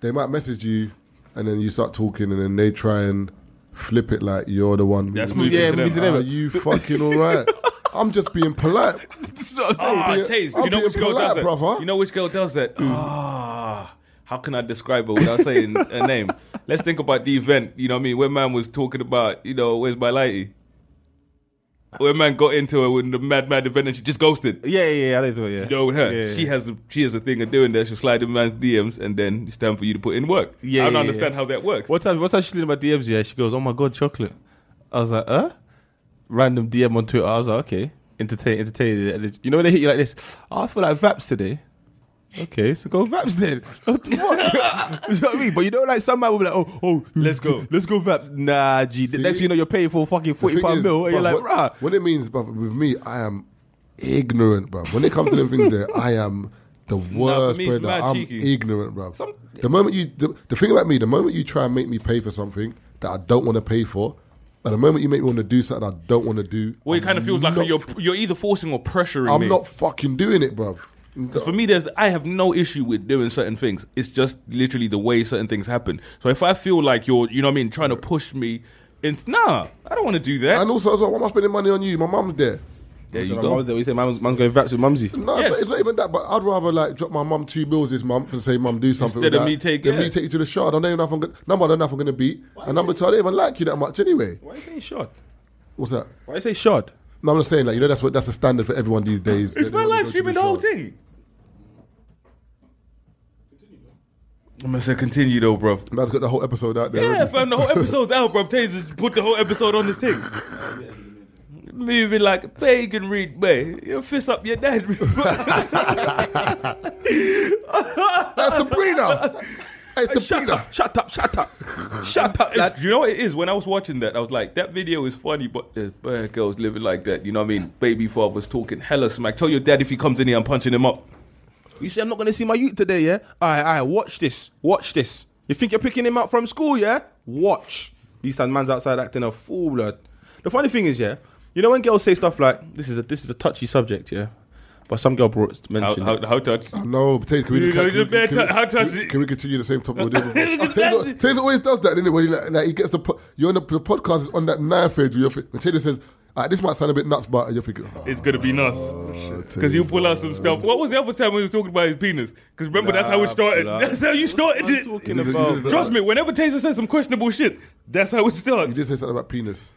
A: they might message you, and then you start talking, and then they try and flip it like you're the one.
D: That's
A: moving.
D: moving
B: Yeah,
D: to them.
A: Are
B: moving
A: you fucking all right? I'm just being polite.
B: This is what I'm saying.
D: Ah,
A: being-
D: Taze,
A: I'm
D: you know
A: being
D: which girl
A: polite,
D: does that?
A: brother.
D: You know which girl does that?
B: Mm.
D: Ah, how can I describe her without saying her name? Let's think about the event. You know what I mean? Where man was talking about, you know, where's my lady? Where man got into her with the mad mad event and she just ghosted.
B: Oh. Yeah, yeah, yeah. I do it. Yeah,
D: You know, with her,
B: Yeah, yeah,
D: she
B: yeah.
D: has a, she has a thing of doing that. She'll slide in man's DMs and then it's time for you to put in work.
B: Yeah,
D: I don't
B: yeah,
D: understand
B: yeah.
D: how that works.
B: What time? What time she slid in my DMs? Yeah, she goes, "Oh my god, chocolate." I was like, "Huh?" Random DM on Twitter. I was like, "Okay, entertain, entertain." And it- You know when they hit you like this? "Oh, I feel like Vaps today. Okay, so go Vaps then. What the fuck? you know what I mean? But you know, like some man will be like, "Oh, oh,
D: Let's go.
B: let's go Vaps." Nah, G. The
A: See?
B: next thing you know, you're paying for fucking
A: The
B: forty
A: thing
B: pound
A: is,
B: bill, and you're
A: bruv,
B: like,
A: what-
B: "Rah."
A: What it means, but with me, I am ignorant, bro. When it comes to them things, there, I am the worst,
D: me, it's
A: brother.
D: mad
A: I'm
D: cheeky.
A: ignorant, bro.
D: Some-
A: the moment you, the, the thing about me, the moment you try and make me pay for something that I don't want to pay for, but the moment you make me want to do something I don't want to do,
D: Well, it
A: I'm
D: kind of feels like
A: not-
D: you're you're either forcing or pressuring
A: I'm
D: me.
A: not fucking doing it, bro.
D: For me, there's I have no issue with doing certain things. It's just literally the way certain things happen. So if I feel like you're, you know, what I mean, trying to push me, into nah, I don't want to do that.
A: And also, as well, why am I spending money on you? My mum's there.
D: There you
B: So my
D: go.
B: mum's there, we say, "Man's man's going Vaps with mumsy."
A: No, it's,
D: Yes.
A: not, it's not even that. But I'd rather like drop my mum two bills this month and say, "Mum, do something." with
D: Instead of
A: that,
D: me take-
A: than me
D: yeah.
A: take you to the shard. I don't even know if I'm gonna, number. I don't know if I'm gonna beat, and number two, I don't even like you that much anyway.
B: Why you saying shod?
A: What's that?
B: Why you say shod?
A: No, I'm just saying like you know that's what that's the standard for everyone these days.
D: it's
A: That
D: my
A: they wanna
D: live
A: go to
D: streaming the whole
A: shard.
D: thing. I'm gonna say continue though, bro.
A: Man's got the whole episode out there.
D: Yeah,
A: already.
D: fam, the whole episode's out, bro. Taze just put the whole episode on this thing. Moving like bacon read, babe. You fist up your dad.
A: that's Sabrina. hey,
B: Shut
A: Sabrina.
B: up! Shut up! Shut up! Shut up!
D: It's-
B: lad.
D: you know what it is? When I was watching that, I was like, that video is funny, but there's bad girls living like that. You know what I mean? Baby father's talking hella smack. Tell your dad if he comes in here, I'm punching him up.
B: You say I'm not gonna see my youth today, yeah? Alright, alright, watch this. Watch this. You think you're picking him up from school, yeah? Watch. These times man's outside acting a fool, blood. The funny thing is, yeah, you know when girls say stuff like this is a this is a touchy subject, yeah? But some girl brought
D: How,
B: mentioned
D: how,
B: it.
D: how touch?
A: No, but Taze, can we,
D: You
A: can,
D: know,
A: we-
D: the bear
A: can we-
D: tou- how touch
A: can we-
D: it-
A: can we continue the same topic we're doing
D: It's
A: before? Taylor,
D: touch it.
A: Taylor always does that, innit? When he, like, like, he gets the po- you're on the, the podcast is on that knife edge. where you're thi- When Taylor says, "Alright, "This might sound a bit nuts," but you're thinking, oh,
D: It's gonna be nuts. Because he'll pull out some stuff. What was the other time we was talking about his penis? Because remember, that's how it
B: Nah,
D: started.
B: blood.
D: That's how you started
B: I'm
D: it.
A: It
B: talking
A: is a-
B: about?
A: it is a-
D: Trust me, whenever Taser says some questionable shit, that's how it
A: You
D: starts.
A: did say something about penis.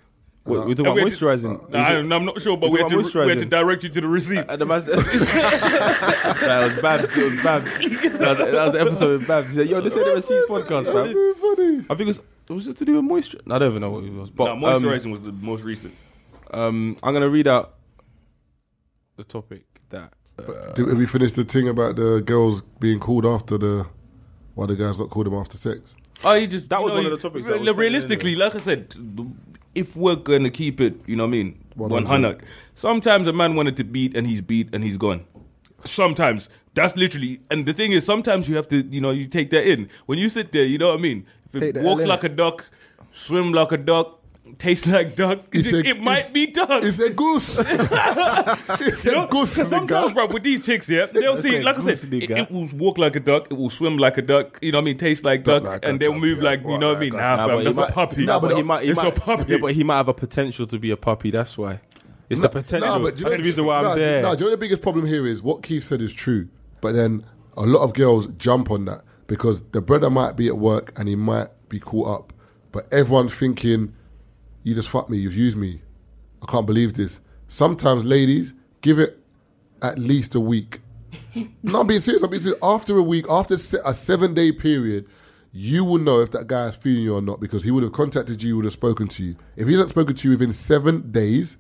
B: Wait, we're talking about
D: And we-
B: moisturising.
D: Nah, I, am not sure, but
B: It's
D: we had,
B: about
D: to, we had to
B: moisturising.
D: direct you to the receipt.
B: And the man's- Nah, it was Babs. It was Babs. That was, that was the episode with Babs. He said, "Yo, this ain't a receipts podcast,
A: That's
B: fam."
A: really funny.
B: I think it was was it to do with moisture. I don't even know what it was. But
D: Nah,
B: um,
D: moisturizing was the most recent.
B: Um, I'm gonna read out the topic that. Uh,
A: Did we finish the thing about the girls being called after the why the guys not called them after sex?
D: Oh, you just
B: That
D: you
B: was
D: know,
B: one of
D: you-
B: the topics
D: re-
B: that was
D: realistically, like I said, th- if we're gonna keep it, you know what I mean, one
A: 100.
D: hundred. Sometimes a man wanted to beat and he's beat and he's gone. Sometimes that's literally, and the thing is, sometimes you have to, you know, you take that in when you sit there. You know what I mean? If
F: Take
D: it
F: the
D: walks
F: L,
D: like a duck, swim like a duck, tastes like duck.
A: He
D: It,
A: said-
D: it might be duck.
A: It's a goose. it's
D: You know,
A: a goose.
D: 'cause sometimes,
A: nigga.
D: bro, with these chicks, yeah, they'll see.
B: a
D: Like I
B: goose,
D: said, it,
B: nigga.
D: it will walk like a duck, it will swim like a duck. You know what I mean? Taste like duck,
A: Duck like a
D: and they'll
A: duck,
D: move
A: yeah.
D: like you
A: Right,
D: know what
A: like
D: I mean?
A: a
D: Nah,
A: duck.
D: fam,
B: he
D: that's
B: might-
D: a puppy.
B: Nah, but he
A: no,
B: might. He
D: it's
B: might,
D: a puppy.
B: Yeah, but he might have a potential to be a puppy. That's why. It's the potential.
A: Nah, but do you
B: That's
A: know-
B: the reason why
A: nah,
B: I'm there.
A: Nah, do you know the biggest problem here is what Keith said is true, but then a lot of girls jump on that because the brother might be at work and he might be caught up, but everyone's thinking, "You just fucked me. You've used me. I can't believe this." Sometimes, ladies, give it at least a week. no, I'm being serious. I'm being serious. After a week, after se- a seven day period, you will know if that guy is feeling you or not because he would have contacted you, would have spoken to you. If he hasn't spoken to you within seven days,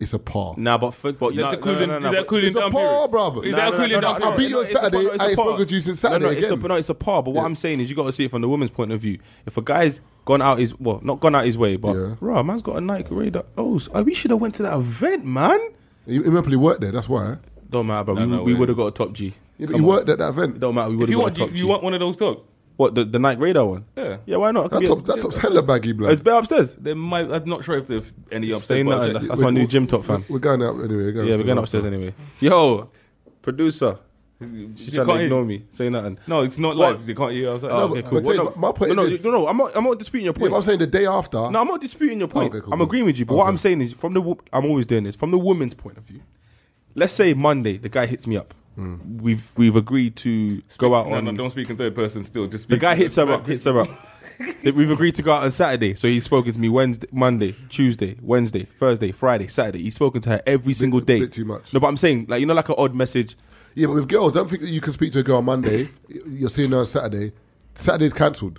A: it's a par.
B: Nah, but for, but
D: Is
B: nah,
D: that
B: no,
D: cooling-
B: no, no, no,
D: is that
B: but-
D: cooling
A: It's a
D: down
A: par,
D: period?
A: brother.
D: Is
A: Nah,
D: that
A: nah,
D: cooling
A: nah,
D: down
A: nah, I
D: period?
A: beat you on
B: it's a par-
A: Saturday,
B: no, it's
A: I
B: a
A: ain't
B: par.
A: spoken to you since
B: No, no,
A: Saturday
B: it's a,
A: again.
B: no, it's a par. But what
A: Yeah.
B: I'm saying is, you got to see it from the woman's point of view. If a guy's gone out his well, not gone out his way, but
A: Yeah.
B: rah, man's got a Nike Raider. Oh, so- we should have went to that event, man.
A: He, he probably worked there, that's why.
B: Don't matter, but we,
D: no
B: we
D: way.
B: would have got a top G.
A: He,
B: Come on.
A: worked at that event.
B: It don't matter. We would
D: If you
B: have got
D: want,
B: a
D: you,
B: top G.
D: you want one of those dogs?
B: what the, the Nike Radar one?
D: Yeah.
B: yeah. Why not? It could
A: That
B: be a-
A: top, that top's hella baggy,
B: It's
A: blood.
B: bare upstairs.
D: They might. I'm not sure if they've any upstairs.
B: Saying
D: but I'll
B: nothing,
D: check.
B: that's my new gym top fan.
A: We're going up anyway. We're going
B: Yeah, we're going upstairs anyway. Yo, producer. She's trying
D: can't
B: to
D: hear.
B: ignore me. Say nothing.
D: No, it's not
B: What?
D: live. They can't hear. I was like,
A: No,
D: okay,
A: but-
D: cool.
A: Oh, but tell you, my- my point
B: no,
A: is
B: no,
A: this.
B: no, no. I'm not. I'm not disputing your
A: Yeah,
B: point.
A: but I'm saying the day after.
B: no, I'm not disputing your point.
A: Okay, cool,
B: I'm
A: cool.
B: agreeing with you. But what
A: Okay.
B: I'm saying is, from the, wo- I'm always doing this from the woman's point of view. Let's say Monday, the guy hits me up.
A: Hmm.
B: We've we've agreed to go out
D: No,
B: on.
D: no, don't speak in third person. Still, just
B: the
D: speak
B: guy
D: in
B: hits
D: third
B: her up. Hits her up. That we've agreed to go out on Saturday, so he's spoken to me Wednesday, Monday, Tuesday, Wednesday, Thursday, Friday, Saturday. He's spoken to her every single day.
A: bit too much.
B: No, but I'm saying like you know, like an odd message.
A: Yeah, but with girls, don't think that you can speak to a girl on Monday. You're seeing her on Saturday. Saturday's cancelled.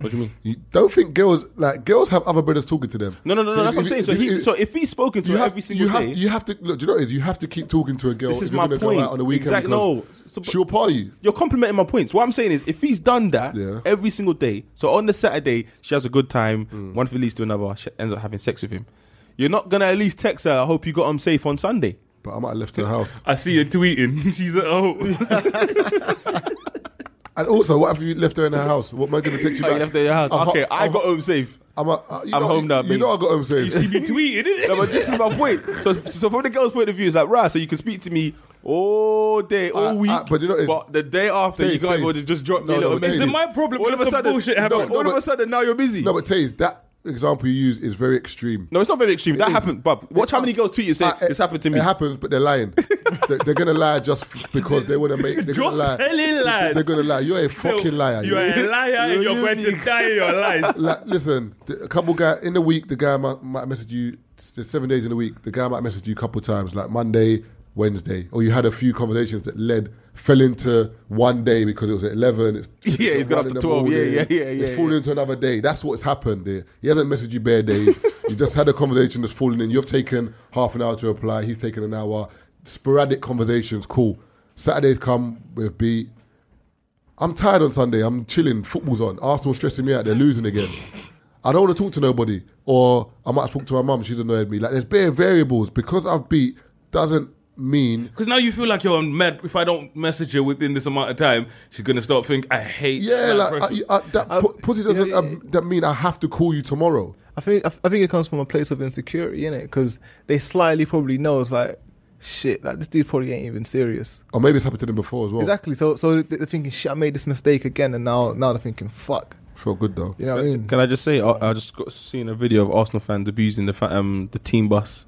B: What do you mean?
A: You don't think girls like girls have other brothers talking to them.
B: No, no, no,
A: So
B: no.
A: if
B: That's what I'm
A: you-
B: saying. So,
A: if
B: he,
A: you-
B: so if he's spoken to
A: you
B: her
A: have-
B: every single
A: you
B: day,
A: Have, you have to look. Do you know what it is? You have to keep talking to a girl.
B: This is
A: if you're
B: my
A: gonna
B: point.
A: Go out on the weekend
B: Exact- no.
A: because
B: So-
A: she'll par you.
B: you're complimenting my points. What I'm saying is, if he's done that
A: Yeah.
B: every single day, so on the Saturday she has a good time,
A: Mm.
B: one for leads to another, she ends up having sex with him. You're not gonna at least text her. I hope you got him safe on Sunday.
A: But I might have left her house.
D: I see her tweeting. She's at
B: Oh,
D: home.
A: And also, what if you left her in her house? What am I going to text you
B: Oh,
A: back?
B: you left her at your house.
A: I'm-
B: okay, i
A: I'm-
B: got home safe.
A: I'm, a, uh, you
B: I'm
A: know,
B: home
A: you,
B: now,
A: You know I
B: babes.
A: got home safe.
D: she be tweeting. Isn't
B: No, but this is my point. So, so from the girl's point of view, it's like right. So you can speak to me all day, all
A: I- I-
B: week.
A: but you know it's-
B: but the day after,
A: Taze,
B: you can't
A: Taze.
B: go to just drop me
A: No,
B: a
A: no,
B: little
A: but Taze.
B: message.
A: Isn't
D: my problem
B: All
D: when
B: of a
D: some
B: sudden,
D: bullshit
B: no,
D: happens?
B: all
A: No,
B: of a
A: but-
B: sudden, now you're busy.
A: no, but Taze, that example you use is very extreme.
B: No, it's not very extreme. That
A: is.
B: happened, Bob. Watch how many girls tweet you say
A: Uh, it-
B: this happened to me.
A: It happens, but they're lying. they're, they're gonna lie just f- because they want to make. They're
D: Just
A: gonna lie.
D: telling lies.
A: They're gonna lie. You're a fucking liar.
D: You're a liar, and you're going to die in your life.
A: like, listen, th- a couple guy in the week, the guy might, might message you. There's seven days in the week, the guy might message you a couple times, like Monday, Wednesday, or you had a few conversations that led fell into one day because it was at eleven. It's
B: Yeah,
A: it's
B: he's
A: one
B: gone up
A: in
B: to
A: the
B: 12. Yeah,
A: morning,
B: yeah, yeah,
A: It's
B: yeah,
A: fallen
B: yeah.
A: into another day. That's what's happened there. He hasn't messaged you bare days. you just had a conversation that's fallen in. You've taken half an hour to reply. He's taken an hour. Sporadic conversations, cool. Saturdays come with beat. I'm tired on Sunday. I'm chilling. Football's on. Arsenal's stressing me out. They're losing again. I don't want to talk to nobody. Or I might talk to my mum. She's annoyed me. Like there's bare variables. Because I've beat doesn't mean
D: Because now you feel like you're mad. If I don't message her within this amount of time, she's gonna start thinking I hate.
A: yeah,
D: that
A: like
D: person."
A: I, I, that pu- pussy doesn't
F: yeah, yeah.
A: Um, that mean I have to call you tomorrow.
F: I think I think it comes from a place of insecurity, innit? Because they slyly probably know it's like, shit, like this dude probably ain't even serious.
A: Or Oh, maybe it's happened to them before as well.
F: Exactly. So so they- they're thinking, shit, I made this mistake again, and now now they're thinking, fuck.
A: Felt good though.
F: You know what I mean?
B: Can I just say, I, I just got seen a video of Arsenal fans abusing the fa- um, the team bus.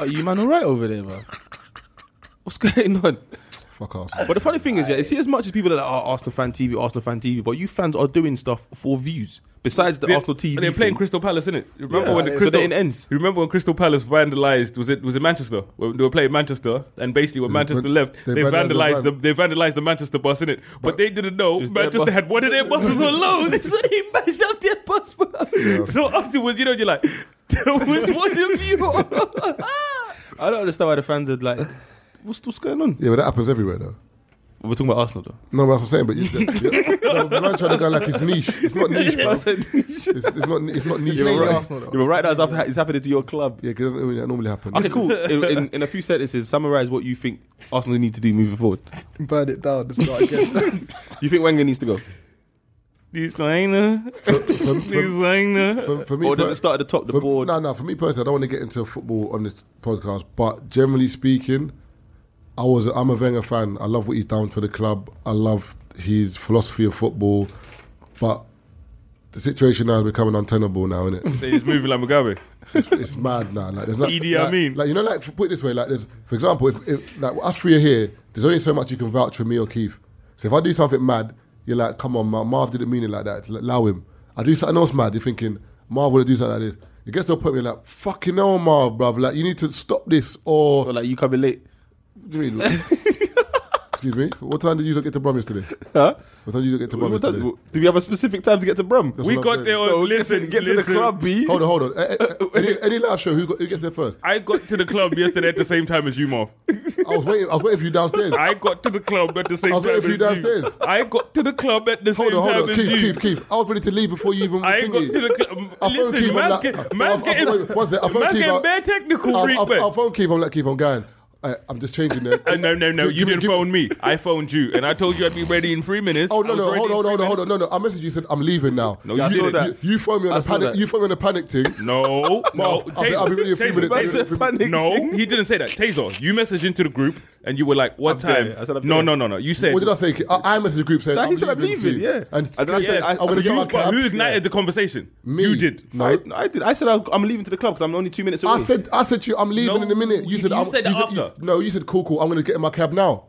B: Are you man all right over there, bro? What's going on?
A: Fuck Arsenal.
B: But the funny thing is, yeah, see, as much as people are like, oh, Arsenal fan TV, Arsenal fan TV, but you fans are doing stuff for views besides the
D: They're-
B: Arsenal TV.
D: and They're playing
B: thing.
D: Crystal Palace, innit? Remember
B: Yeah.
D: when the
B: So
D: Crystal
B: they're in ends.
D: You Remember when Crystal Palace vandalized? Was it was it Manchester? When they were playing Manchester, and basically when
A: They-
D: Manchester
A: they-
D: left,
A: they
D: they,
A: vandalized the van.
D: vandalized the they vandalized the Manchester bus, innit? But, but they didn't know
B: was their
D: Manchester
B: bus.
D: had one of their buses alone, so they bashed up their bus. bro. So afterwards, you know, you're like, there was one of you.
B: I don't understand why the fans are like, what's, what's going on?
A: Yeah, but that happens everywhere though.
B: We're talking about Arsenal, though.
A: No, but that's what I'm saying. But you, you, no, the man's trying to go like it's niche. It's not niche, bro. It's, it's not. It's not niche.
F: mainly
A: Yeah,
F: Arsenal, though.
B: You were right. That's hap- it's happening to your club.
A: because it doesn't really- that normally happen.
B: Okay, cool. In, in, in a few sentences, summarize what you think Arsenal need to do moving forward.
F: Burn it down. Just start again.
B: You think Wenger needs to go?
D: Designer,
A: For- for-
D: designer.
A: for, for me,
B: Or does
A: per-
B: it start at the top, the
A: for-
B: board?
A: No, no. For me personally, I don't want to get into football on this podcast. But generally speaking, I was I'm a Wenger fan. I love what he's done for the club. I love his philosophy of football. But the situation now is becoming untenable now, isn't it?
D: So he's moving like Mugabe.
A: it's mad now. Like there's not.
D: Idi
A: like,
D: Amin.
A: Like you know, like put it this way. Like there's, for example, if, if like us three are here, there's only so much you can vouch for me or Keith. So if I do something mad, you're like, come on, Marv, Marv didn't mean it like that. L- Allow him. I do something else mad. You're thinking Marv would do something like this. It gets to a point where you're like, fucking hell, Marv, bruv. Like you need to stop this or.
B: Or like you coming late.
A: What do you mean? Excuse me. What time did you lot get to Bromwich today?
B: Huh?
A: What time did you lot get to Bromwich today?
B: Do we have a specific time to get to Brum?
A: That's
D: We
A: what I'm
D: got
A: saying.
D: there on. listen,
B: get to
D: listen.
B: the club, B.
A: Hold on, hold on. Eh, eh, eh, Any, any last show? Who, got, who gets there first?
D: I got to the club yesterday at the same time as you, Marv.
A: I was waiting. I was waiting for you downstairs.
D: I got to the club at the same
A: I was
D: time
A: waiting
D: as
A: for you
D: you.
A: downstairs.
D: I got to the club at the
A: Hold
D: same
A: on,
D: time
A: hold on.
D: as
A: Keep,
D: you.
A: keep, keep. I was ready to leave before you even.
D: I ain't got
A: thingy.
D: to the club.
A: I phoned
D: Listen,
A: Keith, I'm
D: man's,
A: like-
D: get,
A: I-
D: man's
A: I- I-
D: getting,
A: wait, one sec, I phoned
D: man's
A: Keith,
D: getting
A: I-
D: bare technical,
A: I'll,
D: Reed,
A: I'll,
D: man.
A: I'll phone Keith. I'm like Keith. I'm going. I, I'm just changing there.
D: Uh, no, no, no.
A: Give-
D: you
A: give me-
D: didn't
A: give me-
D: phone me. I phoned you, and I told you I'd be ready in three minutes.
A: Oh
D: I
A: no,
D: was
A: no,
D: ready
A: hold
D: in
A: on, hold
D: three
A: on, hold
D: minutes.
A: on, no, no. I messaged you said I'm leaving now.
D: No, you
A: You-
D: saw
B: that.
A: You, you phoned me on
B: I
A: the
B: saw
A: panic.
B: that.
A: You phoned me on the panic thing.
D: No, no.
A: I'll be- I'll be ready in three minutes. I'll be ready in three minutes.
D: no, he didn't say that. Taser, you messaged into the group, and you were like, "What
B: I'm
D: time?"
B: there. I said, I'm
D: no,
B: there.
D: no, no, no. You said.
A: What did I say? I, I messaged the group saying
B: Nah,
A: I'm
B: he said I'm
A: leaving. too.
B: leaving, yeah.
A: And
B: And then I
A: Keith said,
B: said, I-
A: I'm gonna
B: I said,
A: get
B: you-
A: my
D: But
A: cab.
D: who ignited the conversation?
A: Me.
D: You did.
A: No.
B: I, I did. I said I'll, I'm leaving to the club because I'm only two minutes away.
A: I said, I said to you, I'm leaving
D: No,
A: in a minute. You
D: you-
A: said,
D: you
A: I'm,
D: said that after.
A: you- no, you said, cool, cool. I'm gonna get in my cab now.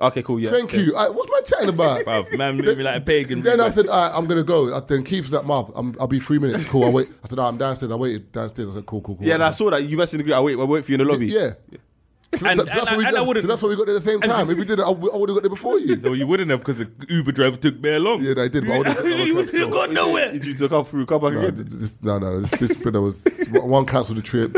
B: okay, cool. Yeah.
A: Thank
B: okay.
A: you. I, what's my chatting about?
D: Bruv, Oh, man, moving like a pagan.
A: Then I
D: Reed,
A: said, All right, I'm going to go. I, then Keith's like, Marv, I'm, I'll be three minutes. Cool, I'll wait. I said, "All right, I'm downstairs. I waited downstairs. I said, cool, cool, cool.
B: Yeah, and I saw that you messaged the group. I wait. I wait for you in the lobby.
A: Yeah. So
D: And-
A: that- so
D: and
A: that's what
D: I-
A: we
D: and I
A: got-
D: would've-
A: so that's what we got there at the same time. If we did it, I, w- I would have got there before you.
D: No, you wouldn't have because the Uber driver took me along.
A: Yeah, they did, but I would've- I would've
D: you would have
A: helped.
D: gone nowhere.
B: Did you to come through? Come back
A: No,
B: again.
A: th- this, no, no, this, this brother was one cancelled the trip.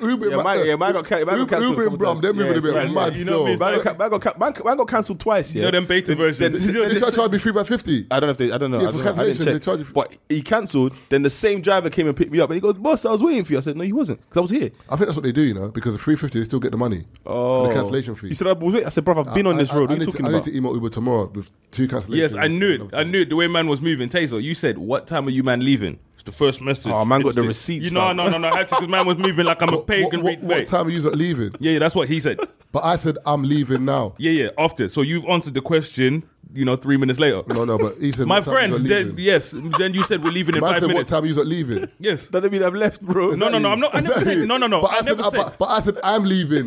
A: Uber,
B: Yeah, mine- yeah, mine got ca- mine got
A: Uber,
B: cancelled a
A: Uber
B: couple
A: and Brum,
B: times.
A: they're
B: Yeah,
A: moving
B: it's
A: a bit
B: mad.
A: mad
D: You know
A: still.
D: what I mean?
B: Man got, man got, ca- man, man got cancelled twice. Yeah,
D: know them beta versions.
B: then-
A: they try to charge me three by fifty.
B: I don't know if they. I don't know.
A: Yeah,
B: I,
A: for
B: don't know. I didn't
A: cancellation,
B: check.
A: they charge you for-
B: But he cancelled. Then the same driver came and picked me up, and he goes, "Boss, I was waiting for you." I said, "No, you wasn't, because I was here."
A: I think that's what they do, you know, because the three fifty they still get the money
B: Oh,
A: for the cancellation fee.
B: He said, "I was waiting." I said, "Bro, I've been on this
A: I-
B: road.
A: I,
B: what are
A: need to-
B: you talking
A: I
B: about?"
A: need to email Uber tomorrow with two cancellations.
D: Yes, I knew it. I knew it. The way man was moving. Taser, you said, "What time are you man leaving?" It's the first message.
B: Oh, man got the
D: It's
B: receipts,
D: You know,
B: fam.
D: no, no, no. I had to because man was moving like I'm a
A: What, what,
D: pagan.
A: what,
D: Reed,
A: what
D: mate.
A: time are you lot leaving?
D: Yeah, yeah, that's what he said.
A: But I said I'm leaving now.
D: Yeah, yeah. After, so you've answered the question. You know, three minutes later.
A: No, no, but he said
D: My
A: what time
D: friend,
A: you lot
D: then,
A: leaving?
D: yes. Then you said we're leaving in
A: Man
D: five
A: said
D: minutes.
A: what time you lot leaving?
D: Yes.
B: That doesn't mean I've left, bro.
D: No, no, no. I'm not. I never said. No, no, no.
A: But
D: I,
A: said-
D: never
A: I-
D: said.
A: But, but I said I'm leaving.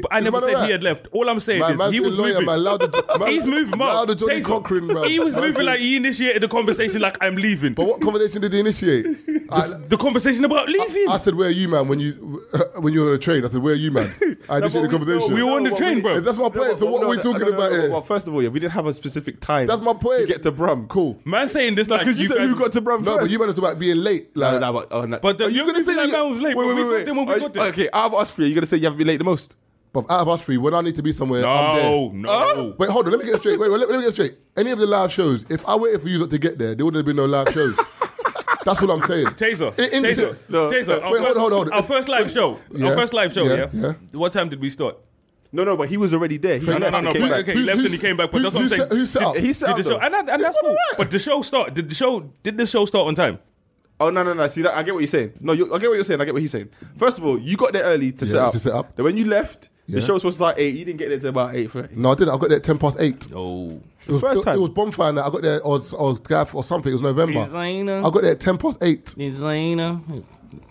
D: but I
A: Is
D: never
A: man
D: said
A: alright?
D: he had left. All I'm saying
A: My
D: is
A: man's
D: he
A: a
D: was
A: lawyer,
D: moving.
A: man. Louder- man-
D: He's moving. Mark.
A: Louder Johnny
D: Taser.
A: Cochran, bro.
D: He was
A: Man
D: moving
A: said-
D: like he initiated the conversation. Like I'm leaving.
A: But what conversation did he initiate? I,
D: the conversation about leaving.
A: I said, "Where are you, man?" When you when you were on a train, I said, "Where are you, man?" I initiated the conversation.
D: we were on the
B: but
D: train,
B: we-
D: bro.
A: That's my point. so what are we talking about here?
B: Well, first of all, yeah, we didn't have a specific time.
A: That's my point.
B: To get to Brum.
A: Cool.
D: Man saying this like
B: Because you said
D: guys-
B: who got to Brum
A: No,
B: first.
A: but you better talk about being late.
B: No,
A: Like,
B: no, but, oh, no.
D: But the-
B: Are
D: you didn't say that man was late,
B: Wait,
D: but
B: wait,
D: we
B: wait,
D: got
B: wait.
D: there when we
B: Are
D: got
B: you-
D: there.
B: Okay, I've asked for you. You're gonna say you haven't been late the most.
A: But out of us three, when I need to be somewhere, I'm there.
D: No, no.
A: Wait, hold on. Let me get it straight. Wait, wait, let, let me get it straight. Any of the live shows, if I waited for you lot to get there, there would have been no live shows. That's what I'm saying.
D: Taser,
A: In- in-
D: taser,
B: No.
D: taser. Our
A: Wait, hold on, hold
D: first,
A: on, hold on.
D: Our first live show.
A: Yeah.
D: Our first live show.
A: Yeah,
D: Yeah,
A: yeah.
D: What time did we start?
B: No, no, but he was already there. He
D: No, no,
B: left
D: no,
B: and
D: no.
B: came
D: But,
B: back.
D: okay,
A: Who-
D: he left
A: who's-
D: and he came back. But
A: who-
D: that's what I'm
A: who
D: saying.
A: set- who set
D: Did-
A: up?
B: He set
D: did
B: up,
D: the show,
B: though.
D: and, that- and that's cool. But the show start. Did the show? Did the show start on time?
B: Oh no no no! See that I get what you're saying. No, you, I get what you're saying. I get what he's saying. First of all, you got there early to set up.
A: to set up.
B: Then when you left,
A: Yeah.
B: the show was supposed to start eight. You didn't get there till about eight thirty.
A: No, I didn't. I got there at ten past eight.
D: Oh,
A: It was,
B: First
A: it,
B: time.
A: it was bonfire night. I got there or or gaff or something. It was November.
D: Designer.
B: uh.
A: I got there at ten past eight.
D: designer.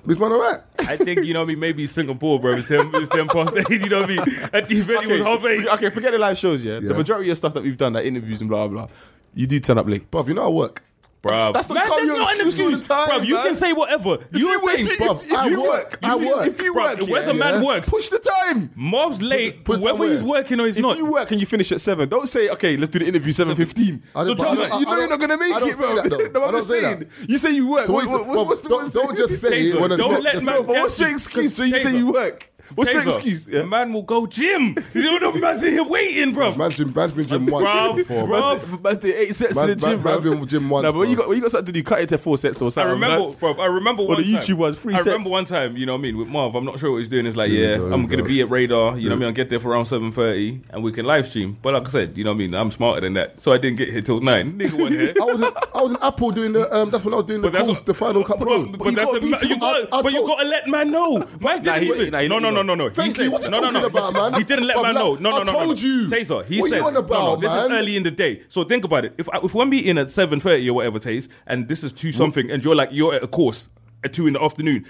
A: This man alright?
D: I think you know me. Maybe Singapore, bro. It's ten, it's ten past eight. You know what I mean? At the event, it was half eight.
B: Okay, okay, forget the live shows. Yeah?
A: Yeah.
B: the majority of stuff that we've done, like interviews and blah blah, blah you do turn up late.
A: Bruv, you know I work.
D: Bruv.
B: That's not-
D: Man,
B: you can't
D: that's
B: use
D: not an
B: excuse all the
D: excuse,
B: time,
D: bruv. You
B: man.
D: can say whatever. You're saying,
A: Bruv, I work. I work.
B: If you
D: Bruv,
B: work,
D: whether
B: yeah,
D: man
B: yeah,
D: works-
B: push the time.
D: Marv's late,
A: Put
D: whether
A: somewhere.
D: he's working or he's
B: If
D: not.
B: you work and you finish at seven, don't say, "Okay, let's do the interview seven 15
A: I don't-
B: So
A: but I
B: you
A: don't- I-
B: you know
A: I
B: you're not
A: don't-
B: gonna
A: I
B: make
A: don't
B: it,
A: say
B: bro.
A: that, though.
B: No,
A: I
B: I'm
A: don't
B: just
A: say
B: saying. You say you work.
A: So what
B: What-
A: is the-
B: what-
A: bruv,
B: What's the-
A: don't,
B: what's
A: don't
B: the-
A: just say
D: Taser,
A: when it's
D: don't
A: not-
D: let
A: it's
D: man-
A: not-
B: But what's your
D: Taser,
B: excuse when you say
D: taser.
B: you work? What's the
D: Taser.
B: excuse?
D: The man will go gym. You know the man's in here waiting, bro.
A: Man's been, man's been gym once.
D: Bruv,
A: before.
D: bruv.
B: Man's did eight sets
A: Man-
B: in the
A: man-
B: gym,
A: man
B: bro.
A: been gym once,
B: Nah, but when you
A: bro.
B: got when you got something to do, cut it to four sets or
D: I
B: something.
D: remember,
B: man.
D: bro. I remember
B: Well, the
D: one
B: YouTube
D: time-
B: one's free
D: I
B: sets.
D: remember one time, you know what I mean, with Marv. I'm not sure what he's doing. It's like, yeah,
A: we go, here
D: I'm
A: we
D: gonna
A: go.
D: be at Radar. You know what I mean? I'll get there for around seven thirty, and we can live stream. But like I said, you know what I mean. I'm smarter than that, so I didn't get here till nine. Nigga, one here.
A: I was in, I was in Apple doing the. Um, that's when I was doing the
D: But that's
A: calls,
D: what-
A: the final cut. Bro,
D: But,
A: But you
D: that's
A: gotta
D: the,
A: be
D: ma- you
A: some-
D: got,
A: I- I
D: but you
A: told-
D: got to let man know. Man
B: Nah,
D: didn't.
B: he-
D: even-
B: nah, he
D: no,
B: didn't
D: no, no,
B: even
D: no, no. He
A: Thank you.
D: said,
A: What you
D: no, no, no.
A: talking about, man?
D: He didn't let
A: Bruv,
D: man know.
A: like,
D: No, no,
A: I
D: no, no, no.
A: told you.
D: Taser. He
A: What
D: said,
A: you on
D: no, no,
A: about,
D: this is
A: man?
D: early in the day. So think about it. If I- if one meeting at seven thirty or whatever, Tase, and this is two something, and you're like you're at a course at two in the afternoon.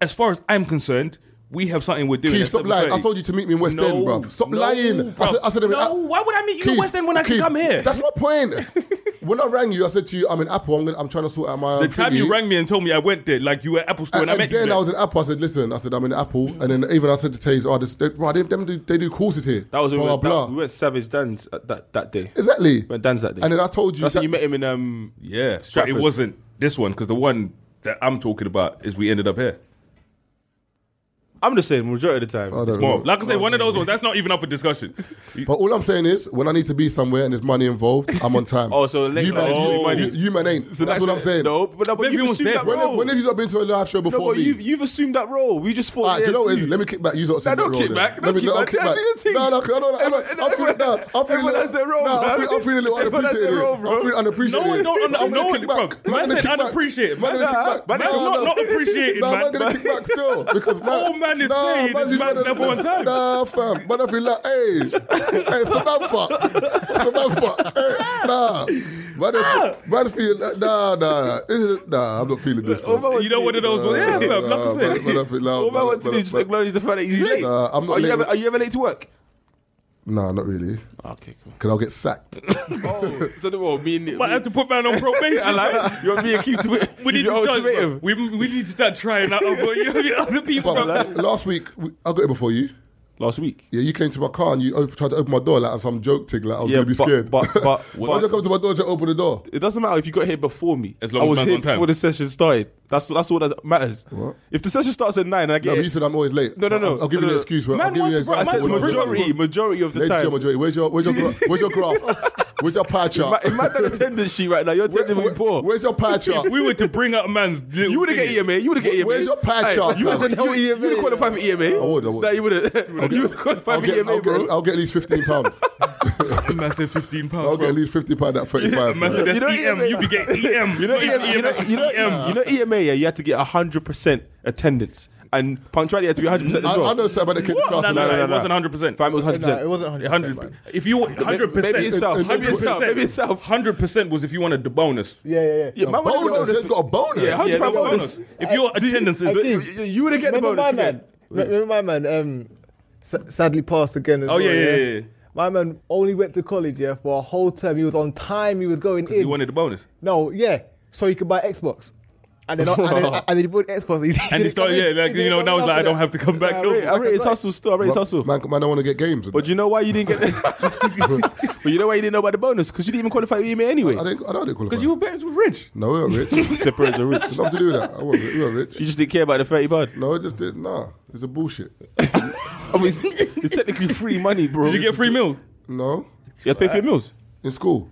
D: As far as I'm concerned, we have something we're doing.
A: Keith,
D: at
A: stop lying.
D: 7:30.
A: I told you to meet me in West
D: No,
A: End, bruv. Stop
D: no,
A: lying. I
D: bruv.
A: said, I said,
D: no. why would I meet you in
A: Keith,
D: West End when I
A: Keith,
D: can come here?
A: That's my point. when I rang you, I said to you, I'm in Apple. I'm, gonna, I'm trying to sort out my.
D: the
A: um,
D: time you
A: thingy.
D: rang me and told me I went there, like you were at Apple Store,
A: And,
D: and, I
A: and
D: met you
A: then
D: there.
A: I was in Apple. I said, "Listen, I said I'm in Apple." And then even I said to Taze, "Oh, this, they, right, they, them do, they do courses here."
B: That was when we
A: blah
B: went,
A: blah.
B: that- we went Savage Dan's at that that day.
A: exactly.
B: We went Dan's that day.
A: And then I told you
B: That's
A: that-
B: when you met him in um.
D: Yeah, but it
B: Stratford.
D: wasn't this one because the one that I'm talking about is we ended up here.
B: I'm just saying, majority of the time.
A: I don't
B: it's
A: know.
B: more.
D: Like I said, one of those ones that's not even up for discussion. You-
A: But all I'm saying is, when I need to be somewhere and there's money involved, I'm on time.
B: Oh, so next
A: you man,
B: time
D: there's
A: you,
D: money.
A: you, you man ain't.
B: So
A: that's what I'm saying.
B: No, but, but,
D: But
B: you've
D: everyone's
B: assumed
D: there,
B: that
D: bro.
B: role.
A: When, when have you not been to a live show
B: No,
A: before
B: but
A: me?
B: you've, you've assumed that role. We just thought.
A: All right, Ah, do you
B: yeah,
A: know what
B: it's
A: it is?
B: you.
A: Let me kick back. You sort of
B: Nah,
A: take
B: don't
A: that role
B: kick
A: then.
B: back.
A: Let me
B: Don't
A: I'll
B: kick
A: kick
B: back.
A: back.
B: That's the other
A: No, no,
B: team.
A: no, no, no.
B: Everyone-
A: I'm feeling down. I'm feeling
B: everyone
A: down.
B: has their role,
A: Nah, I'm
B: man.
A: feeling- I'm feeling a little
B: Everyone has their
A: unappreciated.
B: role, bro.
A: I'm feeling unappreciated.
D: No one don't-
A: I'm gonna
D: no one-
A: kick
D: bro,
A: back.
D: man
A: Man's gonna
D: said
A: kick back.
D: unappreciated.
A: Man's gonna
B: Man's-
A: kick back.
B: man's
A: Nah,
B: not-
A: nah.
D: not appreciated,
A: Nah,
D: man.
A: man's gonna kick back still because man.
D: All man is
A: nah,
D: saying is man's
A: better-
D: never on time.
A: Nah, fam. Man, I feel like, hey, hey, Samantha, Samantha, hey, nah. Man,
D: Ah!
A: I- man, I feel like, nah, nah, This is- nah. I'm not feeling this. bro.
D: You know one of those ones. Yeah, fam, like
A: Nah,
D: I
A: man, man, I
D: said.
A: feel like-
B: All man
A: man,
B: wants to do
A: man,
B: is just
A: man-
B: acknowledge the fact that he's late.
A: Nah, I'm not
B: are,
A: late.
B: You ever, are you ever late to work?
A: Nah, not really.
B: Okay, cool.
A: Cause I'll get sacked.
B: Oh, so the well, me and
D: Might have to put man on probation.
B: I
D: man.
B: like you want me and Keith to
D: We need to start, bro. we, we need to start trying out other, you know, what I mean, other people.
A: But
D: bro.
A: last week, we, I got it before you.
B: last week.
A: Yeah, you came to my car and you op- tried to open my door like on some joke thing, like I was gonna be
B: but,
A: scared.
B: but but
A: why
B: but-
A: did you come to my door and just open the door?
B: it doesn't matter if you got here before me.
D: As long
B: I
D: as
B: was
D: man's
B: here
D: on time.
B: before the session started. That's that's all that matters.
A: What?
B: If the session starts at nine, and I
A: No,
B: get.
A: but
B: here-
A: you said I'm always late.
B: No, no, no,
A: I'll, I'll give you
B: no, no.
A: an excuse. Where,
D: Man
A: I'll give you an
D: wants to-
A: excuse.
B: I said
D: Man's on
B: majority, majority of the
A: Ladies and
B: time.
A: gentlemen, majority. Where's your where's your gra- where's your graph? Where's your pie
B: Ma-
A: chart?
B: Imagine the attendance sheet right now. You're
A: Where-
B: technically
A: where-
B: poor.
A: Where's E your pie chart?
D: If we were to bring up man's, little
B: You would have
D: thing-
B: get E EMA. You would have get EMA.
A: Where's your pie
B: Aye,
A: chart,
B: You would
A: man?
B: have you would have qualified for EMA.
A: I would, I would.
B: Nah, you would have.
A: I'll get-
B: You would have
A: I'll
B: qualified for
A: get-
B: EMA,
A: I'll get-
B: bro.
A: I'll get at least fifteen pounds.
D: Man said fifteen
A: I'll
D: pounds.
A: get
D: bro.
A: at least fifty pound at thirty five.
D: Man said that's
B: You know
D: EM.
B: EMA.
D: You E be getting EM.
B: You know, EMA,
D: It's not
B: you know, you know, E
D: EM.
B: you know, EMA. Yeah, you had to get hundred percent attendance, and punctuality had to be hundred percent
A: I,
B: as well.
A: I know something that came to
D: No,
A: class.
D: no,
A: and
B: no,
D: no,
B: no,
D: it
B: no.
D: wasn't hundred percent.
B: Fam, it was hundred
F: No, it
B: percent.
F: wasn't 100%. man.
D: Hundred. If you hundred percent,
B: Maybe itself.
A: it-
B: Maybe itself. Maybe
D: itself.
B: itself.
D: Hundred percent was if you wanted the bonus.
F: Yeah, yeah, yeah.
B: Yeah, man would've got
A: Bonus. They've got a bonus.
B: Yeah,
D: Yeah,
B: hundred
D: the
B: percent bonus.
D: bonus. If your attendance is
B: You-
F: Akeem,
B: You would have get the
F: remember
B: bonus.
F: my man. Remember my man. Um, s- sadly passed again. As
D: Oh,
F: well,
D: yeah, yeah, yeah, yeah.
F: My man only went to college yeah for a whole term. He was on time. He was going in.
D: you wanted the bonus.
F: no, yeah, so he could buy Xbox. And then, and then, and then he bought Xbox. He
D: And
F: didn't
D: he started,
F: come in.
D: yeah, like
F: He didn't
D: you know,
F: come
D: now
F: in
D: it's like I
F: after
D: don't
F: that.
D: have to come back.
B: I
D: no.
B: rate, I rate his hustle still. I rate his hustle.
A: Man, man, I want to get games.
B: But you know why you didn't get? but you know why you didn't know about the bonus? Because you didn't even qualify for EMA anyway.
A: I didn't. I know I didn't qualify.
D: Because you were parents were rich.
A: No, we weren't rich.
B: Separate the rich.
A: It's nothing to do with that. I wasn't, we weren't rich.
B: You just didn't care about the thirty bud.
A: No, I just did. Nah, it's a bullshit.
B: I mean, it's, it's technically free money, bro.
D: Did you get free meals?
A: No,
B: You had to pay for your meals.
A: in school,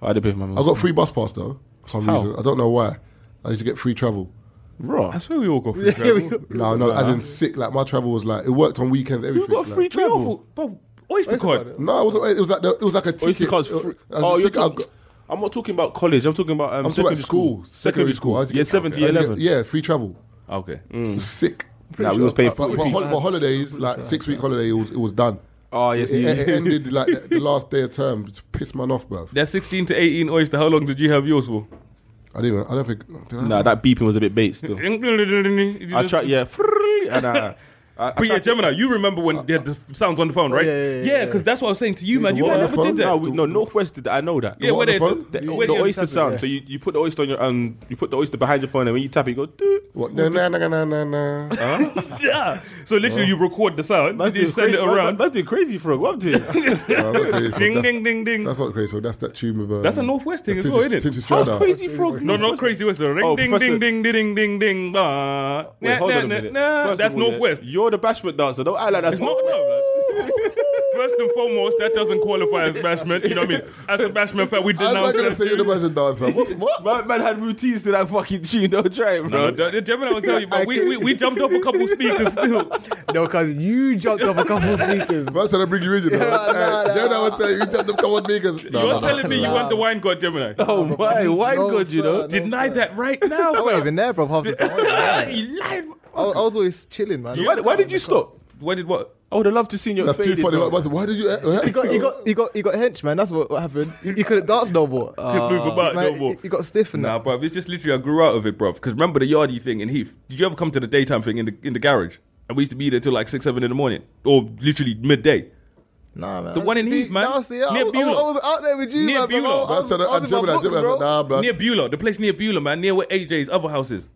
B: I had to pay for my meals.
A: I got free bus pass though. For some
B: How?
A: reason, I don't know why. I used to get free travel.
B: raw.
D: That's where we all got free travel.
A: No, no, as in sick. Like my travel was like it worked on weekends.
B: You
A: Everything.
B: got
A: like.
B: free travel.
D: Travel, bro. Oyster card.
A: No, it was, it was like the, it was like a ticket.
B: Or it's because
A: It was-
B: free.
A: as a
B: Oh, you're
A: ticket I
B: talking,
A: got-
B: I'm not talking about college. I'm talking about um,
A: I'm talking
B: secondary
A: about school.
B: Secondary
A: I
B: school.
A: used to
B: Yeah,
A: get- I
B: seventy
A: used to
B: eleven. Hmm.
A: get- Yeah, free travel.
D: Okay.
A: It was sick.
B: Nah, we was paying for
A: But, but, hol- but holidays, like six week holiday, it was, it was done.
B: Oh yes,
A: It,
B: you-
A: it ended like the, the last day of term. Just pissed man off, bruv.
D: That's sixteen to eighteen oyster. How long did you have yours for?
A: I didn't. Even, I don't think. Did I
B: Nah, that beeping was a bit bait still. I
D: I
B: tried. Yeah, and I. I, I
D: But yeah,
B: tried to-
D: Gemini, you remember when they had the sounds on the phone, right?
F: yeah, yeah, yeah,
D: Yeah,
F: yeah.
D: because that's what I was saying to you, man. You
A: what
D: man
A: on the
D: never did
A: phone?
D: that.
B: No, we, no, Northwest did that. I know that.
D: yeah,
A: what on
D: where
A: the
D: they
A: phone?
D: the,
B: The,
D: where
B: the
D: they-
B: oyster sound. So you, you put the oyster on your um, you put the oyster behind your phone, and when you tap it, you go. Doo.
A: What? Na, na, na, na, na, na.
D: Yeah. So literally, you record the sound, you send it around.
B: That's the crazy frog. What did?
A: No, that's not crazy.
D: ding,
A: that's,
D: ding, ding, ding.
A: that's not crazy. That's that tune with. Um,
D: That's a Northwest thing as
A: Tinted-
D: well, isn't it?
A: Tinted
B: How's
A: Strada.
B: crazy frog?
D: No, not crazy West. Ring,
B: Oh,
D: ding,
B: Professor-
D: ding, ding, ding, ding, ding, ding. Ah.
B: Wait,
D: Nah,
B: hold
D: nah,
B: on a
D: nah,
B: minute.
D: nah.
B: First
D: That's
B: of all,
D: Northwest.
B: You're the bashment dancer. Don't act like that's
D: It's not no, man. First and foremost, that doesn't qualify as bashment. You know what I mean? As a bashment fact, we
A: I'm
D: denounce
A: not gonna
D: that.
A: say you're the
D: too.
A: best dancer. What's what?
B: Man, man had routines to that fucking tune. Don't try it,
D: No,
B: bro.
D: no, the Gemini will tell you, but we, we, we jumped off a couple speakers still.
F: No, because you jumped off a couple of speakers.
A: Man said I bring you in, you know.
F: Yeah,
A: Hey,
F: nah, nah.
A: Gemini will tell you, you tell them come on niggas. Nah,
D: You're
A: nah,
D: telling me you
A: nah.
D: want the wine god, Gemini.
B: Oh, why? Why
F: No,
B: good, you
F: sir,
B: know?
F: no,
D: Deny
F: sir.
D: that right
A: Oh,
D: now.
F: I wasn't even there, bro. Half the time. I,
D: you lied.
F: was- I was always chilling, man.
B: Why, why did you stop?
D: Where did what? Oh,
B: I would have loved to have seen your
A: That's
B: faded,
A: too funny.
B: bro.
A: Why- Why did you?
F: He got, he got, he got, he got hench, man. That's what, what happened. He, he couldn't dance no more.
D: Could move about
F: Man,
D: no more.
F: He, he got stiff and
D: Nah,
F: that.
D: bruv, it's just literally I grew out of it, bruv. Because remember the yardie thing in Heath? Did you ever come to the daytime thing in the in the garage? And we used to be there till like six, seven in the morning, or literally midday.
F: Nah, man.
D: The one in
F: See,
D: Heath, man.
F: Nah, see, I,
D: Near
F: I, was-
D: Beulah.
F: I was out there with you,
D: Near
F: man. bro.
D: Beulah.
F: I
A: I'm
F: was, I
A: trying to.
F: was, I
A: I'm
F: was in my
A: Gemini.
F: box,
A: Gemini
F: bro.
A: said, nah, blood.
D: Near Beulah, the place near Beulah, man, near where AJ's other house is.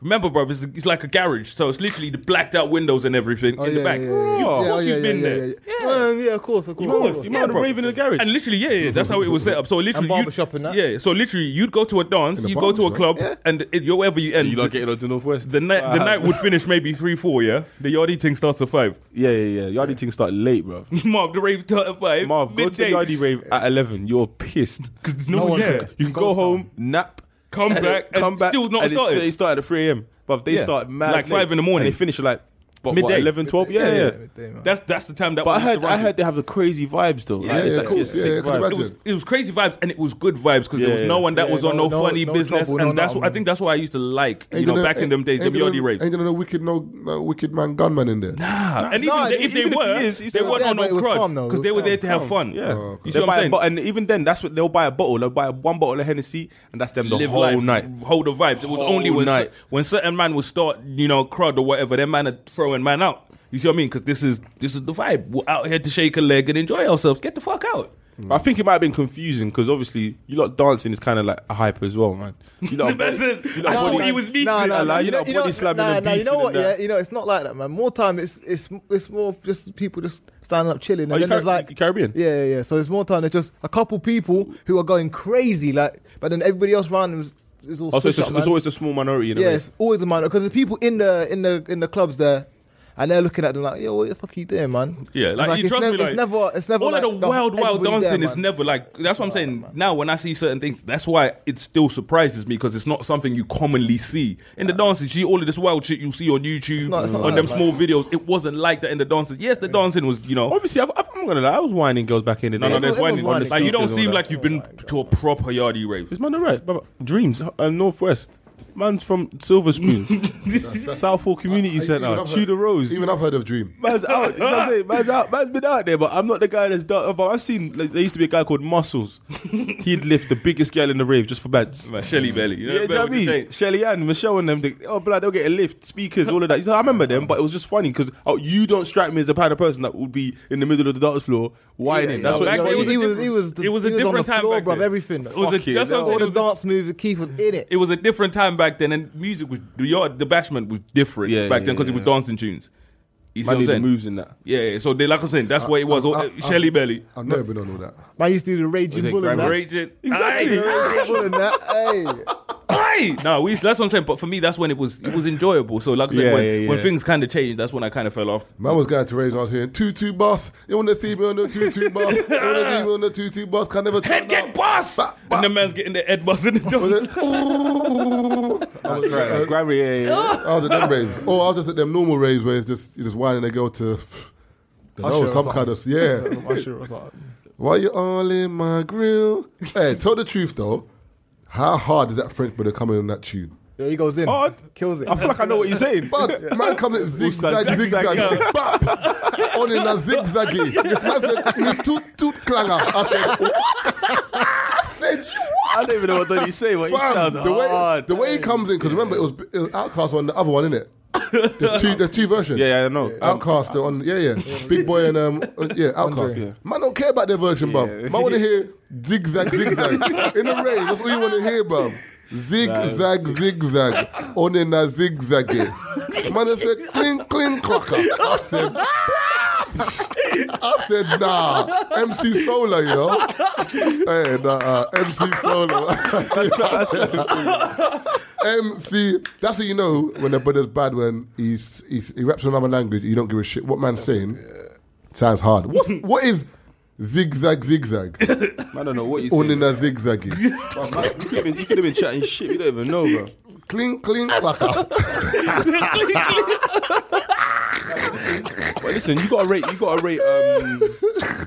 D: Remember, bruv, it's, it's like a garage, so it's literally the blacked out windows and everything
F: Oh,
D: in
F: yeah,
D: the back.
F: Yeah,
D: You-
F: yeah, yeah.
D: Of
F: yeah, oh,
D: course
F: yeah,
D: you've
F: yeah,
D: been
F: yeah,
D: there.
F: Yeah, yeah. Well, yeah, of course, of course.
D: Of course, you might
B: might have
D: bruv.
B: raved in the garage.
D: And literally, yeah, yeah, that's how it was set up. So literally,
F: barber
D: you'd-
F: shop and that.
D: Yeah, so literally, you'd go to a dance,
A: the
D: you go to a
A: bars,
D: club,
F: right?
D: and it, you're wherever you end.
B: You lot getting onto Northwest.
D: the night, the night would finish maybe three, four. Yeah, the yardie thing starts at five.
B: Yeah, yeah, yeah. Yardy things start late, bro.
D: Marv, the rave starts at five.
B: Marv, go to the
D: midday.
B: Yardy rave at eleven. You're pissed.
D: 'Cause no,
F: No
D: one
F: one
D: yeah.
F: could.
B: You can go
F: Ghost
B: home, nap,
D: Come
B: and
D: back,
B: come
D: and
B: back.
D: still not
B: and it's-
D: started.
B: They start at three a.m. But they
D: Yeah.
B: start mad
D: Like
B: late.
D: five in the morning.
B: And they finish at like but what,
D: Midday.
B: 11, 12? Yeah, yeah.
F: midday, man.
D: That's that's the time that.
B: But I
D: one used to
B: heard,
D: run
B: I
D: to.
B: heard they have the crazy vibes though.
A: Yeah,
B: Like, it's
A: yeah, of
B: actually a
A: course.
B: sick
A: Yeah, I can
B: vibe.
A: imagine.
D: it was, it was crazy vibes and it was good vibes because there was
B: Yeah,
D: no one that
F: yeah.
D: was
F: Yeah,
D: on no,
F: no- no-
D: funny
F: no
D: business
F: trouble,
D: and
F: no
D: that's what I
F: nothing.
D: think that's what I used to like you
A: Ain't
D: know
A: there no-
D: back in them days the
A: ain't there
D: yardie
A: no-
D: raves
A: Ain't there no wicked no, no wicked man gunman in there?
D: Ah, and even
B: Nah,
D: if they
B: even if
D: were
B: he is, he's
D: they
B: still
D: weren't
F: there,
D: on no
F: but it was
D: crud
F: calm, though.
D: because they
F: It
D: were
F: was
D: there to have
B: calm. Oh, Yeah,
D: fun you see
B: They'll
D: what I'm
B: buy a
D: saying
B: bottle, and even then, that's what they'll buy a bottle. They'll buy one bottle of Hennessy, and that's them the
D: live
B: whole
D: life,
B: night.
D: hold the vibes. It was
B: Whole
D: only when
B: night.
D: cer- when certain man would start, you know, crud or whatever. Their man are throwing man out. You see what I mean? Because this is this is the vibe. We're out here to shake a leg and enjoy ourselves. Get the fuck out.
B: But I think it might have been confusing because obviously you lot dancing is kind of like a hype as well, man. You lot
D: The best is,
B: you lot
D: I thought
B: body-
D: he was beefing.
B: Nah, nah, you know,
F: you
B: body slamming
F: nah,
B: and
F: nah, you know
B: beefing
F: what?
B: and
F: Yeah,
B: that.
F: you know, it's not like that, man. More time, it's it's it's more of just people just standing up chilling, and
D: Oh,
B: Are Oh, you
F: then there's
B: Car-
F: like
B: you Caribbean?
F: Yeah, yeah, yeah. So it's more time. There's just a couple people who are going crazy, like, but then everybody else around them is, is all.
B: Oh, so it's,
F: switched up,
B: just, it's
F: man.
B: always a small minority. In a
F: Yeah,
B: way.
F: it's always a minor because there's people in the in the in the clubs there, and they're looking at them like, "Yo, what the fuck are you doing, man?"
D: Yeah,
F: It's
D: like, you
F: it's,
D: trust
F: nev-
D: me, like
F: it's never, it's never
D: all
F: like,
D: of the wild, wild
F: everybody's
D: dancing
F: there,
D: is
F: man.
D: never like. That's what I'm saying. now, when I see certain things, that's why it still surprises me because it's not something you commonly see in the dances. You see all of this wild shit you see on YouTube,
F: not- it's not
D: on
F: like
D: them
F: that,
D: small videos. It wasn't like that in the dances. Yes, the dancing was, you know.
B: Obviously, I, I, I'm gonna lie. I was whining girls back in the
D: No,
B: day.
D: no, there's
F: everyone's
D: whining.
F: whining.
D: Like you don't seem
B: Everyone-
D: like you've
F: Oh
D: been to a proper yardie rave.
B: Is man alright? brother? Dreams uh, Northwest. Man's from Silver Spoon, Southall Community
A: Even
B: Centre,
A: I've heard-
B: Tudor Rose.
A: Even I've heard of Dream.
B: Man's out. You know what I'm saying? Man's out. Man's been out there, but I'm not the guy that's done. But I've seen like, there used to be a guy called Muscles. He'd lift the biggest girl in the rave just for bands.
D: Like Shelly
F: Mm.
D: Belly, you know,
B: Yeah, do you know
D: Belly
B: what I
D: with the
B: mean?
D: chain.
B: Shelly Ann, Michelle, and them. They, oh, blood, they'll get a lift, speakers, all of that. So I remember them, but it was just funny because oh, you don't strike me as the kind of person that would be in the middle of the dance floor whining. That's
D: yeah.
B: what. that's
D: Back then
B: what
D: it
F: he,
D: was a
F: was, he was, the,
D: different- it was a
F: he was on
D: different
F: the
D: time
F: floor,
D: back
F: bruv,
D: then.
F: Everything.
D: It was a-
F: Fuck it,
D: that's what I'm
F: all
D: saying, it
F: the
D: was a-
F: dance moves, the Keith was in it.
D: It was a different time back then, and music was the yard, the bashment was different
B: Yeah,
D: back
B: yeah,
D: then because it
B: yeah.
D: was dancing tunes. You
B: Man
D: see what I'm
B: did the
D: saying?
B: moves in that.
D: Yeah, yeah, so they like I'm saying, that's what it was.
A: I-
D: Uh,
A: I-
D: Shelly Belly.
A: I've never been on all that.
F: Man used to do the raging
B: it
F: bull and
B: Grand
F: that.
B: Rage?
D: Raging.
B: Exactly.
D: Aye,
F: Raging bull and that. Hey.
D: aye. No, we, that's what I'm saying. But for me, that's when it was it was enjoyable. So like I said,
B: Yeah,
D: when,
B: yeah,
D: when
B: yeah.
D: things kind of changed, that's when I kind of fell off.
A: Man was going to raise and I was hearing tutu boss. You want to see me on the tutu boss? You want to see me on the tutu boss? Can never turn
D: Head get
A: out.
D: boss,
A: Ba- ba-
D: and the man's getting the head boss in the
A: Was
D: door.
A: it? Ooh. I was,
B: Right,
A: uh,
B: Gravity, yeah, yeah, yeah.
A: I was at them raves. Oh, I was just at them normal raves where it's just you just whining they go to. Oh,
F: or
A: some
F: something.
A: kind of yeah.
F: Usher was like,
A: Why you all in my grill? Hey, tell the truth though. How hard is that French brother coming in that tune?
F: There he goes in.
B: Hard.
F: Kills it.
B: I feel like I know what you're saying.
A: But man comes in zigzag,
B: Zigzag,
A: zigzag,
B: yeah.
A: bap, on in a zigzaggy. Man said, me toot toot clanger. I said, what? I said, you
B: I don't even know what Donny say, but he
A: Fam,
B: sounds
A: the way,
B: hard.
A: the way he comes in, because remember it was, it was Outcast on the other one, innit? There's two, there's two versions.
B: Yeah, yeah, I know. Um,
A: Outcast they're on, yeah, yeah. Big Boy and um, uh, yeah, Outcast.
B: Yeah.
A: Man don't care about their version, bruv. Man want to hear zigzag, zigzag in the rain. That's all you want to hear, bruv. Zigzag, zigzag, on in a zigzag. Man I said clink, clink, clocker. I said. I said, nah, MC Solar, you know? Hey, nah, uh, MC Solar. MC. That's what you know when the brother's bad when he's, he's he raps in another language. You don't give a shit what man's saying. Sounds hard. What's what is zigzag zigzag?
D: I don't know what you
A: All
D: said.
A: in a zigzaggy.
B: Bro, man, you could have been, you could have been chatting shit. You don't even know, bro.
A: cling cling clacker.
B: But listen, you gotta rate. You gotta rate um,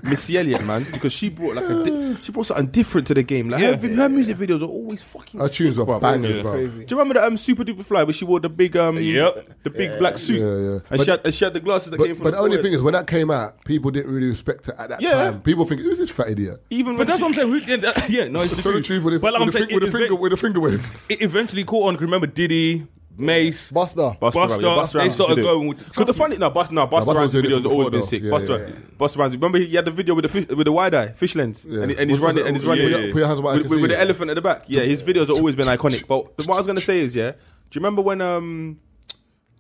B: Missy Elliott, man, because she brought like a di- she brought something different to the game. Like her, vi- her music videos are always fucking.
A: Her tunes
B: sick,
A: were
B: bro.
A: bangers, bro.
B: Do you remember that um, Super Duper Fly where she wore the big um
D: Yep.
B: the big black suit?
A: Yeah, yeah.
B: And
A: But-
B: she had and she had the glasses that came
A: But,
B: from.
A: but the only
B: forehead.
A: thing is, when that came out, people didn't really respect it at that
B: Yeah.
A: time. People think, who's this fat idiot?
B: even
D: But
B: when
D: that's
B: she-
D: what I'm saying. Who- Yeah, that- yeah, no, it's the
A: Tell the truth
D: truth.
A: with a,
D: But like I'm
A: with a,
D: saying,
A: fing- with a
D: it
A: finger,
D: event-
A: with a finger wave.
D: it eventually caught on. 'cause Remember Diddy, Mace,
F: Buster.
B: Busta,
D: Buster,
B: yeah, Busta
D: they
B: Rhymes
D: started
B: used to do it.
D: going with-
B: Cause the funny no, Buster, no, Buster
A: Busta
B: Rhymes'
A: did it
B: videos have always
A: before,
B: been
A: though.
B: sick.
A: Yeah,
B: Buster,
A: yeah, yeah.
B: Buster Rhymes. Remember he had the video with the fish, with the wide eye, fish lens,
A: Yeah.
B: and, he- and he's
A: Was- was
B: running
A: it-
B: and he's
A: yeah,
B: running
A: yeah, yeah. Put your hands where I
B: with,
A: can
B: with,
A: see
B: with
A: you.
B: the elephant at the back. Yeah, his videos have always been iconic. But what I was gonna say is, yeah, do you remember when um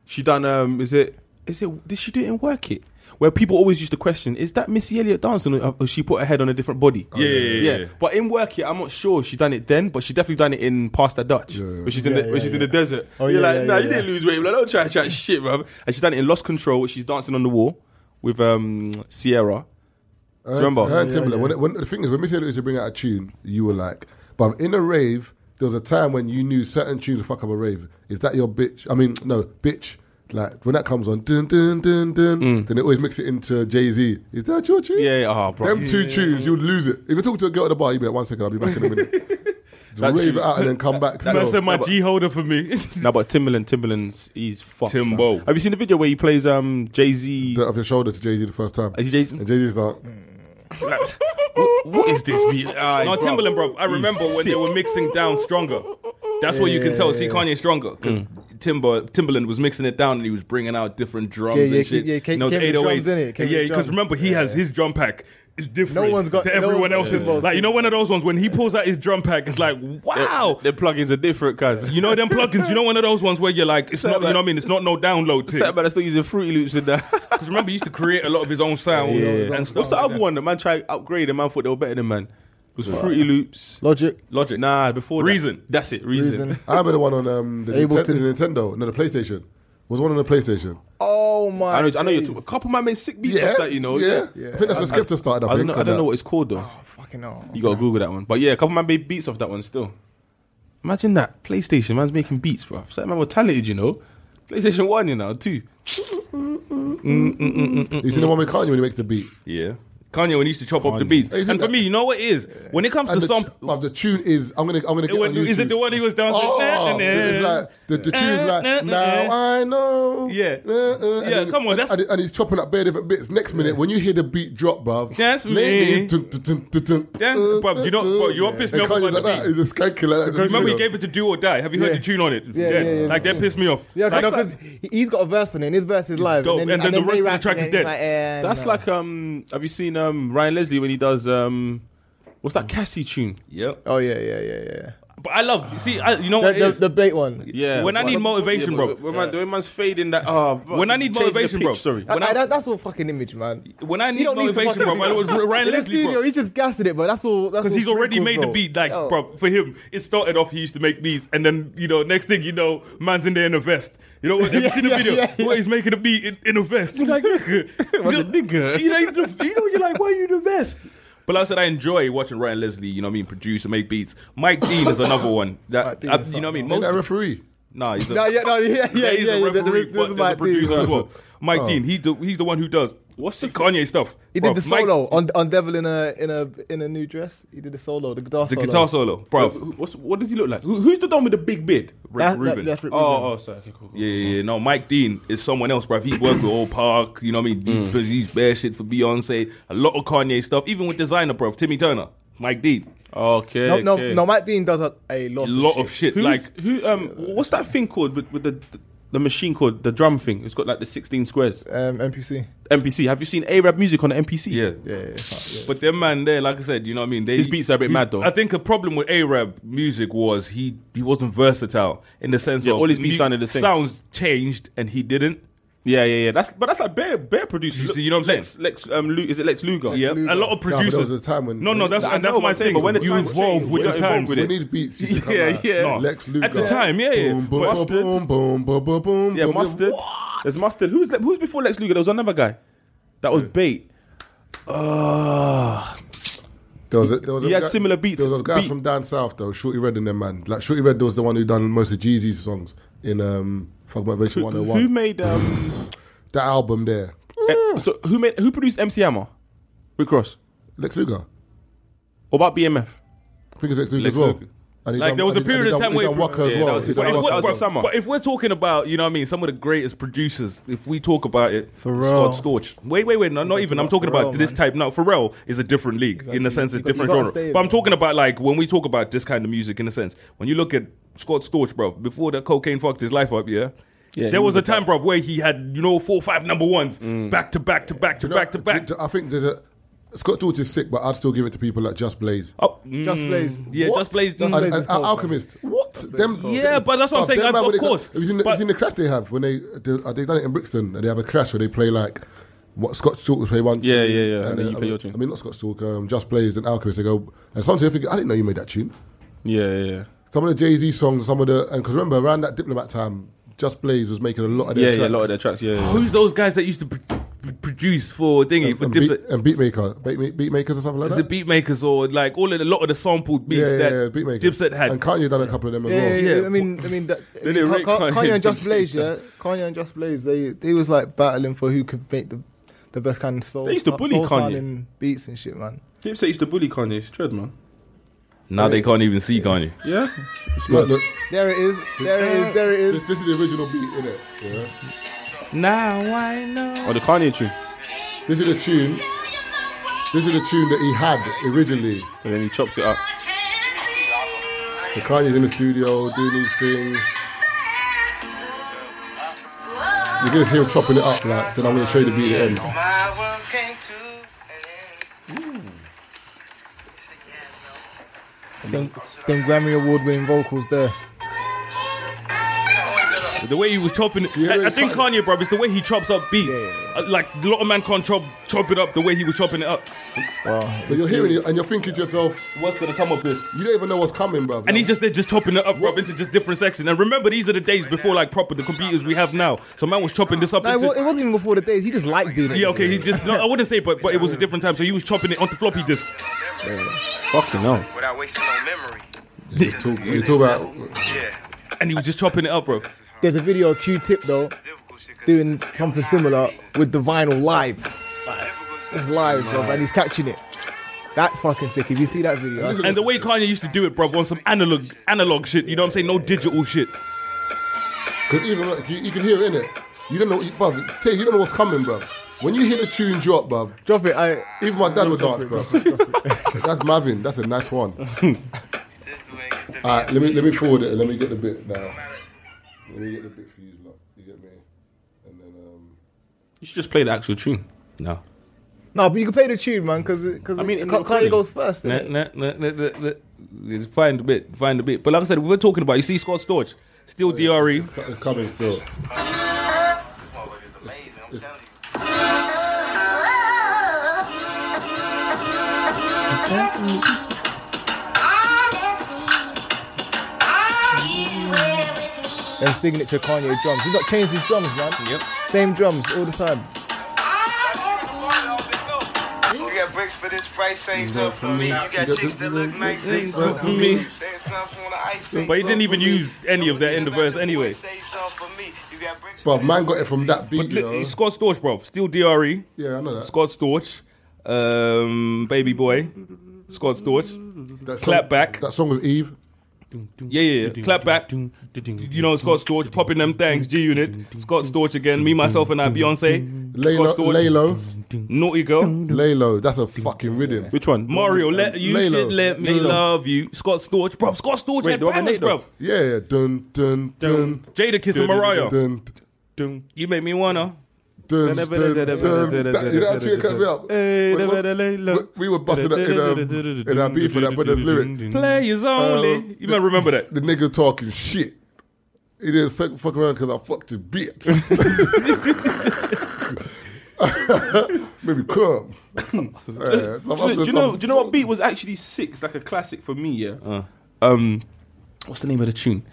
B: she done um is it is it did she do it in Work It? Where people always used to question, is that Missy Elliott dancing or or she put her head on a different body?
D: Oh, Yeah, yeah, yeah, yeah.
B: But in Work It, I'm not sure if she done it then, but she definitely done it in Past That Dutch,
A: yeah.
B: which is in
F: Yeah,
B: the, which
F: yeah,
B: is in the
F: yeah.
B: desert.
F: Oh,
B: You're
F: yeah,
B: like,
F: yeah,
B: nah,
F: yeah,
B: you
F: yeah.
B: didn't lose weight, bro. Don't try to chat shit, bro. And she's done it in Lost Control, which she's dancing on the wall with um, Sierra.
A: Her,
B: remember?
A: her and
B: Yeah,
A: Timberland. When, when, the thing is, when Missy Elliott used to bring out a tune, you were like, but in a rave, there was a time when you knew certain tunes would fuck up a rave. Is that your bitch? I mean, no, bitch. Like when that comes on, dun dun dun dun, then they always mix it into Jay Z. Is that your tune?
B: Mm. Yeah, yeah, oh, bro.
A: Them two tunes, you'd lose it. If you talk to a girl at the bar, you'd be like, one second, I'll be back in a minute. Just
B: That
A: rave
B: tune-
A: it out and then come back.
D: Man
A: still.
D: said my G holder for me.
B: No, but Timberland, Timberland's, he's fucked. fam.
D: Timbo.
B: Have you seen the video where he plays um, Jay Z?
A: dirt off your shoulder to Jay Z the first time.
B: Is he Jay-Z?
A: And Jay Z's like,
B: What is this? beat? Ah,
D: No,
B: bruv.
D: Timberland, bro. I
B: He's
D: remember when they
B: sick.
D: were mixing down stronger. That's what you can tell. See, Kanye stronger because
B: Hmm.
D: Timber Timberland was mixing it down and he was bringing out different drums
F: Yeah, yeah,
D: and shit.
F: yeah, came-
D: no,
F: came with drums,
D: 808s.
F: innit? Came
D: yeah,
F: with
D: because
F: drums.
D: remember he has his drum pack. It's different.
F: No one's got-
D: to
F: no
D: everyone
F: one's got
D: else's.
F: Timbo's
D: Like you know, one of those ones when he pulls out his drum pack, it's like wow.
B: Their plugins are different, cuz.
D: You know them plugins. You know one of those ones where you're like, it's
B: Sorry,
D: not. You
B: man.
D: know what I mean? It's not no download thing.
B: Sat back, they're still using Fruity Loops in there.
D: Because remember, he used to create a lot of his own sounds and stuff.
B: What's the
D: like
B: other
D: that.
B: one? The man tried to upgrade, the man thought they were better than man. It was Fruity Loops.
F: Logic.
D: Logic.
B: Nah, before that.
D: Reason.
B: That's it. Reason.
F: Reason.
A: I remember the one on um, the, Nintendo, the
F: Ableton.
A: Nintendo, no, the PlayStation. Was one on the PlayStation.
F: Oh my.
B: I know. I know you're.
F: days.
B: T- a couple man made sick beats
A: yeah,
B: off that. You know.
A: yeah. I think that's when Skepta started. I,
B: I don't
A: think,
B: know.
A: on
B: I don't
A: that.
B: know what it's called though.
F: Oh, fucking hell.
B: You gotta Google that one. But yeah, a couple man made beats off that one still. Imagine that PlayStation man's making beats, bro. Certain man were talented, you know. PlayStation One, you know, two.
A: You see the one with Kanye when he makes the beat.
D: Yeah. Kanye when he used to chop up the beats.
A: Isn't
D: And for
A: that-
D: me, you know what it is? When it comes
A: And
D: to
A: the,
D: some
A: t- bruv, the tune is I'm gonna I'm gonna get
D: It
A: on
D: was-
A: YouTube.
D: is it the one he was dancing?
A: Oh,
D: Nah, nah,
A: it's
D: nah.
A: like the, the tune's
D: Nah,
A: like
D: nah, nah,
A: now I know.
D: uh, Yeah.
A: Uh, uh,
D: Yeah,
A: then-
D: come on,
A: And,
D: that's-
A: and, and he's chopping up bare different bits. Next minute, when you hear the beat drop, bruv.
D: That's me.
A: ladies, dun, dun, dun, dun, dun,
D: Damn,
A: uh,
D: bruv, do you know-
A: dun,
D: bro, you know what
A: dun.
D: pissed me
A: And
D: off
A: Kanye's
D: about
A: like
D: the
A: that.
D: beat?
A: He's a skanky like that.
D: You remember he
A: know.
D: gave it to Do or Die. Have you heard
F: Yeah.
D: the tune on it?
F: Yeah, yeah, yeah,
D: Like that
F: yeah.
D: pissed me off.
F: Yeah,
D: Like,
F: because he's got a verse in it, and his verse is live.
D: dope,
F: And then, and then
D: the rest of
F: they
D: the
F: rap,
D: track
F: and
D: is
F: then it's
D: dead.
F: Like, eh,
B: That's
F: nah.
B: like um. Have you seen um Ryan Leslie when he does um. What's that Cassie tune?
D: yeah.
F: Oh yeah, yeah, yeah, yeah.
D: But I love see I, you know
F: The,
D: what it
F: the,
D: is?
F: the bait one.
B: Yeah.
D: When I
B: but-
D: need motivation,
B: yeah,
D: bro.
B: but When, man, when man's fading that. Oh, bro,
D: When I need
B: changing the
D: motivation, bro.
B: Sorry.
D: When I-
F: I, that, that's all fucking image, man.
D: when I
F: You
D: need
F: don't to
D: motivation,
F: fucking
D: bro, it
F: do
D: was
F: that.
D: Ryan
F: In the
D: Leslie,
F: studio,
D: bro.
F: he just gassed it, but that's all. That's
D: Because
F: all
D: he's already
F: sprinkles,
D: made the
F: bro.
D: beat. Like,
F: Yo.
D: bro, for him, it started off. He used to make beats, and then you know, next thing you know, man's in there in a vest. You know, what? have you seen the
F: yeah,
D: video
F: yeah, yeah.
D: where he's making a beat in, in a vest? You're like, nigga,
B: What's a nigga?
D: You know, you know, you know, you're like, why are you in a vest? But like I said I enjoy watching Ryan Leslie. You know, what I mean, produce and make beats. Mike Dean is another one that
F: Mike Dean
D: I,
F: is
D: you know, what I mean,
A: Ain't that a
D: most,
A: referee?
D: nah, he's a,
F: No, yeah, no, yeah, yeah,
D: yeah, he's
F: yeah.
D: a
F: yeah,
D: referee,
F: this
D: but
F: is
D: there's
F: my
D: a producer
F: thing.
D: as well. Mike Dean, he do, he's the one who does what's the Kanye stuff.
F: He did
D: Bruv,
F: the
D: Mike-
F: solo on on Devil in a in a in a new dress. He did the solo, the guitar
D: the
F: solo.
D: guitar solo,
B: Bro,
D: bro.
B: what's, what does he look like? Who, who's the don with the big beard?
F: That- that-
D: Reuben.
F: that's Rick Rubin.
B: Oh, oh, sorry. Okay, cool. cool.
D: Yeah, yeah, yeah. No, Mike Dean is someone else, bruv. He worked with Old Park, you know what I mean? He
B: Mm.
D: produced bare shit for Beyonce, a lot of Kanye stuff, even with designer, bruv. Timmy Turner, Mike Dean.
B: Okay.
F: No, no,
B: okay.
F: no. Mike Dean does a, a lot.
D: A lot
F: of
D: of shit.
F: shit.
B: Oh, Who's,
D: Like,
B: like who? Um, what's that thing called with, with the, the machine called the drum thing? It's got like the sixteen squares.
F: Um, NPC.
B: MPC. Have you seen Arab music on the MPC?
D: yeah.
F: Yeah, yeah.
D: But them man there, like I said, you know what I mean? They,
B: His beats are a bit
D: he's-
B: mad, though.
D: I think a problem with Arab music was he he wasn't versatile in the sense
B: Yeah,
D: of
B: all his beats
D: mu-
B: sounded the same.
D: Sounds changed and he didn't.
B: Yeah, yeah, yeah. That's but that's like bear bear producers.
D: You- you know what I'm saying?
B: Lex, Lex um, Lu, is it Lex Luger?
D: Yeah, a lot of
A: but there was
D: producers.
A: a time when-
D: no, no, that's
B: I
D: and that's
B: know,
D: my
B: I'm saying,
D: thing.
B: but when the
D: you
B: times
D: evolve
B: change,
D: with
B: when
D: the
B: it evolves
D: times.
B: with
A: We
B: it.
A: need beats. used to come
B: Yeah,
A: out.
B: yeah.
D: No.
A: Lex
D: At
A: Luger.
D: the time, yeah, yeah.
A: Boom, boom,
D: But-
A: boom, boom, boom, boom, boom, boom.
B: Yeah,
A: boom.
B: mustard. There's mustard. Who's le- who's before Lex Luger? There was another guy. That was bait. Uh,
A: There was a, there was
B: He
A: a
B: had
A: guy-
B: similar beats.
A: There was a guy
B: Beat.
A: from down south though, Shorty Red and them man. Like Shorty Red was the one who done most of Jeezy's songs in um Fuck Motivation
B: who,
A: 101.
B: who made um?
A: that album there,
B: eh, so who made who produced MC Hammer? Rick Ross.
A: Lex Luger.
B: What about BMF?
A: I think it's Lex Luger
B: Lex
A: as well.
B: Luger.
A: And he
D: Like
A: done-
D: there was a
A: and he- and
D: period
A: he
D: of
A: done-
D: time
A: he
D: where
A: done Waka as
B: yeah,
A: well.
B: that was
A: He
B: his-
A: done
B: that was
A: Waka
B: his
A: as well.
B: summer.
D: But if we're talking about, you know what I mean, some of the greatest producers, if we talk about it,
F: Pharrell.
D: Scott Storch. Wait, wait, wait, no, not even. I'm talking about
F: Pharrell,
D: this
F: man.
D: type. Now, Pharrell is a different league in the sense, it's
F: got- you
D: different
F: gotta
D: genre.
F: stay
D: But I'm
F: with-
D: talking about like when we talk about this kind of music in a sense, when you look at Scott Storch, bro, before that cocaine fucked his life up, yeah.
B: Yeah,
D: there
B: he was
D: was, a
B: a Mm.
D: time, bro, where he had you know four, five number ones back to back to back to
A: You know,
D: back to back.
A: d- d- I think there's a Scott George is sick, but I'd still give it to people like Just Blaze.
D: Oh,
F: Just
D: mm,
F: Blaze.
D: Yeah,
A: What?
D: Just Blaze.
A: And,
D: mm.
F: Blaze
A: and-
F: is cold,
A: and Alchemist. What? Them,
D: cold. Yeah, but that's what I'm
A: Oh,
D: saying,
A: them
D: and
A: man,
D: of
A: when they got-
D: course.
A: Have you, seen the,
D: But-
A: have you seen the crash they have when they do, uh, they done it in Brixton? And they have a crash where they play like what Scott Stork would play one.
B: Yeah,
A: tune,
B: yeah, yeah, and then
A: uh,
B: you
A: I
B: play
A: mean-
B: your tune.
A: I mean, not Scott Stork. Um, Just Blaze and Alchemist. They go and sometimes I think I didn't know you made that tune.
B: Yeah, yeah, yeah.
A: Some of the Jay Z songs, some of the and because remember around that Diplomat time, Just Blaze was making a lot of their
B: Yeah, yeah,
A: tracks.
B: a lot of their tracks. Yeah, yeah.
D: Who's those guys that used to pr- pr- produce for Dingy for
A: and,
D: Dipset?
A: beat, and Beatmaker, beat, beat makers or something like
D: Is
A: that.
D: it beatmakers or like all of the, a lot of the sampled beats
A: yeah, yeah,
D: that
A: yeah, Beatmaker.
D: Dipset had?
A: and Kanye done a couple of them as
F: Yeah,
A: well.
F: yeah, yeah.
D: Yeah.
F: I mean, I mean, that, I
D: Then
F: mean,
D: they
F: Ka-
D: rate
F: Ka-
D: Kanye.
F: Kanye and Just Blaze, yeah, Kanye and Just Blaze, they they was like battling for who could make the the best kind of soul.
B: They used to bully
F: soul
B: Kanye.
F: sounding beats and shit, man.
B: Dipset used to bully Kanye. It's dread, man.
D: now they can't even see Kanye.
B: Yeah.
A: Look, look,
F: There it is, there it is, there it
A: this,
F: is.
A: this is the original beat, innit? Yeah.
D: Now I know.
B: Or the Kanye tune.
A: This is the tune. This is the tune that he had originally.
B: And then he chops it up.
A: So Kanye's in the studio doing his thing. You're gonna hear him chopping it up, like. Then I'm gonna show you the beat at the end.
F: Them, them Grammy award winning vocals there.
D: The way he was chopping it.
A: Yeah,
D: I, I
A: yeah,
D: think Kanye, bro, it's the way he chops up beats. Uh, Like, a lot of man can't chop, chop it up the way he was chopping it up.
A: But you're hearing it and you're thinking to yourself,
D: What's going to come of this?
A: you don't even know what's coming, bro.
D: And he's just there, just chopping it up, bro, into just different sections. And remember, these are the days before, like, proper the computers we have now. So, man was chopping this up.
F: No, it,
D: into-
F: wa- it wasn't even before the days. He just liked doing it.
D: yeah, okay, he just, no, I wouldn't say, but but it was a different time. So, he was chopping it onto floppy disk.
B: Fucking hell.
I: Without wasting no memory.
A: you talk, you talk about
I: Yeah.
D: And he was just chopping it up, bro.
F: There's a video of Q-Tip though
I: Difficult shit. 'cause
F: doing something similar with the vinyl live. It's live, bro, and he's catching it. That's fucking sick. If you see that video, that's-
D: And the way Kanye used to do it, bro, on some analog analog shit. You know what I'm saying? No digital shit.
A: because even like, you, you can hear it in it. You don't know, bro. Tell you, you don't know what's coming, bro. When you hear the tune drop, bro,
F: drop it. I
A: even my dad would dance, bro. That's Marvin. That's a nice one.
I: This way, get the
A: Alright, let me let me forward it and let me get the bit now. Let me get the bit for you, lot. You get me? And then um
B: You should just play the actual tune. No.
F: no, but you can play the tune, man, because because I
B: I mean, in
F: mean,
B: the
F: Kanye
B: recording.
F: goes first.
D: Nah,
F: innit?
D: nah, nah, nah, nah, nah, nah. Find a bit, find a bit. But like I said, we were talking about. You see, Scott Storch,
I: Oh,
D: still E. DRE.
A: it's co- it's coming still.
I: motherfucker is amazing. I'm telling you.
F: Them signature Kanye drums. He's not changed his drums, man. Yep. Same drums all the time.
I: You got bricks for this price, ain't tough for me. You got chicks that look nice, ain't tough for
D: me.
I: me. There's nothing on the ice, ain't
D: But he didn't
I: tough
D: even
I: for me.
D: use any of that in the verse anyway.
I: Say something for me. You got bricks
A: But man got it from that beat,
D: But
A: you
D: li-
A: know.
D: Scott Storch, bro, still DRE.
A: Yeah, I know that.
D: Scott Storch, um, baby boy, Scott Storch.
A: that song,
D: clap back.
A: That song with Eve.
D: Yeah, yeah, yeah. Clap back. You know, Scott Storch popping them thangs. G Unit. Scott Storch again. Me, myself, and I. Beyonce.
A: Lay low,
D: Scott Storch.
A: lay low,
D: Naughty girl.
A: lay low. That's a fucking rhythm.
B: Which one?
D: Mario, let you
A: Lay
D: should
A: Low.
D: let me
B: Lay Low.
D: love you. Scott Storch, bro. Scott Storch
B: Wait,
D: had
B: do I have a
D: bangers,
B: Nate though?
D: bro.
A: Yeah, yeah. Dun dun dun
D: Jada Kiss and
B: Dun, dun,
D: Mariah.
A: dun.
B: Dun.
D: You make me wanna.
A: Dun, dun, dun, dun. That- You know how tune cut me up? When- when- We were busting that in, um, in our beef for that, but there's lyric.
D: Players only.
A: Um,
D: you might remember that.
A: The nigga talking shit. He didn't suck, fuck around because I fucked his bitch. Maybe come. Yeah, so I'm
B: do, you-
A: asking
B: do you know?
A: some-
B: Do you know what beat was actually six? Like a classic for me. Yeah. Um, what's the name of the tune?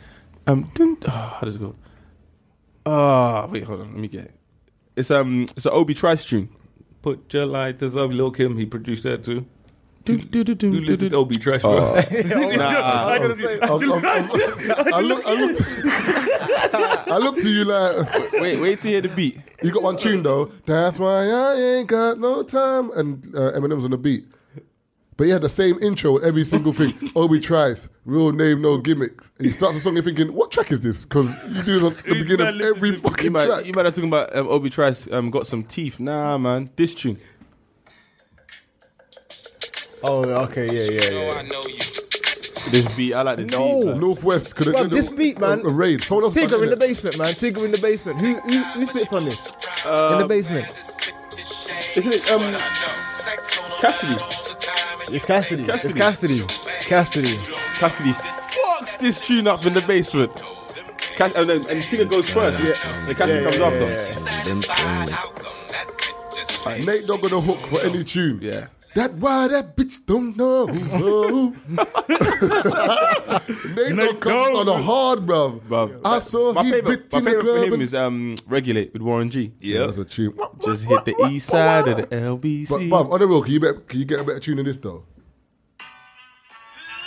B: Um, dun, oh, how does it go? Ah, wait, hold on. Let me get it. It's um, it's an Obi Trice tune.
D: Put your lighters up, Lil Kim. He produced that too.
B: Do, do, do, do,
D: You
B: do,
D: listen
B: do.
D: to Obi Trash, bro.
B: Oh.
D: I gotta see-
A: I, was- I, was- I was- I look, I, looked, I looked to you like
B: Wait, wait to hear the beat.
A: you got one tune though. That's why I ain't got no time. And uh, Eminem's on the beat, but he had the same intro with every single thing. Obi tries real name, no gimmicks. And you start the song, you're thinking, what track is this? Because you do this at the beginning of every
B: You
A: fucking
B: might,
A: track.
B: you might have talking about um, Obi Trice um, got some teeth. Nah, man, this tune.
F: Oh, okay, yeah, yeah, yeah.
B: This beat, I like this
F: No.
B: beat. man.
A: Northwest could
F: Bro,
A: have
F: this beat, man.
A: A, a raid. Someone else
F: Tigger
A: fucking
F: in the
A: it.
F: basement, man. Tigger in the basement. Who who who spits on this? in the basement.
B: Isn't it um Cassidy?
F: It's Cassidy. It's Cassidy. Cassidy.
B: Cassidy fucks this tune up in the basement. Cass- and then and Tina goes first. Yeah. And Cassidy comes after.
A: Nate Dogg on the hook for any tune.
B: Yeah.
A: That why that bitch don't know. who- Nate Dogg comes on a hard, bruv.
B: Bruv.
A: I saw
B: My
A: he
B: favorite,
A: bit
B: my
A: in the
B: favorite for
A: club.
B: him
A: and-
B: is um, Regulate with Warren G.
A: Yeah, that's a tune.
B: Just hit the east side of the LBC.
A: But bruv, on the real, can you, bet, can you get a better tune than this though?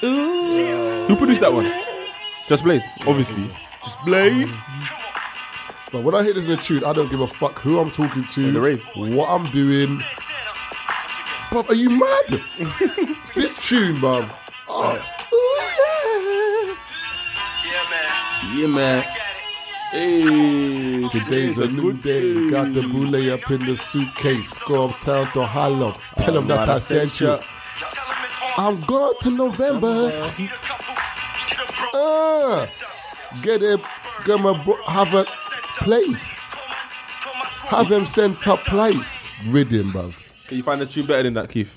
B: Who produced that one? Just Blaze, obviously. Just Blaze.
A: But when I hear this in a tune, I don't give a fuck who I'm talking to,
B: the rave.
A: what I'm doing. Bruv, are you mad? this tune, bruv. Oh, ooh, yeah.
B: Yeah, man. Hey,
A: Today's a new day. Got the boule up in the suitcase. Go uptown to Harlem. Tell them that I sent you. I'm gone to November. Uh, get it. Get my bro- have a place. Have him sent a place. Rhythm, bruv.
B: Can you find a tune better than that, Keith?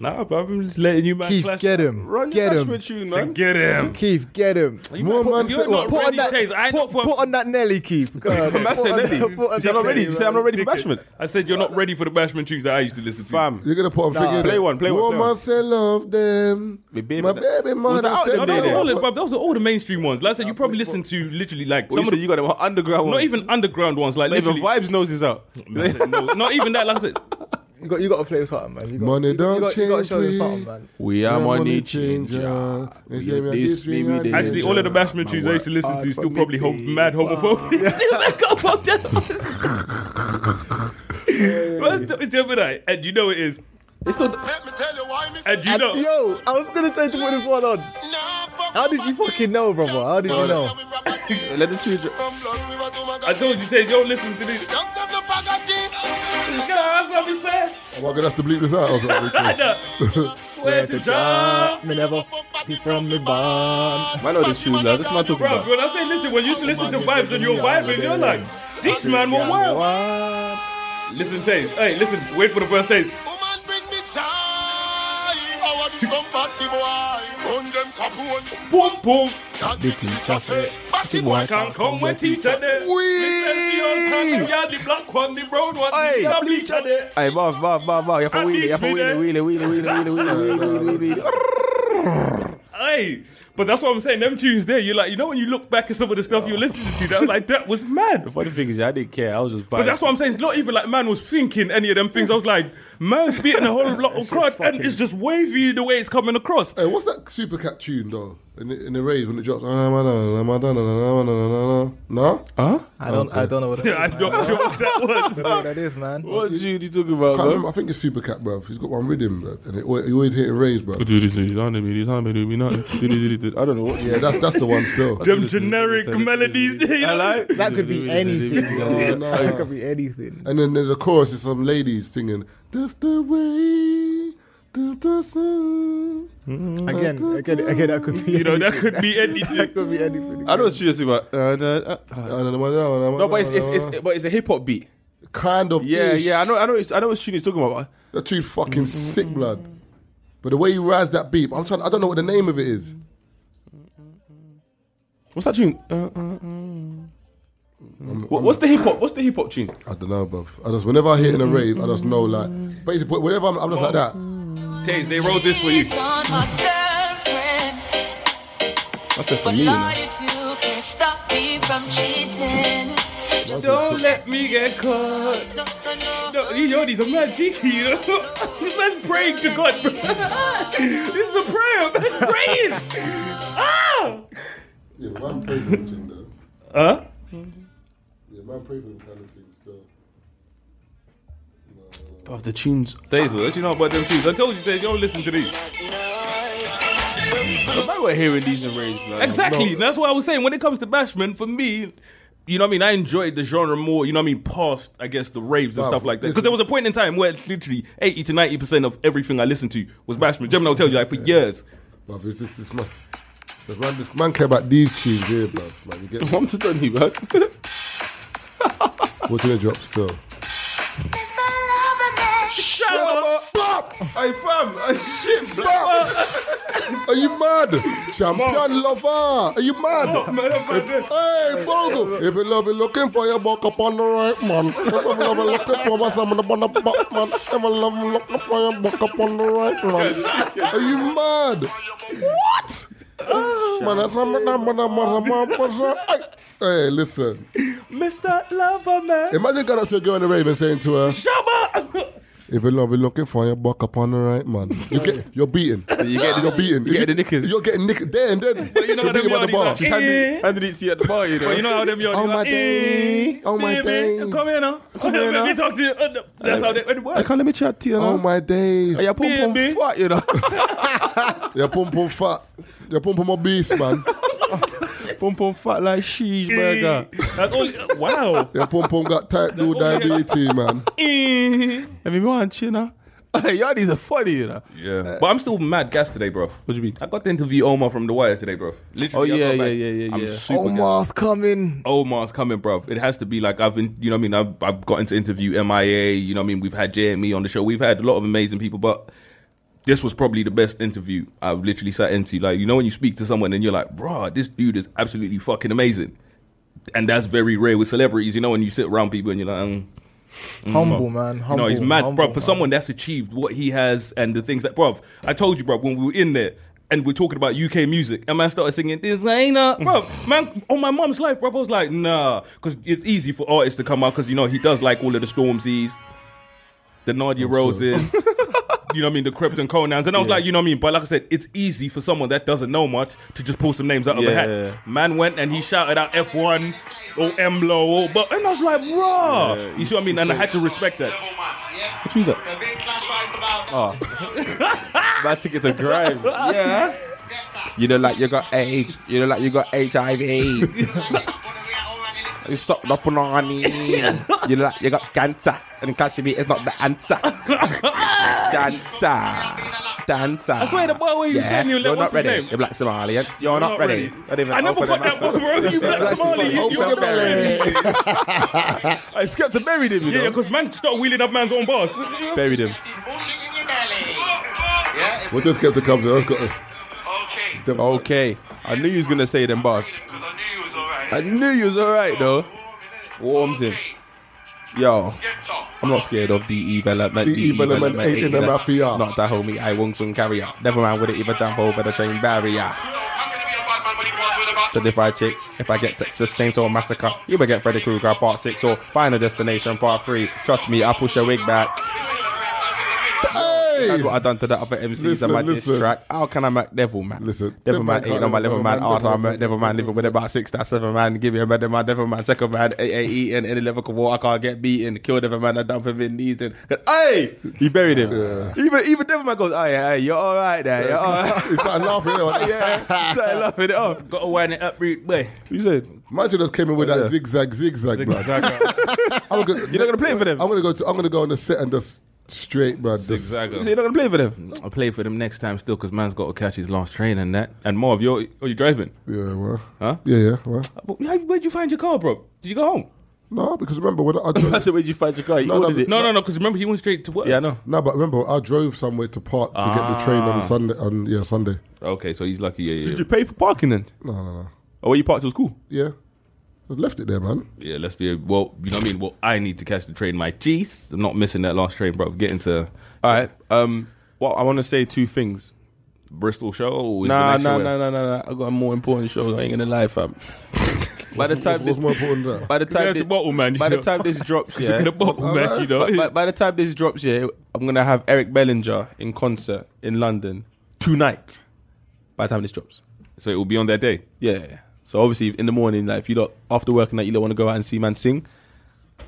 D: Nah, bro, I'm just letting you man.
F: Keith,
D: clash.
F: get him.
B: Run
F: get
B: your
F: him.
B: Nashville tune, man.
D: Get him.
F: Keith, get him.
A: More man
D: you're
A: said-
D: not
A: what?
F: Put on
D: ready,
F: that.
D: Taze. I ain't
F: Put,
D: up for-
F: put on that Nelly, Keith. Go on,
B: Man
F: put
B: said
F: on that-
B: Nelly.
F: put on
B: You said I'm
F: that
B: not ready. You
F: Nelly,
B: said I'm not ready for
D: Dickhead.
B: bashment.
D: I said you're not ready for the Bashman tunes that I used to listen to.
B: Fam.
A: You're gonna put on
F: Nah.
A: thing in
B: Play
A: it.
B: one, play one, play
A: Woman
B: one.
A: said love them.
B: My baby
A: my
B: that-
A: baby
B: Was
A: mother
B: that Oh, out
A: said
B: them
D: No, those,
B: days?
D: are all,
A: love
D: the- bruv, those are all the mainstream ones. Like I said, you probably listen to literally like
B: Well,
D: some
B: you
D: of
B: said
D: the,
B: you got them underground ones.
D: not even underground ones. Like
B: Not even
D: literally,
B: vibes noses out.
D: I said, no, not even that. Like I said,
F: You got, you got to play with something, man. You got,
A: Money
F: you
A: don't
F: got, you got, You got to
A: change
F: show your
A: me.
F: something, man.
B: We
A: Yeah,
B: are money
A: money
B: changer.
A: changer.
B: We
A: Yeah,
B: are
A: me,
B: this,
A: this,
B: me,
A: me,
B: me,
A: me,
B: they
D: actually, all of the
B: enjoy.
D: Bashman tunes I used to listen to
B: Hard
D: is still
B: for
D: probably
B: me,
D: ho-
B: baby.
D: mad homophobic. Still like I'm about that. But it's Gemini, and you know it is. It's not.
I: Let me tell you why, Mr.
D: And you
F: I-
D: know,
F: Yo, I was gonna try to put this one on. How did you fucking know, brother? How did you know?
B: Let the children.
D: I told you, Taze, don't listen to this. Guys, I'm just saying.
A: Am I gonna have to bleep this out or
D: I
A: something?
D: know. Swear to God.
F: Me never f- be from the barn.
B: I know this tune, lad. This man talking
D: Bro,
B: about.
D: when I say listen, when you listen to vibes and you're vibing, you're like, these man were wild. Listen, Taze. Hey, listen, wait for the first Taze.
I: Woman bring me joy. I want somebody boy. On them capoon.
D: Boom, boom.
I: That the teacher say. Batty
D: I
I: boy.
D: can't come when teacher there.
A: Wee!
D: Mr. Dion, can't you? Yeah, the black one, the brown one,
B: Hey.
D: the bleacher there.
B: Hey, Bob, Bob, Bob, Bob. You have to
D: At
B: wheel it. You
D: least
B: have to
D: we
B: wheel it,
D: there.
B: wheel it, wheel it, wheel it, wheel it, wheel it, wheel it, wheel it.
D: Hey, but that's what I'm saying. Them tunes there, you're like, you know, when you look back at some of the stuff you're listening to, that was like, that was mad.
B: Funny thing is, I didn't care. I was just vibing.
D: But that's what I'm saying. It's not even like man was thinking any of them things. I was like, man's beating a whole lot of crud, and it's just wavy the way it's coming across.
A: Hey, what's that super cat tune though? In the, in the rave when it drops. No?
B: Huh?
F: I don't, I don't know what
D: I
F: that
D: don't know what that was.
F: is, that is man.
B: What tune you talking about,
A: I,
B: bro?
A: remember, I think it's super cat, bruv. He's got one rhythm, bruv. And it, al- he always hitting raves, bruv.
B: I don't know what.
A: Yeah, that's, that's the one still.
D: Them generic melodies. You know?
F: That could be anything.
A: Yeah,
F: bro.
A: nah.
F: That could be anything.
A: And then there's a chorus, it's some ladies singing, That's the way. that's the sound." Mm.
F: Again, again, again. That could be.
D: You know, that could be
F: That
D: anything.
F: could be anything.
B: I know what you're talking about. Uh, uh, uh, No, but it's, it's, it's but it's a hip hop beat.
A: kind of.
B: Yeah,
A: ish.
B: yeah. I know. I know. It's, I know what tune he's talking about.
A: That tune fucking sick, blood. But the way you rise that beat, I'm trying. I don't know what the name of it is.
B: What's that tune? Uh, uh, uh. What, what's the hip hop? What's the hip hop tune?
A: I don't know, bruv. Mm-hmm. I just whenever I hear in a rave, I just know like basically whenever I'm, I'm just like that.
D: Taze, they wrote this for you.
A: That's it for me. you know.
D: Don't let me get caught. No, you know these are mad cheeky, you know. This man's praying to God. bro. this is a prayer. Man's praying. ah!
A: Yeah, but man, pray for the thing though.
D: Huh?
A: Yeah, man, pray for the kind of things though.
B: Bruv, the tunes.
D: Daisy, what do you know about them tunes? I told you, Daisy, you don't listen to these.
B: I were hearing these in raves, man.
D: Exactly. That's what I was saying. When it comes to Bashman, for me, you know what I mean? I enjoyed the genre more, you know what I mean, past, I guess, the raves and
A: Bruv,
D: stuff like that. Because
A: listen.
D: there was a point in time where literally 80 to 90% of everything I listened to was Bashman. Gemini will tell you, like, for years.
A: Bruv, it's just this man. This man, this man care about these tunes here, bruv. Man, you get
B: Mom to Donny, man.
A: what's in the drop still.
D: Shut up!
B: Hey fam, hey, shit, bro.
A: Are you mad? Champion lover. Are you mad?
D: eh.
A: Hey, Bogo. If you love it, looking for your buck upon the right man. If you love it, looking for what's happening upon the back man. If you love it, looking for your buck upon the right man. Are you mad? What? Man, that's a man, man, man, man, man, man, man. Hey, Hey, listen.
D: Mr. Lover Man.
A: Imagine going up to a girl in the rave and saying to her,
D: Shut up!
A: If you love it, looking for your buck upon the right man. You get, you're beating. You get, you're beating. You
B: get the knickers.
A: You're getting knickers. There and then. But
D: you know how them yardies are.
B: She handed, handed it to you at the bar, you know.
D: But you know how them yardies
A: Oh, my
D: like,
A: days.
D: eh,
A: Oh, my
D: baby,
A: days.
D: Come here now. Come here now. Let me talk to you. Uh, no. That's how they, it
B: I
D: works.
B: can't let me chat to you.
A: Oh
F: Um,
B: now.
A: my days.
B: Hey, your pum pum
D: Baby.
B: fat, you know.
A: Your pum pum fat. Your pum pum obese, man.
B: pum pum fat like sheesh
D: Eh,
B: burger.
D: That's only, wow.
A: Your pum pum got type 2 diabetes, man.
D: Eh.
B: Let me want you know. Hey, y'all these are funny, you know.
D: Yeah. But I'm still mad gas today, bro.
B: What do you mean?
D: I got to interview Omar from The Wire today, bro. Literally.
B: Oh,
D: I
B: yeah,
D: got back.
B: yeah, yeah, yeah,
D: I'm
B: yeah.
D: super
F: Omar's coming.
D: Omar's coming, bro. It has to be like I've, in, you know, what I mean, I've, I've gotten to interview MIA. You know, what I mean, we've had JME on the show. We've had a lot of amazing people, but this was probably the best interview I've literally sat into. Like, you know, when you speak to someone and you're like, bro, this dude is absolutely fucking amazing, and that's very rare with celebrities. You know, when you sit around people and you're like. Mm,
F: Humble man. Humble.
D: no, he's mad,
F: humble,
D: bro. For
F: man.
D: someone that's achieved what he has and the things that, bro. I told you, bro, when we were in there and we're talking about UK music, and man started singing designer, bro. Man, on my mom's life, bro. I was like, nah, because it's easy for artists to come out because you know he does like all of the Stormzy's, the Nadia Roses. You know what I mean? The Krypton Conans. And I was like, you know what I mean? But like I said, it's easy for someone that doesn't know much to just pull some names out of a
B: Yeah.
D: hat. Man went and he shouted out F1 or MLO. Or, but, and I was like, raw. you see what I mean? And I had to respect that.
I: What's
B: Who's that?
I: The big clash right about.
B: My ticket to grime. yeah. You know, like you got AIDS. You know, like you got HIV. You sucked up on honey. You know, like you got cancer. And clashing me is not the answer. Dancer. Dancer.
D: I swear the boy where you saying you
B: You're
D: like,
B: not
D: what's his
B: ready.
D: name?
B: You're black Somalian. You're, not, ready. Not even
D: I never
B: open
D: fucked
B: the
D: that book, bro. You black Somali. You, you're not ready.
B: I skipped and buried him, you
D: Yeah,
B: know.
D: because man start wheeling up man's own bars.
B: Buried him.
I: Yeah, if-
A: What just kept to come to us? Got
I: okay.
A: them-
B: Okay. I knew you was going to say them bars.
I: Because I knew you was alright.
B: I knew you was alright, though. Warms him. Yo. I'm not scared of the development.
A: The development ain't in the mafia.
B: Not that homie, I won't soon carry up. Never mind, would it even jump over the train barrier? So if I chicks, if I get Texas Chainsaw Massacre, you will get Freddy Krueger Part 6 or Final Destination Part 3. Trust me, I push the wig back.
A: Hey!
B: That's what I done to the other MCs
A: Listen,
B: on my diss
A: listen.
B: track. How can I make Devil Man?
A: Listen, Devil
B: Devil Man
A: Man
B: ain't on my
A: can't-
B: level man.
A: Devil Man
B: After I
A: can't-
B: make Devil Man, living with about six, that seven man. Give me a better man, Devil Man, second man, eight, eight, eat, and any level of war, I can't get beaten. Kill Devil Man, I dump him in these. Then, 'Cause, hey, he buried him. Even even Devil Man goes, hey, hey, you're all right there, you're all right.
A: He started laughing. You know, like,
B: yeah, started laughing it up.
D: Got to wind it up, root boy.
B: You said
A: Imagine us came in with that
B: Yeah.
A: zigzag, zigzag, man. I'm gonna,
B: you're not gonna play for them.
A: I'm gonna go. To, I'm gonna go on the set and just straight, man. Just,
B: You said you're not gonna play for them.
D: I'll play for them next time still because man's got to catch his last train and that. And Marv, you're, are oh, you driving?
A: Yeah, well.
D: Huh?
A: Yeah, yeah. Well.
D: But how- Where'd you find your car, bro? Did you go home?
A: No, because remember when I
B: I
A: drove,
B: said, where'd you find your car? You
A: No, no,
B: ordered it.
D: No, no, no, because remember he went straight to work.
B: Yeah, I know.
A: no, but remember I drove somewhere to park to
D: Ah.
A: get the train on Sunday. On yeah, Sunday.
D: Okay, so he's lucky. Yeah, yeah.
B: Did you pay for parking then?
A: No, no, no.
B: Oh, where you parked was cool.
A: Yeah. I left it there, man.
D: Yeah, let's be well. You know what I mean. Well, I need to catch the train, my G's. I'm not missing that last train, bro. Getting to
B: All right. Um, well, I want to say two things.
D: Bristol show. Or is
B: Nah,
D: the next
B: nah,
D: show-
B: nah, nah, nah, nah. I got a more important show. I ain't gonna lie, fam. by the time
A: What's
B: this,
A: more important than that?
B: by the time
D: the
B: this,
D: bottle, man, you
B: by the
D: know.
B: time this drops, yeah.
D: Look at the bottle, man, you know.
B: By, by- by the time this drops, yeah, I'm gonna have Eric Bellinger in concert in London tonight. By the time this drops,
D: So it will be on that day.
B: yeah. yeah, yeah. So obviously in the morning, like if you lot after work and that you lot want to go out and see man sing,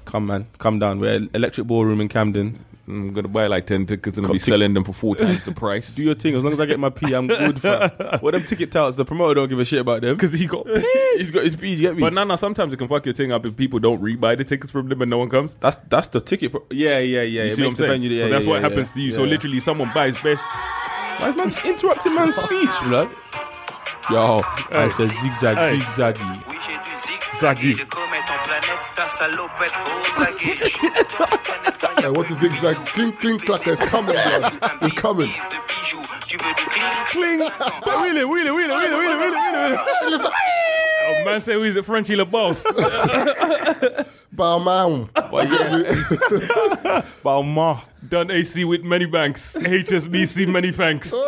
B: come man, come down. We're at Electric Ballroom in Camden.
D: I'm gonna buy like ten tickets and I'll
B: Come
D: be
B: to-
D: selling them for four times the price.
B: Do your thing. As long as I get my P, I'm good. Fam. What them ticket touts? The promoter don't give a shit about them because he got he's got his P. You get me?
D: But no, no. Sometimes it can fuck your thing up if people don't rebuy the tickets from them and no one comes.
B: That's that's the ticket. Pro- yeah, yeah, yeah.
D: You
B: it
D: see what I'm
B: makes the
D: saying?
B: venue- yeah,
D: so that's
B: yeah,
D: what
B: yeah,
D: happens
B: yeah.
D: to you.
B: Yeah.
D: So literally, if someone buys best.
B: why is man interrupting man's speech, blood? Yo, I said zigzag,
D: Hey.
B: zigzaggy.
I: Oui, j'ai du zig.
D: Zaggy.
I: De comète en planète, ta salopette, oh Zaggy.
A: Hey, what the zigzag? Clink, clink, clack. It's coming, guys. It's coming.
I: De bijoux, tu veux du cling
B: Cling. Wheelie, wheelie, wheelie, wheelie, wheelie, wheelie, wheelie.
D: Oh, man, say who's at Frenchy La Boss.
A: Bow man.
B: But yeah. but oh, ma,
D: Done AC with many banks. HSBC, many thanks.
A: Hey,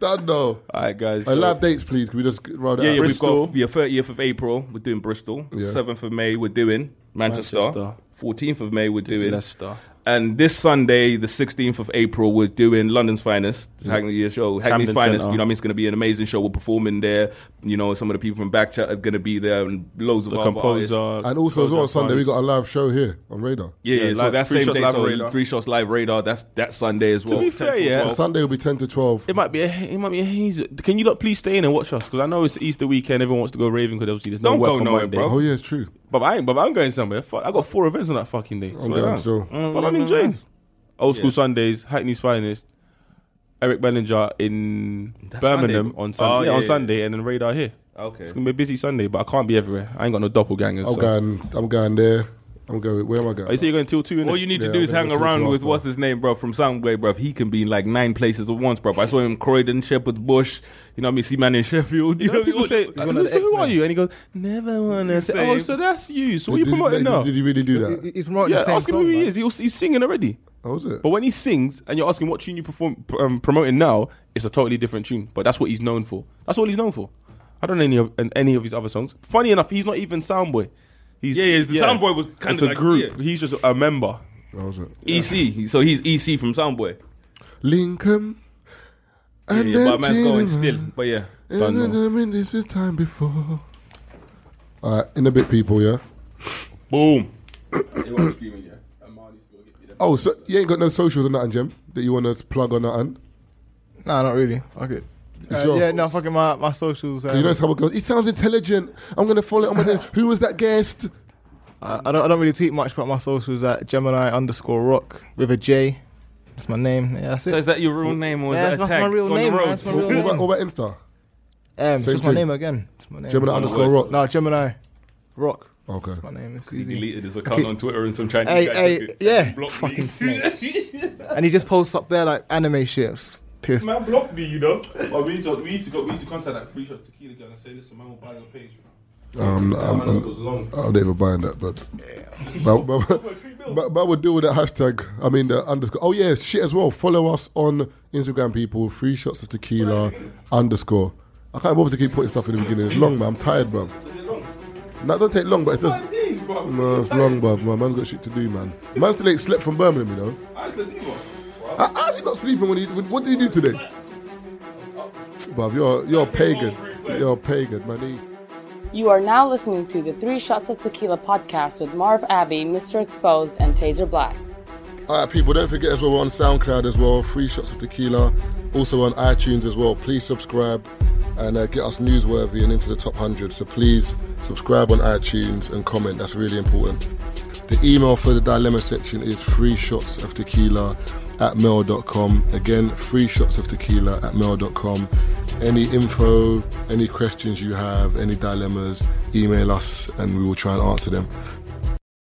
A: Dando.
B: alright, guys.
A: Hey,
B: so-
A: live dates, please. Can we just round it
D: Ah, Yeah,
A: out?
D: yeah,
B: Bristol.
D: we've got yeah, thirtieth of April, we're doing Bristol.
A: Yeah.
D: Seventh of May, we're doing Manchester.
B: Manchester.
D: Fourteenth of May, we're doing
B: Leicester.
D: And this Sunday, the sixteenth of April, we're doing London's finest. It's Hackney Year Show. Hackney's
B: Camden
D: finest.
B: Centre.
D: You know, what I mean, it's going to be an amazing show. We're performing there. You know, some of the people from Backchat are going to be there, and loads of
B: The
D: other
B: composer.
D: artists.
A: And also, as well, on Sunday, we got a
B: a.
A: live show here on Radar.
D: Yeah, yeah.
B: Yeah,
D: so
B: live-
D: that
B: Three
D: same
B: Shots
D: day,
B: Live
D: so
B: Radar.
D: three shots live radar. That's that Sunday as well.
B: be
D: 10
B: fair, yeah.
D: 12.
A: Sunday will be 10 to 12.
B: It might be a, it might be a haze. Can you lot please stay in and watch us? Because I know it's Easter weekend. Everyone wants to go raving because obviously there's no
D: Don't
B: work
D: go
B: on
D: nowhere,
B: Monday.
D: bro.
A: Oh, yeah, it's true.
B: But I ain't. But I'm going somewhere. Fuck, I got four events on that fucking day.
A: I'm
B: Swear
A: down
B: down.
A: still.
D: Mm,
B: But I'm enjoying. Old school Sundays, Hackney's finest. Eric Bellinger in
D: That's
B: Birmingham
D: Sunday.
B: on Sunday.
D: Oh,
B: yeah,
D: yeah,
B: on
D: yeah.
B: Sunday, and then Radar here.
D: Okay.
B: It's gonna be a busy Sunday, but I can't be everywhere. I ain't got no doppelgangers.
A: I'm
B: so.
A: going. I'm going there. I'm going. Where am I
B: Oh, you
A: going?
B: say you're going till two? innit?
D: All you need
A: Yeah,
D: to do is
A: I'm gonna
D: hang
A: go to
D: around
A: Toronto.
D: with what's his name, bro, from Soundway, bro. He can be in like nine places at once, bro. I saw him Croydon, Shepherd's Bush. You know what I mean? See man in Sheffield. You know,
B: When people
D: what I
B: say,
D: mean?
F: one of
B: "Who-
F: the
B: so who are
F: X-Men.
B: you?" And he goes, "Never wanna say."
D: Same.
B: Oh, so that's you. So what you
A: Did-
B: promoting
A: did,
B: now?
A: Did he really do that?
F: He- He's promoting
B: Yeah,
F: the same
B: ask him
F: song,
B: who he
F: man.
B: is. He was, he's singing already.
A: How was it?
B: But when he sings and you're asking what tune you perform pr- um, promoting now, it's a totally different tune. But that's what he's known for. That's all he's known for. I don't know any of and any of his other songs. Funny enough, he's not even Soundboy. He's
D: Yeah, yeah, the Soundboy was kinda
B: It's a
D: like-
B: group.
D: yeah.
B: He's just a member.
A: How was it?
D: EC. So he's EC from Soundboy.
A: Lincoln.
D: Yeah,
A: And
D: yeah, but
A: then
D: man's going
A: Jennifer.
D: still. But yeah.
B: Don't
D: Oh.
B: know.
A: And then when this is time before. All right, in a bit, people. Yeah.
D: Boom.
A: Oh, so you ain't got no socials or nothing, Jim, that you want to plug or nothing.
F: Nah, not really. Fuck it. Uh,
A: Sure.
F: Yeah, no, fucking my, my socials. Um,
A: You know, someone goes, "He sounds intelligent. I'm gonna follow. I'm gonna. Who was that guest?
F: I, I don't I don't really tweet much about my socials at Gemini underscore rock with a J. That's my name. Yeah, that's
D: So
F: it.
D: is that your real name or is
F: Yeah,
D: that a
F: that's
D: tag
F: my real
D: on
F: name,
D: the
F: man.
D: roads?
F: That's my real
A: What
F: name.
A: about, what about Insta?
F: Um, it's
A: Same
F: just my
A: thing.
F: name again. It's my name.
A: Gemini underscore rock.
F: No, Gemini rock.
A: Okay.
F: My name is
D: He
F: easy.
D: deleted his account on Twitter and some Chinese
F: Hey,
D: guy
F: hey,
D: took it.
F: yeah.
D: He blocked
F: Fucking
D: me.
F: And he just posts up there like anime shifts. Pissed.
B: Man blocked me, you know. But we need to we need to go. We need to contact that free shot tequila guy and say, "Listen, man, will buy your page."
A: Um,
B: That man
A: I'm,
B: goes long.
A: I'm never buying that, but. but, but, but, but we'll deal with that hashtag. I mean, the underscore. Oh, yeah, shit as well. Follow us on Instagram, people. Free shots of tequila underscore. I can't bother to keep putting stuff in the beginning. It's long, man. I'm tired, bruv. No, it don't take long, but it's just. No, it's long, bruv. My man's got shit to do, man. Man still ain't slept from Birmingham, you know.
B: Ah,
A: How how is he not sleeping when he. When, what did he do today? Bruv, you're, you're a pagan. You're a pagan, man. He-
J: You are now listening to the Three Shots of Tequila podcast with Marv Abbey, Mr. Exposed, and Taser Black.
A: All right, people, don't forget as well, we're on SoundCloud as well, Free Shots of Tequila, also on iTunes as well. Please subscribe and uh, get us newsworthy and into the top 100. So please subscribe on iTunes and comment, that's really important. The email for the dilemma section is free shots of tequila at mail.com. Again, free shots of tequila at mail.com. Any info, any questions you have, any dilemmas, email us and we will try and answer them.